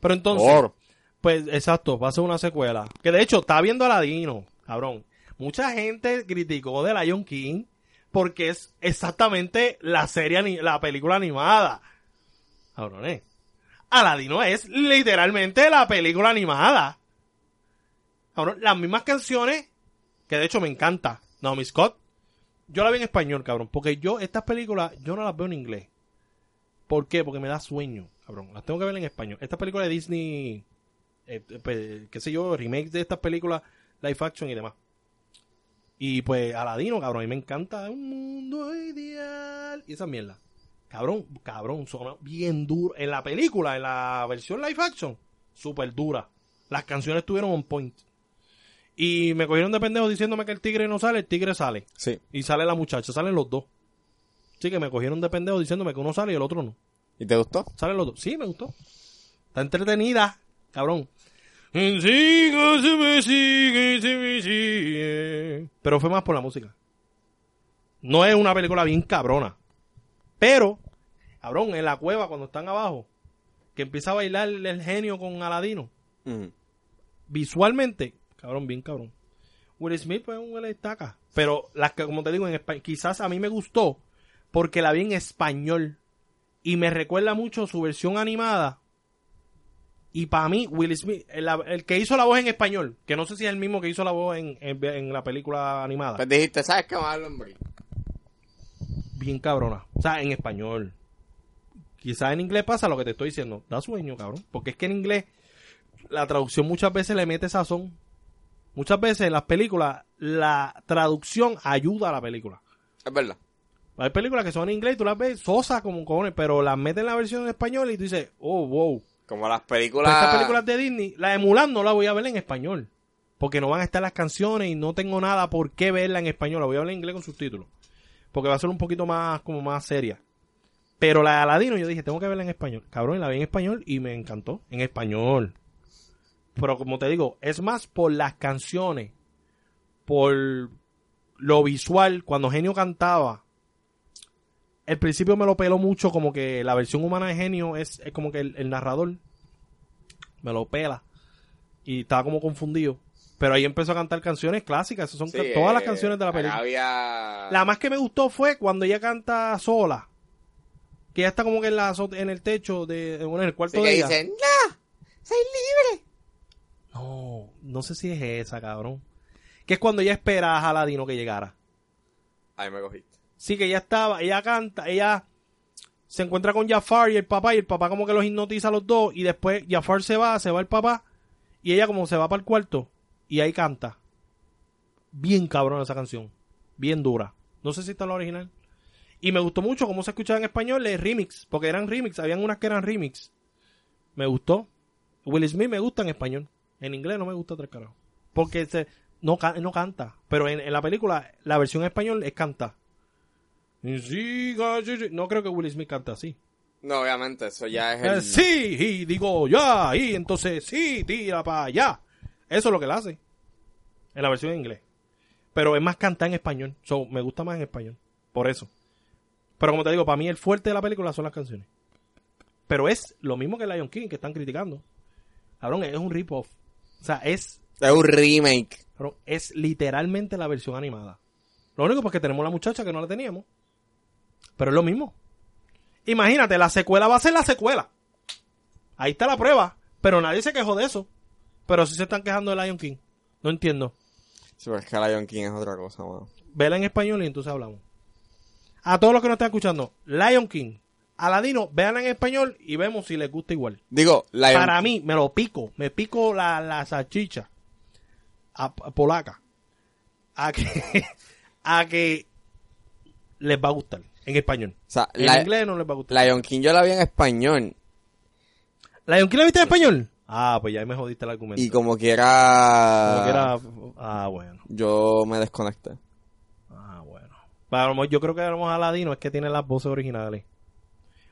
Pero entonces,
Por.
pues exacto, va a ser una secuela. Que de hecho, está viendo Aladino, cabrón. Mucha gente criticó de Lion King porque es exactamente la serie, ani- la película animada. Cabrones. Aladino es literalmente la película animada. Cabrón, las mismas canciones, que de hecho me encanta. Naomi Scott. Yo la vi en español, cabrón. Porque yo, estas películas, yo no las veo en inglés. ¿Por qué? Porque me da sueño, cabrón. Las tengo que ver en español. Estas películas de Disney, eh, eh, pe- qué sé yo, remakes de estas películas, live action y demás. Y pues, Aladino, cabrón, a mí me encanta. Un mundo ideal. Y esa mierda. Cabrón, cabrón, son bien duro. En la película, en la versión live action, súper dura. Las canciones estuvieron on point. Y me cogieron de pendejo diciéndome que el tigre no sale, el tigre sale.
Sí.
Y sale la muchacha, salen los dos. Así que me cogieron de pendejo diciéndome que uno sale y el otro no.
¿Y te gustó?
Salen los dos. Sí, me gustó. Está entretenida, cabrón. Sigo, se me sigue, se me sigue. Pero fue más por la música. No es una película bien cabrona. Pero, cabrón, en la cueva cuando están abajo, que empieza a bailar el genio con Aladino Mm. visualmente, cabrón, bien cabrón. Will Smith pues, es un huele de estaca. Pero las que, como te digo, en espa- quizás a mí me gustó porque la vi en español y me recuerda mucho su versión animada. Y para mí, Will Smith, el, el que hizo la voz en español, que no sé si es el mismo que hizo la voz en, en- en la película animada,
Pues dijiste, ¿sabes qué más, hombre?
bien cabrona. O sea, en español. Quizás en inglés pasa lo que te estoy diciendo. Da sueño, cabrón. Porque es que en inglés la traducción muchas veces le mete sazón. Muchas veces en las películas la traducción ayuda a la película.
Es verdad.
Hay películas que son en inglés y tú las ves sosas como cojones, pero las meten en la versión en español y tú dices, oh, wow.
Como las
Pero
películas.
estas películas de Disney, la emulan no la voy a ver en español. Porque no van a estar las canciones y no tengo nada por qué verla en español. La voy a ver en inglés con subtítulos. Porque va a ser un poquito más, como más seria. Pero la de Aladino yo dije, tengo que verla en español. Cabrón, y la vi en español y me encantó. En español. Pero como te digo, es más por las canciones. Por lo visual. Cuando Genio cantaba. El principio me lo peló mucho como que la versión humana de Genio es, es como que el- el narrador me lo pela. Y estaba como confundido. Pero ahí empezó a cantar canciones clásicas. Esas son
Sí,
ca- todas las
eh,
canciones de la
acá
película.
Había.
La más que me gustó fue cuando ella canta sola. que ya está como que en, la, azote- en el techo, de, bueno, en el cuarto
Así que
de ella.
dicen, ¡No! ¡Soy libre!
No, no sé si es esa, cabrón. Que es cuando ella espera a Aladino que llegara.
Ahí me cogiste.
Sí, que ella estaba, ella canta, ella se encuentra con Jafar y el papá, y el papá como que los hipnotiza a los dos, y después Jafar se va, se va el papá, y ella como se va para el cuarto, y ahí canta. Bien cabrón esa canción, bien dura. No sé si está en la original. Y me gustó mucho cómo se escuchaba en español, el remix, porque eran remix, habían unas que eran remix. Me gustó. Will Smith me gusta en español, en inglés no me gusta tres carajos. Porque se, no, ca- no canta, pero en, en la película la versión en español es canta. Y sí, gallo, yo- No creo que Will Smith cante así.
No, obviamente, eso ya es
Eh,
el...
Sí, y digo ya, y entonces sí, tira para allá. Eso es lo que él hace. En la versión en inglés. Pero es más cantar en español. So, me gusta más en español. Por eso. Pero como te digo, para mí el fuerte de la película son las canciones. Pero es lo mismo que Lion King, que están criticando. Cabrón, es un rip-off. O sea, es
Es un remake.
Cabrón, es literalmente la versión animada. Lo único porque tenemos la muchacha que no la teníamos. Pero es lo mismo. Imagínate, la secuela va a ser la secuela. Ahí está la prueba. Pero nadie se quejó de eso. Pero sí se están quejando de Lion King. No entiendo.
Sí, pero es que Lion King es otra cosa, mano.
Vela en español y entonces hablamos. A todos los que nos están escuchando, Lion King, Aladino, véanla en español y vemos si les gusta igual.
Digo, Lion
Para mí, me lo pico. Me pico la, la salchicha a, a polaca. A que, a que les va a gustar en español.
O sea,
En
Li-
inglés no les va a gustar.
Lion King yo la vi en español.
¿Lion King la viste en español? Ah, pues ya ahí me jodiste el argumento.
Y como quiera...
Como que era- ah, bueno.
Yo me desconecté.
Ah, bueno. Pero a lo mejor- yo creo que éramos Aladino, es que tiene las voces originales.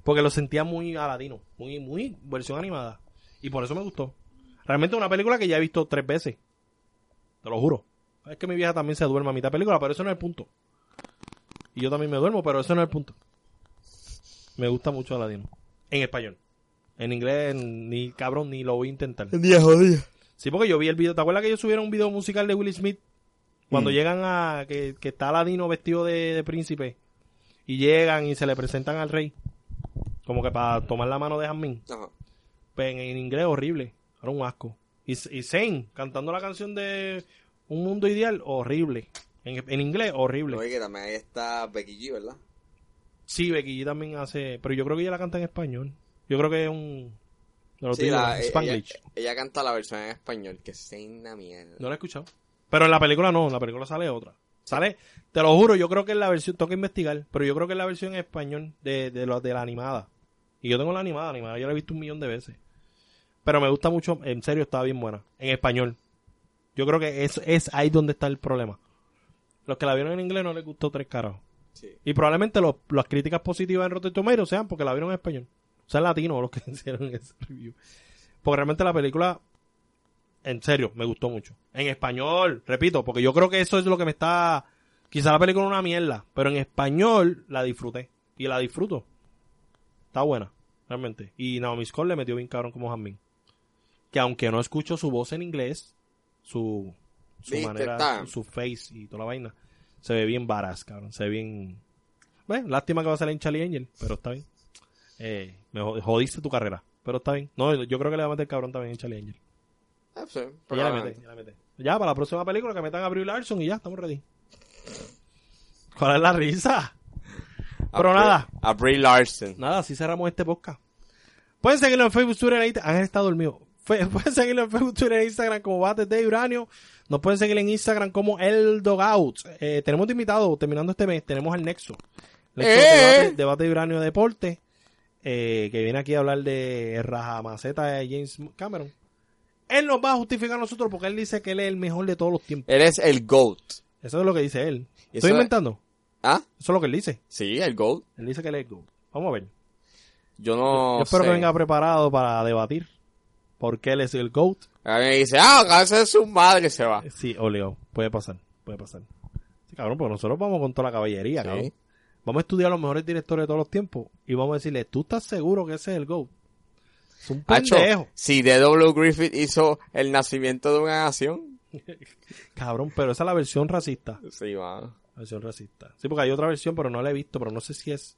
Porque lo sentía muy Aladino, muy, muy versión animada. Y por eso me gustó. Realmente es una película que ya he visto tres veces. Te lo juro. Es que mi vieja también se duerme a mitad de película, pero eso no es el punto. Y yo también me duermo, pero eso no es el punto. Me gusta mucho Aladino. En español. En inglés, ni cabrón, ni lo voy a intentar.
Día jodida.
Sí, porque yo vi el video. ¿Te acuerdas que ellos subieron un video musical de Will Smith? Cuando
Mm.
llegan a. Que, que está Aladino vestido de, de príncipe. Y llegan y se le presentan al rey. Como que para tomar la mano de Jasmine. Pues en, en inglés horrible. Era un asco. Y, y Zayn cantando la canción de Un Mundo Ideal, horrible. En, en inglés, horrible.
Oye, que también ahí está Becky G, ¿verdad?
Sí, Becky G también hace. Pero yo creo que ella la canta en español. Yo creo que es un. de los
Sí,
tíos,
la- eh, ella,
Spanglish.
ella canta la versión en español, que es una mierda.
No la he escuchado. Pero en la película no, en la película sale otra. Sale, te lo juro, yo creo que es la versión, tengo que investigar, pero yo creo que es la versión en español de, de, lo- de la animada. Y yo tengo la animada, animada, yo la he visto un millón de veces. Pero me gusta mucho, en serio, está bien buena, en español. Yo creo que es, es ahí donde está el problema. Los que la vieron en inglés no les gustó tres caras.
Sí.
Y probablemente los- las críticas positivas en Rotten Tomatoes sean porque la vieron en español. O sea, en latino los que hicieron ese review. Porque realmente la película, en serio, me gustó mucho. En español, repito, porque yo creo que eso es lo que me está... Quizá la película es una mierda, pero en español la disfruté. Y la disfruto. Está buena, realmente. Y Naomi Scott le metió bien cabrón como Jasmine. Que aunque no escucho su voz en inglés, su, su
Viste,
manera,
está.
su face y toda la vaina, se ve bien varas, cabrón. Se ve bien... Bueno, lástima que va a salir en Charlie Angel, pero está bien. Eh, me jod- jodiste tu carrera, pero está bien. No, yo creo que le va a meter cabrón también en Charlie Angel.
Ah, sí,
Ya la mete,
probablemente.
ya la mete. Ya, para la próxima película que metan a Brie Larson y ya, estamos ready. ¿Cuál es la risa?
A
Pero
Brie-
nada.
A Brie Larson.
Nada, así cerramos este podcast. Pueden seguirlo en Facebook, Twitter e Instagram. Ángel está dormido. Fe- Pueden seguirlo en Facebook, Twitter e Instagram como Bates de Uranio. Nos pueden seguir en Instagram como El Dogout. Eh, tenemos de invitado, terminando este mes, tenemos al Nexo. Nexo
¡Eh!
debate, debate de Uranio Deporte. eh, que viene aquí a hablar de Raja Maceta de James Cameron. Él nos va a justificar a nosotros porque él dice que él es el mejor de todos los tiempos.
Él es el GOAT.
Eso es lo que dice él.
Y
¿Estoy
eso-
inventando?
¿Ah?
Eso es lo que él dice.
Sí, el GOAT.
Él dice que él es el GOAT. Vamos a ver.
Yo no
Yo espero
sé.
que venga preparado para debatir. Porque él es el GOAT.
Ahora me dice, ah, esa es su madre y se va.
Sí, oleo. Puede pasar. Puede pasar. Sí, cabrón, porque nosotros vamos con toda la caballería,
Sí.
cabrón. Vamos a estudiar los mejores directores de todos los tiempos. Y vamos a decirle, ¿tú estás seguro que ese es el GOAT? Es un
Hacho,
pendejo.
si D.W. Griffith hizo el nacimiento de una nación.
Cabrón, pero esa es la versión racista.
Sí, va.
La versión racista. Sí, porque hay otra versión, pero no la he visto. Pero no sé si es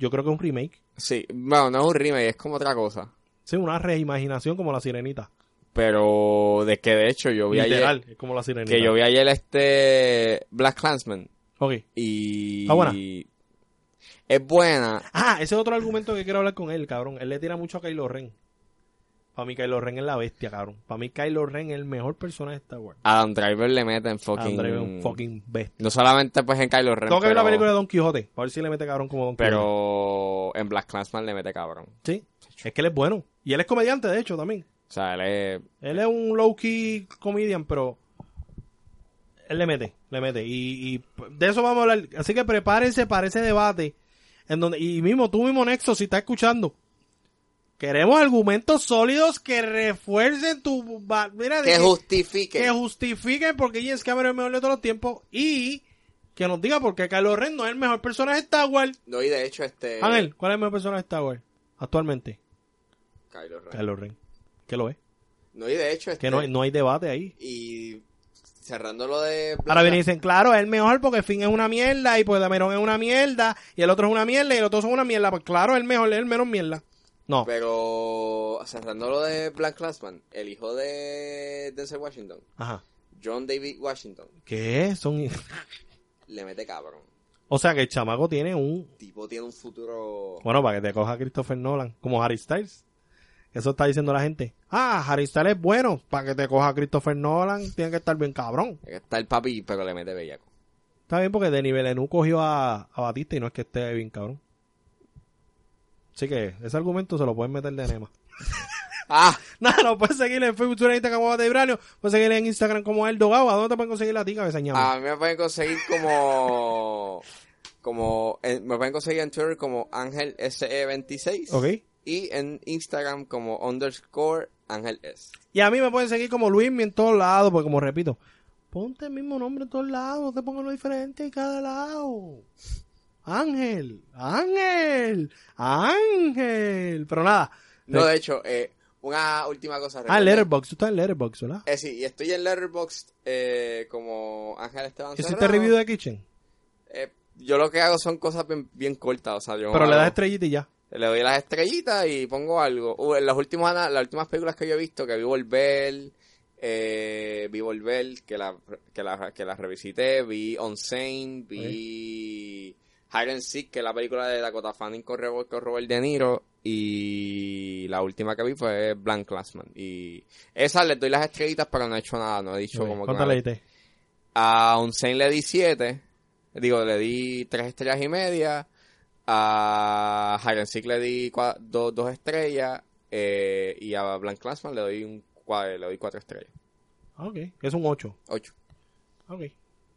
yo creo que es un remake.
Sí, bueno, no es un remake, es como otra cosa.
Sí, una reimaginación como la sirenita.
Pero de que de hecho yo vi
Literal,
ayer
es como la sirenita.
que yo vi ayer este Black Clansman
Ok.
y
Está buena.
es buena.
Ah, ese es otro argumento que quiero hablar con él, cabrón. Él le tira mucho a Kylo Ren. Para mí Kylo Ren es la bestia, cabrón. Para mí Kylo Ren es el mejor personaje de Star Wars.
Adam Driver le mete en fucking,
André es un fucking bestia.
no solamente pues en Kylo Ren,
Tengo que ver
pero,
la película de Don Quijote, para ver si le mete cabrón como Don Quijote.
pero en Black Clansman le mete cabrón.
Sí, es que él es bueno. Y él es comediante, de hecho, también.
O sea, él es
Él es un low-key comedian, pero él le mete, le mete. Y, y de eso vamos a hablar. Así que prepárense para ese debate. En donde, y mismo tú mismo, Nexo, si estás escuchando. Queremos argumentos sólidos que refuercen tu... va- Mira, de
que
que-
justifique.
que justifiquen por qué James Cameron es el mejor de todos los tiempos. Y que nos diga por qué Kylo Ren no es el mejor personaje de Star Wars.
No, y de hecho este
Ángel, ¿cuál es el mejor personaje de Star Wars actualmente?
Kylo Ren.
Kylo Ren. Que lo es.
No, y de hecho este
Que no, no hay debate ahí.
y cerrando lo de Black
Ahora vienen y dicen, claro, es el mejor porque Finn es una mierda y pues Dameron es una mierda y el otro es una mierda y el otro es una mierda. Pues claro, es el mejor, es el menos mierda. No,
Pero cerrando lo de Black Classman, el hijo de Denzel Washington,
ajá.
John David Washington,
¿Qué? Son...
le mete cabrón.
O sea que el chamaco tiene un...
Tipo tiene un futuro.
Bueno, para que te coja Christopher Nolan, como Harry Styles. Eso está diciendo la gente. Ah, Harry Styles es bueno. Para que te coja Christopher Nolan, tiene que estar bien cabrón.
Está el papi, pero le mete bellaco.
Está bien porque Denis Villeneuve cogió a, a Batista y no es que esté bien cabrón. Así que ese argumento se lo pueden meter de enema.
¡Ah!
Nada, nos pueden seguir en Facebook, Twitter, Instagram como Batibranio. Pueden seguir en Instagram como El Dogado. ¿A dónde te pueden conseguir la tica,
A mí me pueden conseguir como. Como. en- me pueden conseguir en Twitter como Ángel SE26.
Ok.
Y en Instagram como underscore Ángel S.
Y a mí me pueden seguir como Luismi en todos lados, porque como repito, ponte el mismo nombre en todos lados, no te pongan lo diferente en cada lado. Ángel, Ángel, Ángel. Pero nada.
No, de hecho, eh, una última cosa.
ah,
recuerden-
Letterboxd, tú estás en Letterboxd, ¿verdad?
Eh, sí, y estoy en Letterboxd eh, como Ángel Esteban
¿Hiciste
Serrano.
review de Kitchen?
Eh, yo lo que hago son cosas bien, bien cortas, o sea, yo
Pero le
hago-
das estrellita y ya.
le doy las estrellitas y pongo algo. Uh, en las últimas, ana- las últimas películas que yo he visto, que vi Volver, eh, vi Volver, que la, que la, que la revisité, vi On Sane, vi Hide and Seek, que es la película de Dakota Fanning con Robert, con Robert De Niro, y la última que vi fue Blank Classman. Y esas les doy las estrellitas, pero no he hecho nada, no he dicho
Ok,
como que...
¿Cuántas
nada.
le diste?
A Onsen le di 7. Digo, le di 3 estrellas y media. A Highland Seek le di 2 estrellas. eh, y a Blank Classman le doy un cua- le doy 4 estrellas.
Ah, Ok, es un 8.
8.
Ok,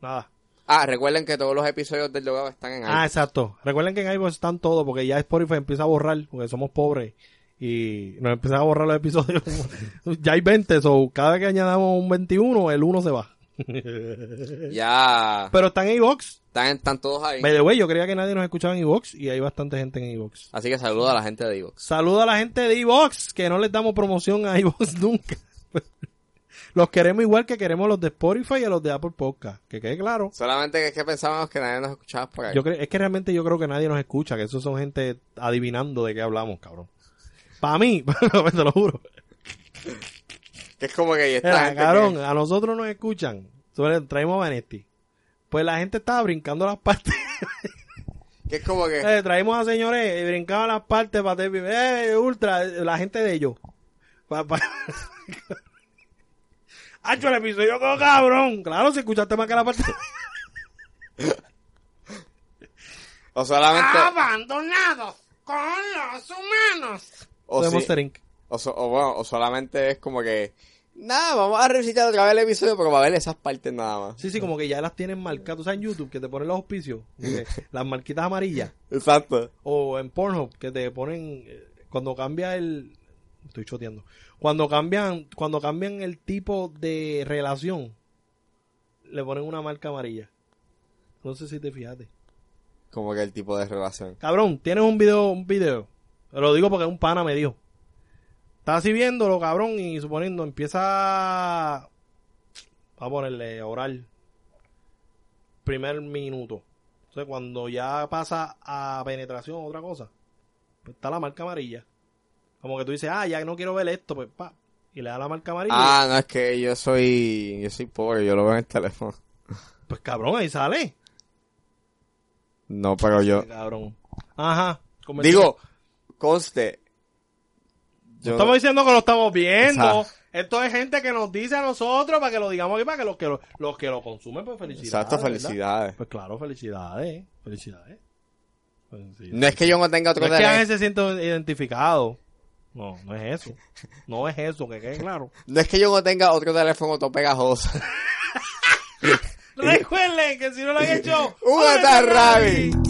nada.
Ah, recuerden que todos los episodios del Dogado están en
Ah,
iTunes.
exacto. Recuerden que en iVoox están todos, porque ya Spotify empieza a borrar, porque somos pobres. Y nos empiezan a borrar los episodios. ya hay 20, so cada vez que añadamos un 21, el 1 se va. eh.
Ya.
Pero están en iVoox.
Están, están todos ahí.
By the way, yo creía que nadie nos escuchaba en iVoox y hay bastante gente en iVoox.
Así que saludo a la gente de Divox.
Saludo a la gente de iVoox, que no les damos promoción a iVoox nunca. los queremos igual que queremos a los de Spotify y a los de Apple Podcast. Que quede claro.
Solamente que es que pensábamos que nadie nos escuchaba por ahí.
Yo cre- es que realmente yo creo que nadie nos escucha, que eso son gente adivinando de qué hablamos, cabrón. Para mí, pues, te lo juro.
Que es como que ahí está.
Era,
gente
cabrón,
que-
a nosotros nos escuchan. Sobre- Traemos a Vanetti. Pues la gente estaba brincando las partes.
Que, es como que.
Eh, traímos a señores y brincaban las partes para eh, ultra, la gente de ellos. Pa, pa- Hacho, el episodio quedó cabrón. Claro, si escuchaste más que la parte.
O solamente.
Ah, Abandonados con los humanos.
o
de
sí-
Monster Inc.
O, so- o bueno, o solamente es como que, nada, vamos a revisitar otra vez el episodio, pero para ver esas partes nada más.
Sí, sí, como que ya las tienen marcadas. O sea, en YouTube que te ponen los auspicios, como que las marquitas amarillas.
Exacto.
O en Pornhub que te ponen eh, cuando cambia el estoy choteando. Cuando cambian, cuando cambian el tipo de relación le ponen una marca amarilla. No sé si te fijaste.
Como que el tipo de relación.
Cabrón, tienes un video, un video. Lo digo porque un pana me dijo. Estás así viéndolo, cabrón, y suponiendo empieza a ponerle oral. Primer minuto. Entonces, cuando ya pasa a penetración, otra cosa, pues está la marca amarilla. Como que tú dices, ah, ya no quiero ver esto, pues pa. Y le da la marca amarilla.
Ah, no, es que yo soy, yo soy pobre, yo lo veo en el teléfono.
Pues cabrón, ahí sale.
No, pero yo,
Cabrón. Ajá. conversé-
Ah. digo, conste.
No
Yo,
estamos diciendo que lo estamos viendo.
Exacto.
Esto es gente que nos dice a nosotros para que lo digamos aquí, para que los que lo, los que lo consumen, pues felicidades.
exacto,
¿verdad?
felicidades.
Pues claro, felicidades. Felicidades. Felicidades.
No es que yo no tenga otro
No es que
teléfono.
Ángel se sienta identificado. No, no es eso. No es eso, que quede claro.
No es que yo no tenga otro teléfono todo pegajoso.
Recuerden que si no lo han hecho,
¡Un atarrabi!